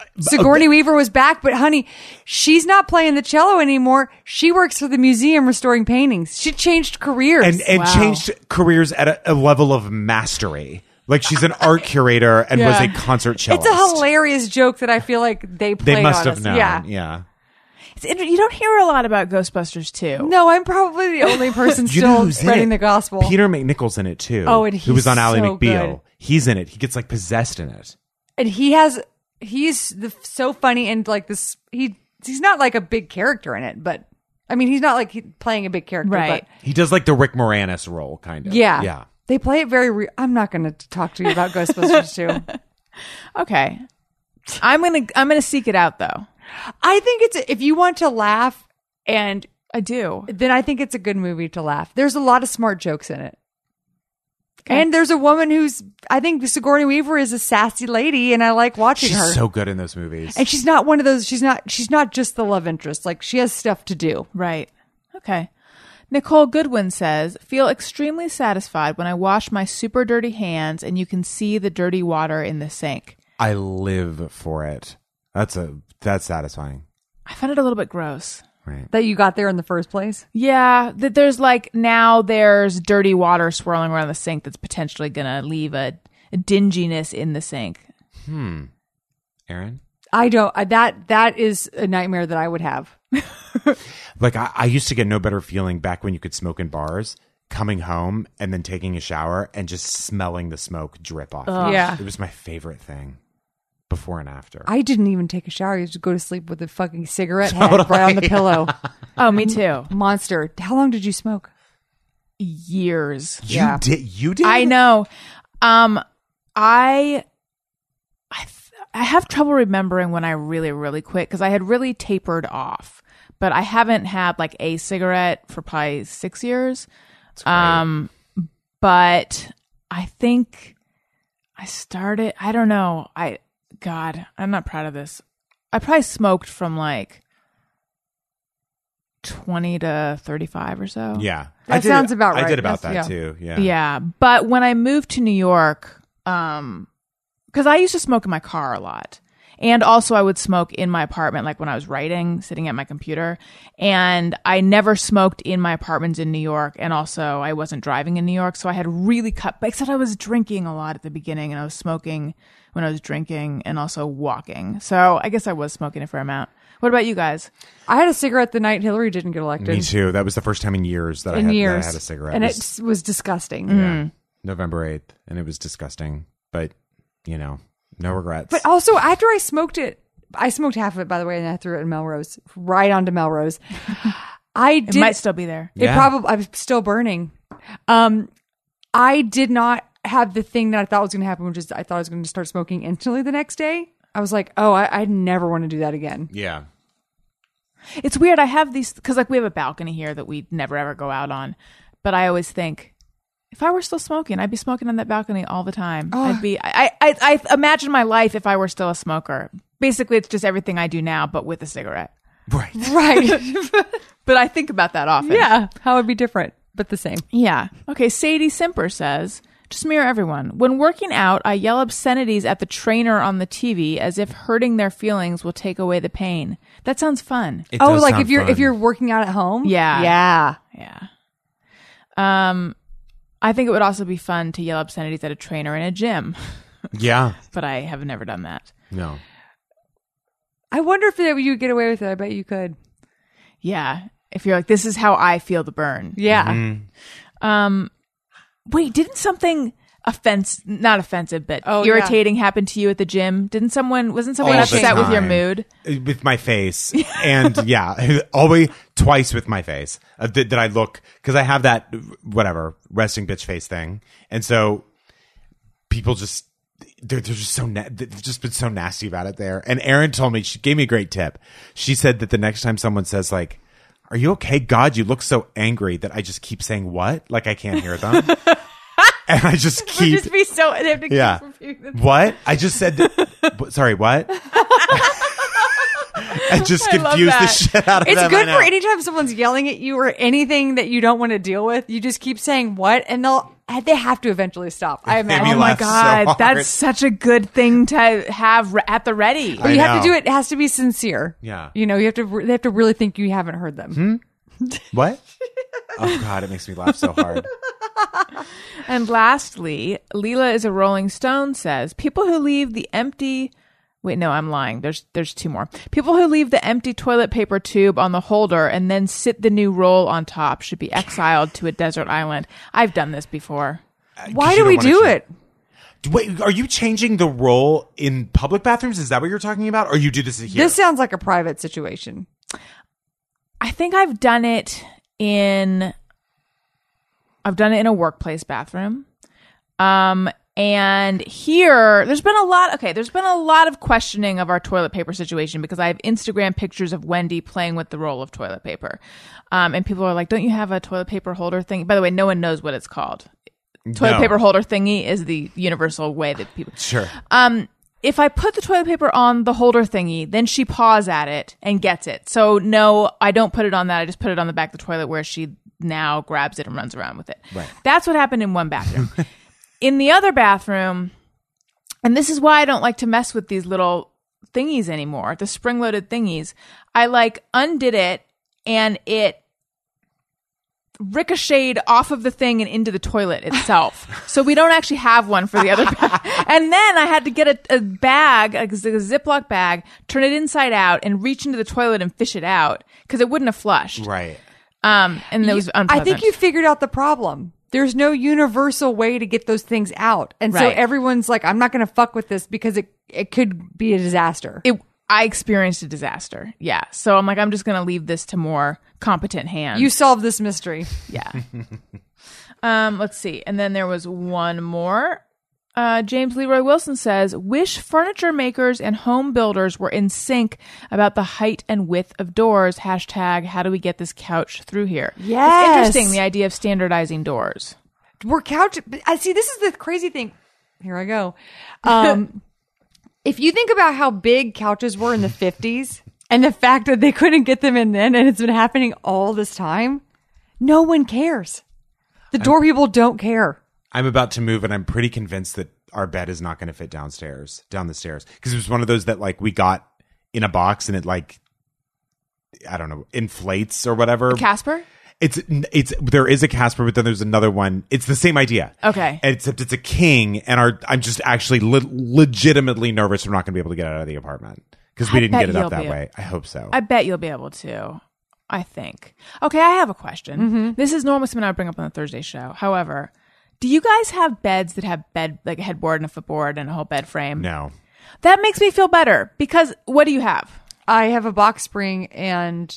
Speaker 3: uh,
Speaker 4: Sigourney Weaver was back, but honey, she's not playing the cello anymore. She works for the museum restoring paintings. She changed careers.
Speaker 3: and and
Speaker 2: Wow.
Speaker 3: changed careers at a, a level of mastery. Like she's an art curator and was
Speaker 2: Yeah.
Speaker 3: a concert cellist.
Speaker 4: it's a hilarious joke that I feel like they played
Speaker 3: They must
Speaker 4: on
Speaker 3: have
Speaker 4: us.
Speaker 3: known.
Speaker 4: Yeah.
Speaker 3: yeah.
Speaker 2: It's inter- you don't hear a lot about Ghostbusters 2.
Speaker 4: No, I'm probably the only person
Speaker 3: Do you know
Speaker 4: still
Speaker 3: who's in
Speaker 4: spreading
Speaker 3: it?
Speaker 4: the gospel.
Speaker 3: Peter McNichol's in it too.
Speaker 4: Oh, and
Speaker 3: who was
Speaker 4: he's
Speaker 3: on Ally
Speaker 4: so
Speaker 3: McBeal.
Speaker 4: good.
Speaker 3: He's in it. He gets like possessed in it.
Speaker 4: and he has he's the, so funny and like this he he's not like a big character in it but i mean he's not like he, playing a big character
Speaker 2: Right.
Speaker 3: He does like the Rick Moranis role, kind of.
Speaker 4: but yeah
Speaker 3: yeah.
Speaker 4: they play it very re- i'm not going to talk to you about ghostbusters 2
Speaker 2: Okay. I'm going to I'm going to seek it out though.
Speaker 4: i think it's if you want to laugh and
Speaker 2: I do.
Speaker 4: then i think it's a good movie to laugh there's a lot of smart jokes in it And there's a woman who's, I think Sigourney Weaver is a sassy lady, and I like watching
Speaker 3: She's
Speaker 4: her.
Speaker 3: so good in those movies.
Speaker 4: and she's not one of those. She's not. She's not just the love interest. Like she has stuff to do.
Speaker 2: Right. Okay. Nicole Goodwin says, "Feel extremely satisfied when I wash my super dirty hands and you can see the dirty water in the sink."
Speaker 3: I live for it. That's a that's satisfying.
Speaker 2: I found it a little bit gross.
Speaker 3: Right.
Speaker 4: That you got there in the first place.
Speaker 2: Yeah, that there's like now there's dirty water swirling around the sink that's potentially going to leave a, a dinginess in the sink.
Speaker 3: Aaron?
Speaker 4: I don't. I, that that is a nightmare that I would have.
Speaker 3: Like I, I used to get no better feeling back when you could smoke in bars, coming home and then taking a shower and just smelling the smoke drip off. you.
Speaker 4: Yeah.
Speaker 3: It was my favorite thing. Before and after.
Speaker 4: I didn't even take a shower. I used to go to sleep with a fucking cigarette head right on the pillow.
Speaker 2: Oh, me too.
Speaker 4: Monster. How long did you smoke?
Speaker 2: Years.
Speaker 3: you did you did
Speaker 2: I know. Um, I, I, th- I have trouble remembering when I really, really quit because I had really tapered off, but I haven't had like a cigarette for probably six years. Um, but I think I started. I don't know. I God, I'm not proud of this. I probably smoked from like. 20 to 35 or so.
Speaker 3: Yeah.
Speaker 4: That
Speaker 3: I did,
Speaker 4: sounds about
Speaker 3: I
Speaker 4: right.
Speaker 3: did about
Speaker 4: That's-
Speaker 3: that
Speaker 4: yeah.
Speaker 3: too. Yeah.
Speaker 2: Yeah. But when I moved to New York, um, because I used to smoke in my car a lot. And also, I would smoke in my apartment, like when I was writing, sitting at my computer. And I never smoked in my apartments in New York. And also, I wasn't driving in New York. So I had really cut, except I was drinking a lot at the beginning and I was smoking when I was drinking and also walking. So I guess I was smoking a fair amount. What about you guys?
Speaker 4: I had a cigarette the night Hillary didn't get elected.
Speaker 3: Me too. That was the first time in years that, I
Speaker 4: In
Speaker 3: had, that I
Speaker 4: years.
Speaker 3: had a cigarette.
Speaker 4: and
Speaker 3: It
Speaker 4: it
Speaker 3: was Mm-hmm.
Speaker 4: s- was disgusting.
Speaker 3: November 8th, and it was disgusting. But, you know, no regrets.
Speaker 4: But oh also, after I smoked it, I smoked half of it, by the way, and I threw it in Melrose, right onto Melrose. I
Speaker 2: It
Speaker 4: did.
Speaker 2: might still be there.
Speaker 4: It
Speaker 3: Yeah.
Speaker 4: probably I'm still burning. Um, I did not have the thing that I thought was going to happen, which is I thought I was going to start smoking instantly the next day. I was like, oh, I, I never want to do that again.
Speaker 3: yeah.
Speaker 2: It's weird. I have these because like we have a balcony here that we never ever go out on, but I always think if I were still smoking, I'd be smoking on that balcony all the time. I'd be. I, I I imagine my life if I were still a smoker. Basically, it's just everything I do now, but with a cigarette.
Speaker 3: Right.
Speaker 4: Right?
Speaker 2: But I think about that often.
Speaker 4: yeah. How it'd be different, but the same.
Speaker 2: Yeah. Okay. Sadie Simper says, to smear everyone. When working out, I yell obscenities at the trainer on the TV as if hurting their feelings will take away the pain. That sounds fun.
Speaker 3: It
Speaker 4: oh,
Speaker 3: does
Speaker 4: like
Speaker 3: sound
Speaker 4: if you're if
Speaker 3: fun.
Speaker 4: you're working out at home.
Speaker 2: Yeah.
Speaker 4: Yeah.
Speaker 2: Yeah. Um, I think it would also be fun to yell obscenities at a trainer in a gym,
Speaker 3: Yeah.
Speaker 2: but I have never done that.
Speaker 3: No.
Speaker 4: I wonder if that you would get away with it. I bet you could.
Speaker 2: Yeah. If you're like, this is how I feel the burn.
Speaker 4: Yeah.
Speaker 3: Mm-hmm.
Speaker 2: Wait, didn't something offense, not offensive, but
Speaker 4: Oh, yeah.
Speaker 2: irritating happen to you at the gym? Didn't someone, wasn't someone
Speaker 3: All the
Speaker 2: upset with your
Speaker 3: time.
Speaker 2: mood?
Speaker 3: With my face. and yeah, always twice with my face. Uh, did, did I look? Because I have that, whatever, resting bitch face thing. And so people just. They're, they're just so na- they've just been so nasty about it there. And Erin told me she gave me a great tip. She said that the next time someone says like, "Are you okay? God, you look so angry," that I just keep saying what, like I can't hear them, and I just keep
Speaker 2: Just be so, they have to
Speaker 3: Yeah.
Speaker 2: keep repeating
Speaker 3: What? I just said. That, w- sorry, what? and just
Speaker 2: I love
Speaker 3: confuse the
Speaker 2: that.
Speaker 3: shit out of
Speaker 4: It's
Speaker 3: them. I
Speaker 4: good
Speaker 3: know.
Speaker 4: for anytime someone's yelling at you or anything that you don't want to deal with. You just keep saying what, and they'll uh, they have to eventually stop. I
Speaker 3: made me
Speaker 4: imagine.
Speaker 2: Oh my
Speaker 3: laugh so
Speaker 2: god,
Speaker 3: hard.
Speaker 2: that's such a good thing to have re- at the ready.
Speaker 4: But
Speaker 3: I
Speaker 4: you have to
Speaker 3: know.
Speaker 4: do it. It has to be sincere.
Speaker 3: Yeah. Hmm?
Speaker 4: You know, you have to. re- They have to really think you haven't heard them.
Speaker 3: What? Oh god, it makes me laugh so hard.
Speaker 2: And lastly, Leela is a Rolling Stone says people who leave the empty wait no I'm lying there's there's two more people who leave the empty toilet paper tube on the holder and then sit the new roll on top should be exiled to a desert island. I've done this before.
Speaker 4: Why
Speaker 3: 'Cause
Speaker 4: do
Speaker 3: you
Speaker 4: we
Speaker 3: don't wanna
Speaker 4: do
Speaker 3: share.
Speaker 4: it?
Speaker 3: Wait, are you changing the role in public bathrooms? Is that what you're talking about? Or you do this here?
Speaker 4: This sounds like a private situation.
Speaker 2: I think I've done it in I've done it in a workplace bathroom. Um and here there's been a lot okay, there's been a lot of questioning of our toilet paper situation because I have Instagram pictures of Wendy playing with the roll of toilet paper. Um and people are like, "Don't you have a toilet paper holder thing?" By the way, no one knows what it's called. Toilet
Speaker 3: No.
Speaker 2: paper holder thingy is the universal way that people
Speaker 3: sure.
Speaker 2: um, if I put the toilet paper on the holder thingy, then she paws at it and gets it. So no, I don't put it on that. I just put it on the back of the toilet where she now grabs it and runs around with it. Right. That's what happened in one bathroom. in the other bathroom, and this is why I don't like to mess with these little thingies anymore, the spring loaded thingies. I like undid it and it ricocheted off of the thing and into the toilet itself. so we don't actually have one for the other. bag. and then I had to get a, a bag, a, z- a Ziploc bag, turn it inside out, and reach into the toilet and fish it out because it wouldn't have flushed.
Speaker 3: Right.
Speaker 2: Um, and it was unpleasant.
Speaker 4: I think you figured out the problem. There's no universal way to get those things out, and so
Speaker 2: Right.
Speaker 4: everyone's like, "I'm not going to fuck with this because it it could be a disaster."
Speaker 2: It, I experienced a disaster. Yeah. So I'm like, I'm just going to leave this to more competent hands.
Speaker 4: you solved this mystery.
Speaker 2: Yeah. um, let's see. And then there was one more. Uh, James Leroy Wilson says, "Wish furniture makers and home builders were in sync about the height and width of doors." Hashtag How do we get this couch through here?
Speaker 4: Yes.
Speaker 2: it's interesting the idea of standardizing doors.
Speaker 4: we're couch. but I see. This is the crazy thing. Here I go. Um, if you think about how big couches were in the fifties, and the fact that they couldn't get them in then, and it's been happening all this time, no one cares. The door people don't care.
Speaker 3: I'm about to move, and I'm pretty convinced that our bed is not going to fit downstairs, down the stairs, because it was one of those that like we got in a box, and it like I don't know inflates or whatever.
Speaker 2: Casper,
Speaker 3: It's it's there is a Casper, but then there's another one. It's the same idea.
Speaker 2: Okay.
Speaker 3: Except it's a king, and our I'm just actually le- legitimately nervous. We're not going to be able to get out of the apartment because
Speaker 2: I
Speaker 3: we didn't
Speaker 2: bet
Speaker 3: get it
Speaker 2: you'll
Speaker 3: up that
Speaker 2: be-
Speaker 3: way. I hope so.
Speaker 2: I bet you'll be able to. I think. Okay, I have a question. This is normally something I would bring up on the Thursday show. However, do you guys have beds that have bed like a headboard and a footboard and a whole bed frame?
Speaker 3: no.
Speaker 2: That makes me feel better because what do you have?
Speaker 4: I have a box spring and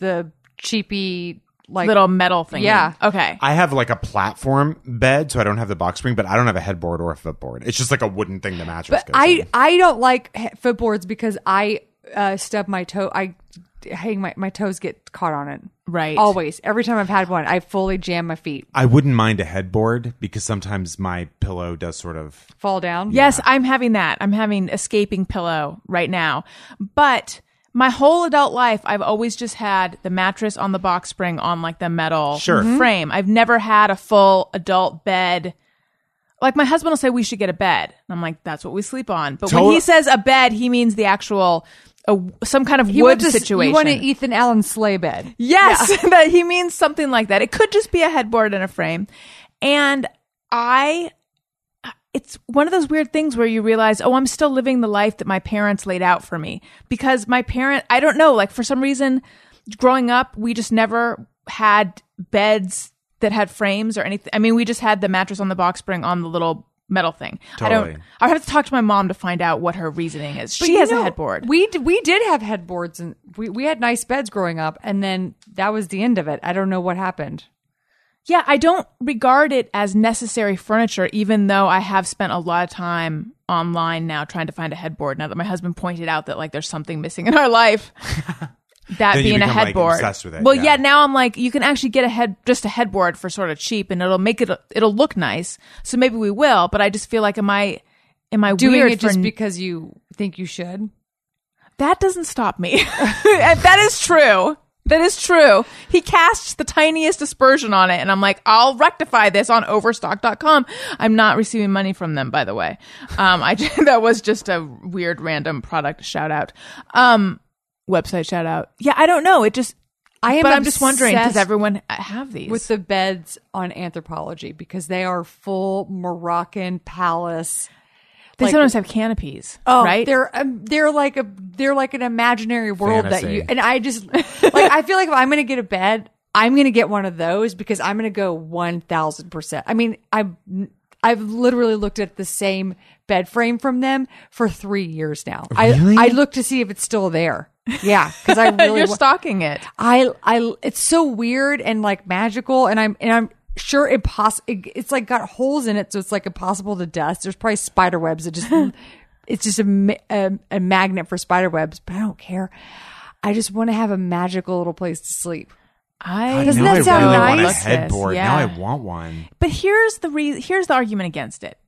Speaker 4: the cheapy like
Speaker 2: Little metal thing.
Speaker 4: Yeah.
Speaker 2: Okay.
Speaker 3: I have like a platform bed, so I don't have the box spring, but I don't have a headboard or a footboard. It's just like a wooden thing the mattress goes
Speaker 4: But I
Speaker 3: in.
Speaker 4: I don't like he- footboards because I uh, stub my toe. I hang my my toes get caught on it.
Speaker 2: Right.
Speaker 4: Always. Every time I've had one, I fully jam my feet.
Speaker 3: I wouldn't mind a headboard because sometimes my pillow does sort of.
Speaker 4: Fall down.
Speaker 2: yes, I'm having that. I'm having escaping pillow right now. But my whole adult life, I've always just had the mattress on the box spring on like the metal
Speaker 3: Sure. Mhm.
Speaker 2: frame. I've never had a full adult bed. Like my husband will say, we should get a bed. And I'm like, that's what we sleep on. But when
Speaker 3: Tot-
Speaker 2: he says a bed, he means the actual, a, some kind of
Speaker 4: You
Speaker 2: wood
Speaker 4: want to,
Speaker 2: situation.
Speaker 4: You want an Ethan Allen sleigh bed.
Speaker 2: Yes, that he means something like that. It could just be a headboard and a frame. And I it's one of those weird things where you realize, "Oh, I'm still living the life that my parents laid out for me." Because my parent, I don't know, like for some reason growing up, we just never had beds that had frames or anything. I mean, we just had the mattress on the box spring on the little metal thing. I
Speaker 3: Totally.
Speaker 2: don't I would have to talk to my mom to find out what her reasoning is.
Speaker 4: But
Speaker 2: she
Speaker 4: you
Speaker 2: has
Speaker 4: know,
Speaker 2: a headboard.
Speaker 4: We d- we did have headboards and we, we had nice beds growing up, and then that was the end of it. I don't know what happened.
Speaker 2: Yeah, I don't regard it as necessary furniture, even though I have spent a lot of time online now trying to find a headboard. Now that my husband pointed out that like there's something missing in our life, that
Speaker 3: Then you
Speaker 2: being a
Speaker 3: become, like,
Speaker 2: headboard.
Speaker 3: obsessed with it,
Speaker 2: well,
Speaker 3: yeah.
Speaker 2: yeah. now I'm like you can actually get a head just a headboard for sort of cheap, and it'll make it it'll look nice. So maybe we will, but I just feel like am I am I
Speaker 4: Doing
Speaker 2: weird
Speaker 4: it
Speaker 2: for
Speaker 4: just
Speaker 2: n-
Speaker 4: because you think you should.
Speaker 2: That doesn't stop me. And that is true. That is true. He casts the tiniest aspersion on it, and I'm like, I'll rectify this on Overstock.com. I'm not receiving money from them, by the way. Um, I that was just a weird random product shout out, um, website shout out. Yeah, I don't know. It just,
Speaker 4: I am
Speaker 2: but I'm just wondering, does
Speaker 4: obsessed
Speaker 2: everyone have these?
Speaker 4: with the beds on anthropology because they are full Moroccan palace.
Speaker 2: they
Speaker 4: like-
Speaker 2: sometimes have canopies.
Speaker 4: Oh,
Speaker 2: right.
Speaker 4: They're um, they're like a they're like an imaginary world that you
Speaker 3: Fantasy.
Speaker 4: and I just like I feel like if I'm gonna get a bed, I'm gonna get one of those because I'm gonna go one thousand percent. I mean, I I've literally looked at the same bed frame from them for three years now.
Speaker 3: Really?
Speaker 4: I I look to see if it's still there. Yeah, because I really
Speaker 2: You're
Speaker 4: wa-
Speaker 2: stalking it.
Speaker 4: I I it's so weird and like magical and I'm and I'm sure impossible it's like got holes in it so it's like impossible to dust there's probably spider webs it just it's just a, ma- a, a magnet for spider webs but I don't care I just want to have a magical little place to sleep
Speaker 2: I
Speaker 4: Doesn't
Speaker 3: now
Speaker 4: that
Speaker 3: I
Speaker 4: sound
Speaker 3: really
Speaker 4: nice?
Speaker 3: want a
Speaker 4: Look
Speaker 2: Look
Speaker 3: headboard.
Speaker 2: this,
Speaker 3: Now
Speaker 2: yeah.
Speaker 3: I want one.
Speaker 2: But here's the re- here's the argument against it.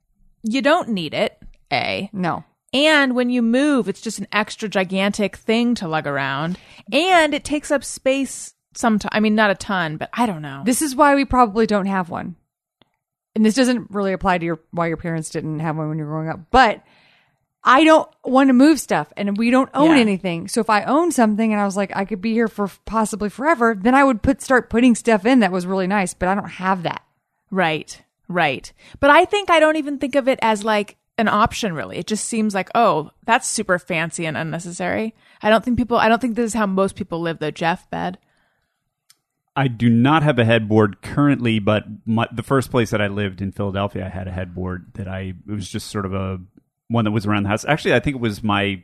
Speaker 2: You don't need it, A.
Speaker 4: no
Speaker 2: And when you move, it's just an extra gigantic thing to lug around, and it takes up space. Sometimes, I mean, not a ton, but I don't know.
Speaker 4: this is why we probably don't have one and this doesn't really apply to your why your parents didn't have one when you were growing up but I don't want to move stuff and we don't own
Speaker 2: Yeah.
Speaker 4: anything. So if I own something and I was like, I could be here for possibly forever, then I would put start putting stuff in that was really nice, but I don't have that.
Speaker 2: right, right. But I think I don't even think of it as like an option. Really, it just seems like oh, that's super fancy and unnecessary. I don't think people. I don't think this is how most people live, though. Jeff, bed.
Speaker 5: I do not have a headboard currently, but my, the first place that I lived in Philadelphia, I had a headboard that I it was just sort of a one that was around the house. Actually, I think it was my it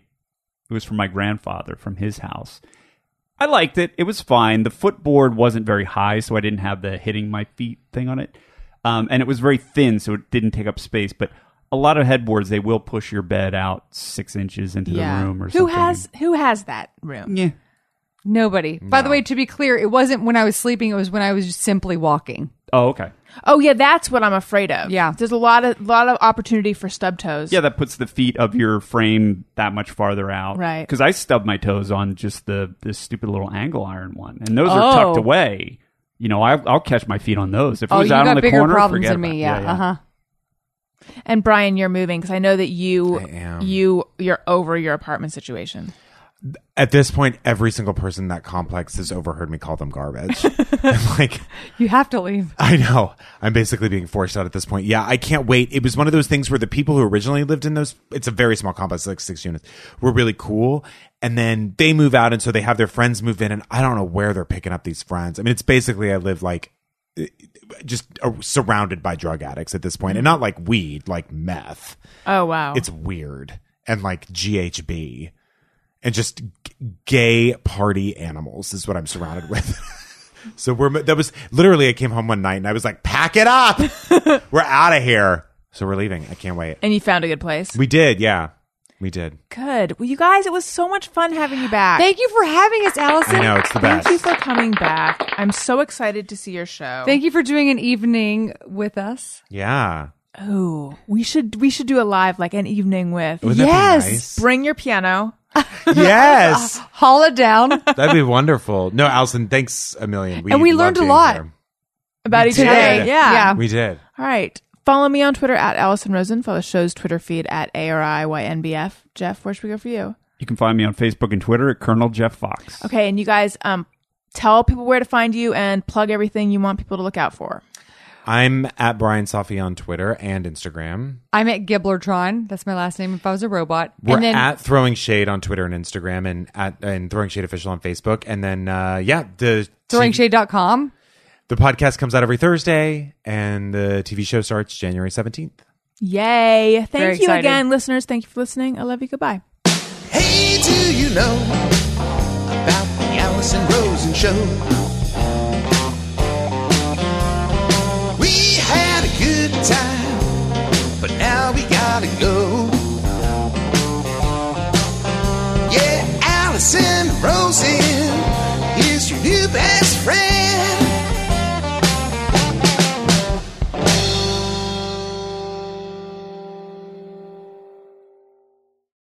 Speaker 5: was from my grandfather from his house. I liked it. It was fine. The footboard wasn't very high, so I didn't have the hitting my feet thing on it, um, and it was very thin, so it didn't take up space. But a lot of headboards they will push your bed out six inches into the room or
Speaker 2: Who
Speaker 5: something.
Speaker 2: has who has that room?
Speaker 5: yeah.
Speaker 4: Nobody. By the way, to be clear, it wasn't when I was sleeping, it was when I was just simply walking.
Speaker 5: Oh, okay.
Speaker 2: Oh yeah, that's what I'm afraid of.
Speaker 4: Yeah.
Speaker 2: there's a lot of lot of opportunity for stub toes.
Speaker 5: Yeah, that puts the feet of your frame that much farther out.
Speaker 2: Right.
Speaker 5: Because I stubbed my toes on just the this stupid little angle iron one, and those
Speaker 4: Oh.
Speaker 5: are tucked away. You know, I, I'll catch my feet on those. If it
Speaker 4: Oh,
Speaker 5: was
Speaker 4: you
Speaker 5: out on
Speaker 4: got
Speaker 5: the
Speaker 4: bigger
Speaker 5: corner,
Speaker 4: problems
Speaker 5: forget
Speaker 4: than me.
Speaker 5: about it.
Speaker 4: Yeah. Uh huh.
Speaker 2: And Brian, you're moving because I know that you
Speaker 3: I am.
Speaker 2: you you're over your apartment situation.
Speaker 3: At this point, every single person in that complex has overheard me call them garbage. I'm like,
Speaker 4: You have to leave.
Speaker 3: I know. I'm basically being forced out at this point. Yeah, I can't wait. It was one of those things where the people who originally lived in those, it's a very small complex, like six units, were really cool. And then they move out. And so they have their friends move in. And I don't know where they're picking up these friends. I mean, it's basically, I live like just uh, surrounded by drug addicts at this point and not like weed, like meth.
Speaker 2: Oh wow,
Speaker 3: It's weird and like GHB and just g- gay party animals is what I'm surrounded with. so we're that was literally I came home one night and I was like, pack it up, we're out of here. So we're leaving. I can't wait.
Speaker 2: and you found a good place.
Speaker 3: We did, yeah, we did.
Speaker 2: good. Well, you guys, it was so much fun having you back.
Speaker 4: Thank you for having us, Allison.
Speaker 3: I know it's the
Speaker 2: Thank
Speaker 3: best.
Speaker 2: you for coming back. I'm so excited to see your show.
Speaker 4: Thank you for doing an evening with us.
Speaker 3: yeah,
Speaker 2: Ooh, we should we should do a live like an evening with.
Speaker 3: Wouldn't that be
Speaker 4: Yes.
Speaker 2: Bring your piano.
Speaker 3: nice? yes,
Speaker 4: Haul it down.
Speaker 3: that'd be wonderful. No, Allison, thanks a million.
Speaker 4: And we
Speaker 3: loved
Speaker 4: learned a
Speaker 3: being
Speaker 4: lot.
Speaker 3: here.
Speaker 2: about each other.
Speaker 3: did.
Speaker 2: Yeah.
Speaker 4: Yeah.
Speaker 3: We did.
Speaker 2: All right. Follow me on Twitter at Allison Rosen. Follow the show's Twitter feed at ARIYNBF. Jeff, where should we go for you?
Speaker 5: You can find me on Facebook and Twitter at Colonel Jeff Fox.
Speaker 2: Okay. And you guys, um, tell people where to find you and plug everything you want people to look out for.
Speaker 3: I'm at Brian Safi on Twitter and Instagram.
Speaker 4: I'm at Gibblertron. That's my last name if I was a robot.
Speaker 3: We're
Speaker 4: and then
Speaker 3: at Throwing Shade on Twitter and Instagram, and at and Throwing Shade official on Facebook, and then uh, yeah, the
Speaker 4: throwingshade.com.
Speaker 3: the podcast comes out every Thursday, and the TV show starts January seventeenth.
Speaker 2: Yay. Thank
Speaker 4: Very
Speaker 2: you
Speaker 4: excited.
Speaker 2: again, listeners. Thank you for listening. I love you. Goodbye.
Speaker 1: Hey, do you know about the Allison Rosen show? We had a good time, but now we gotta go. Yeah, Allison Rosen is your new best friend.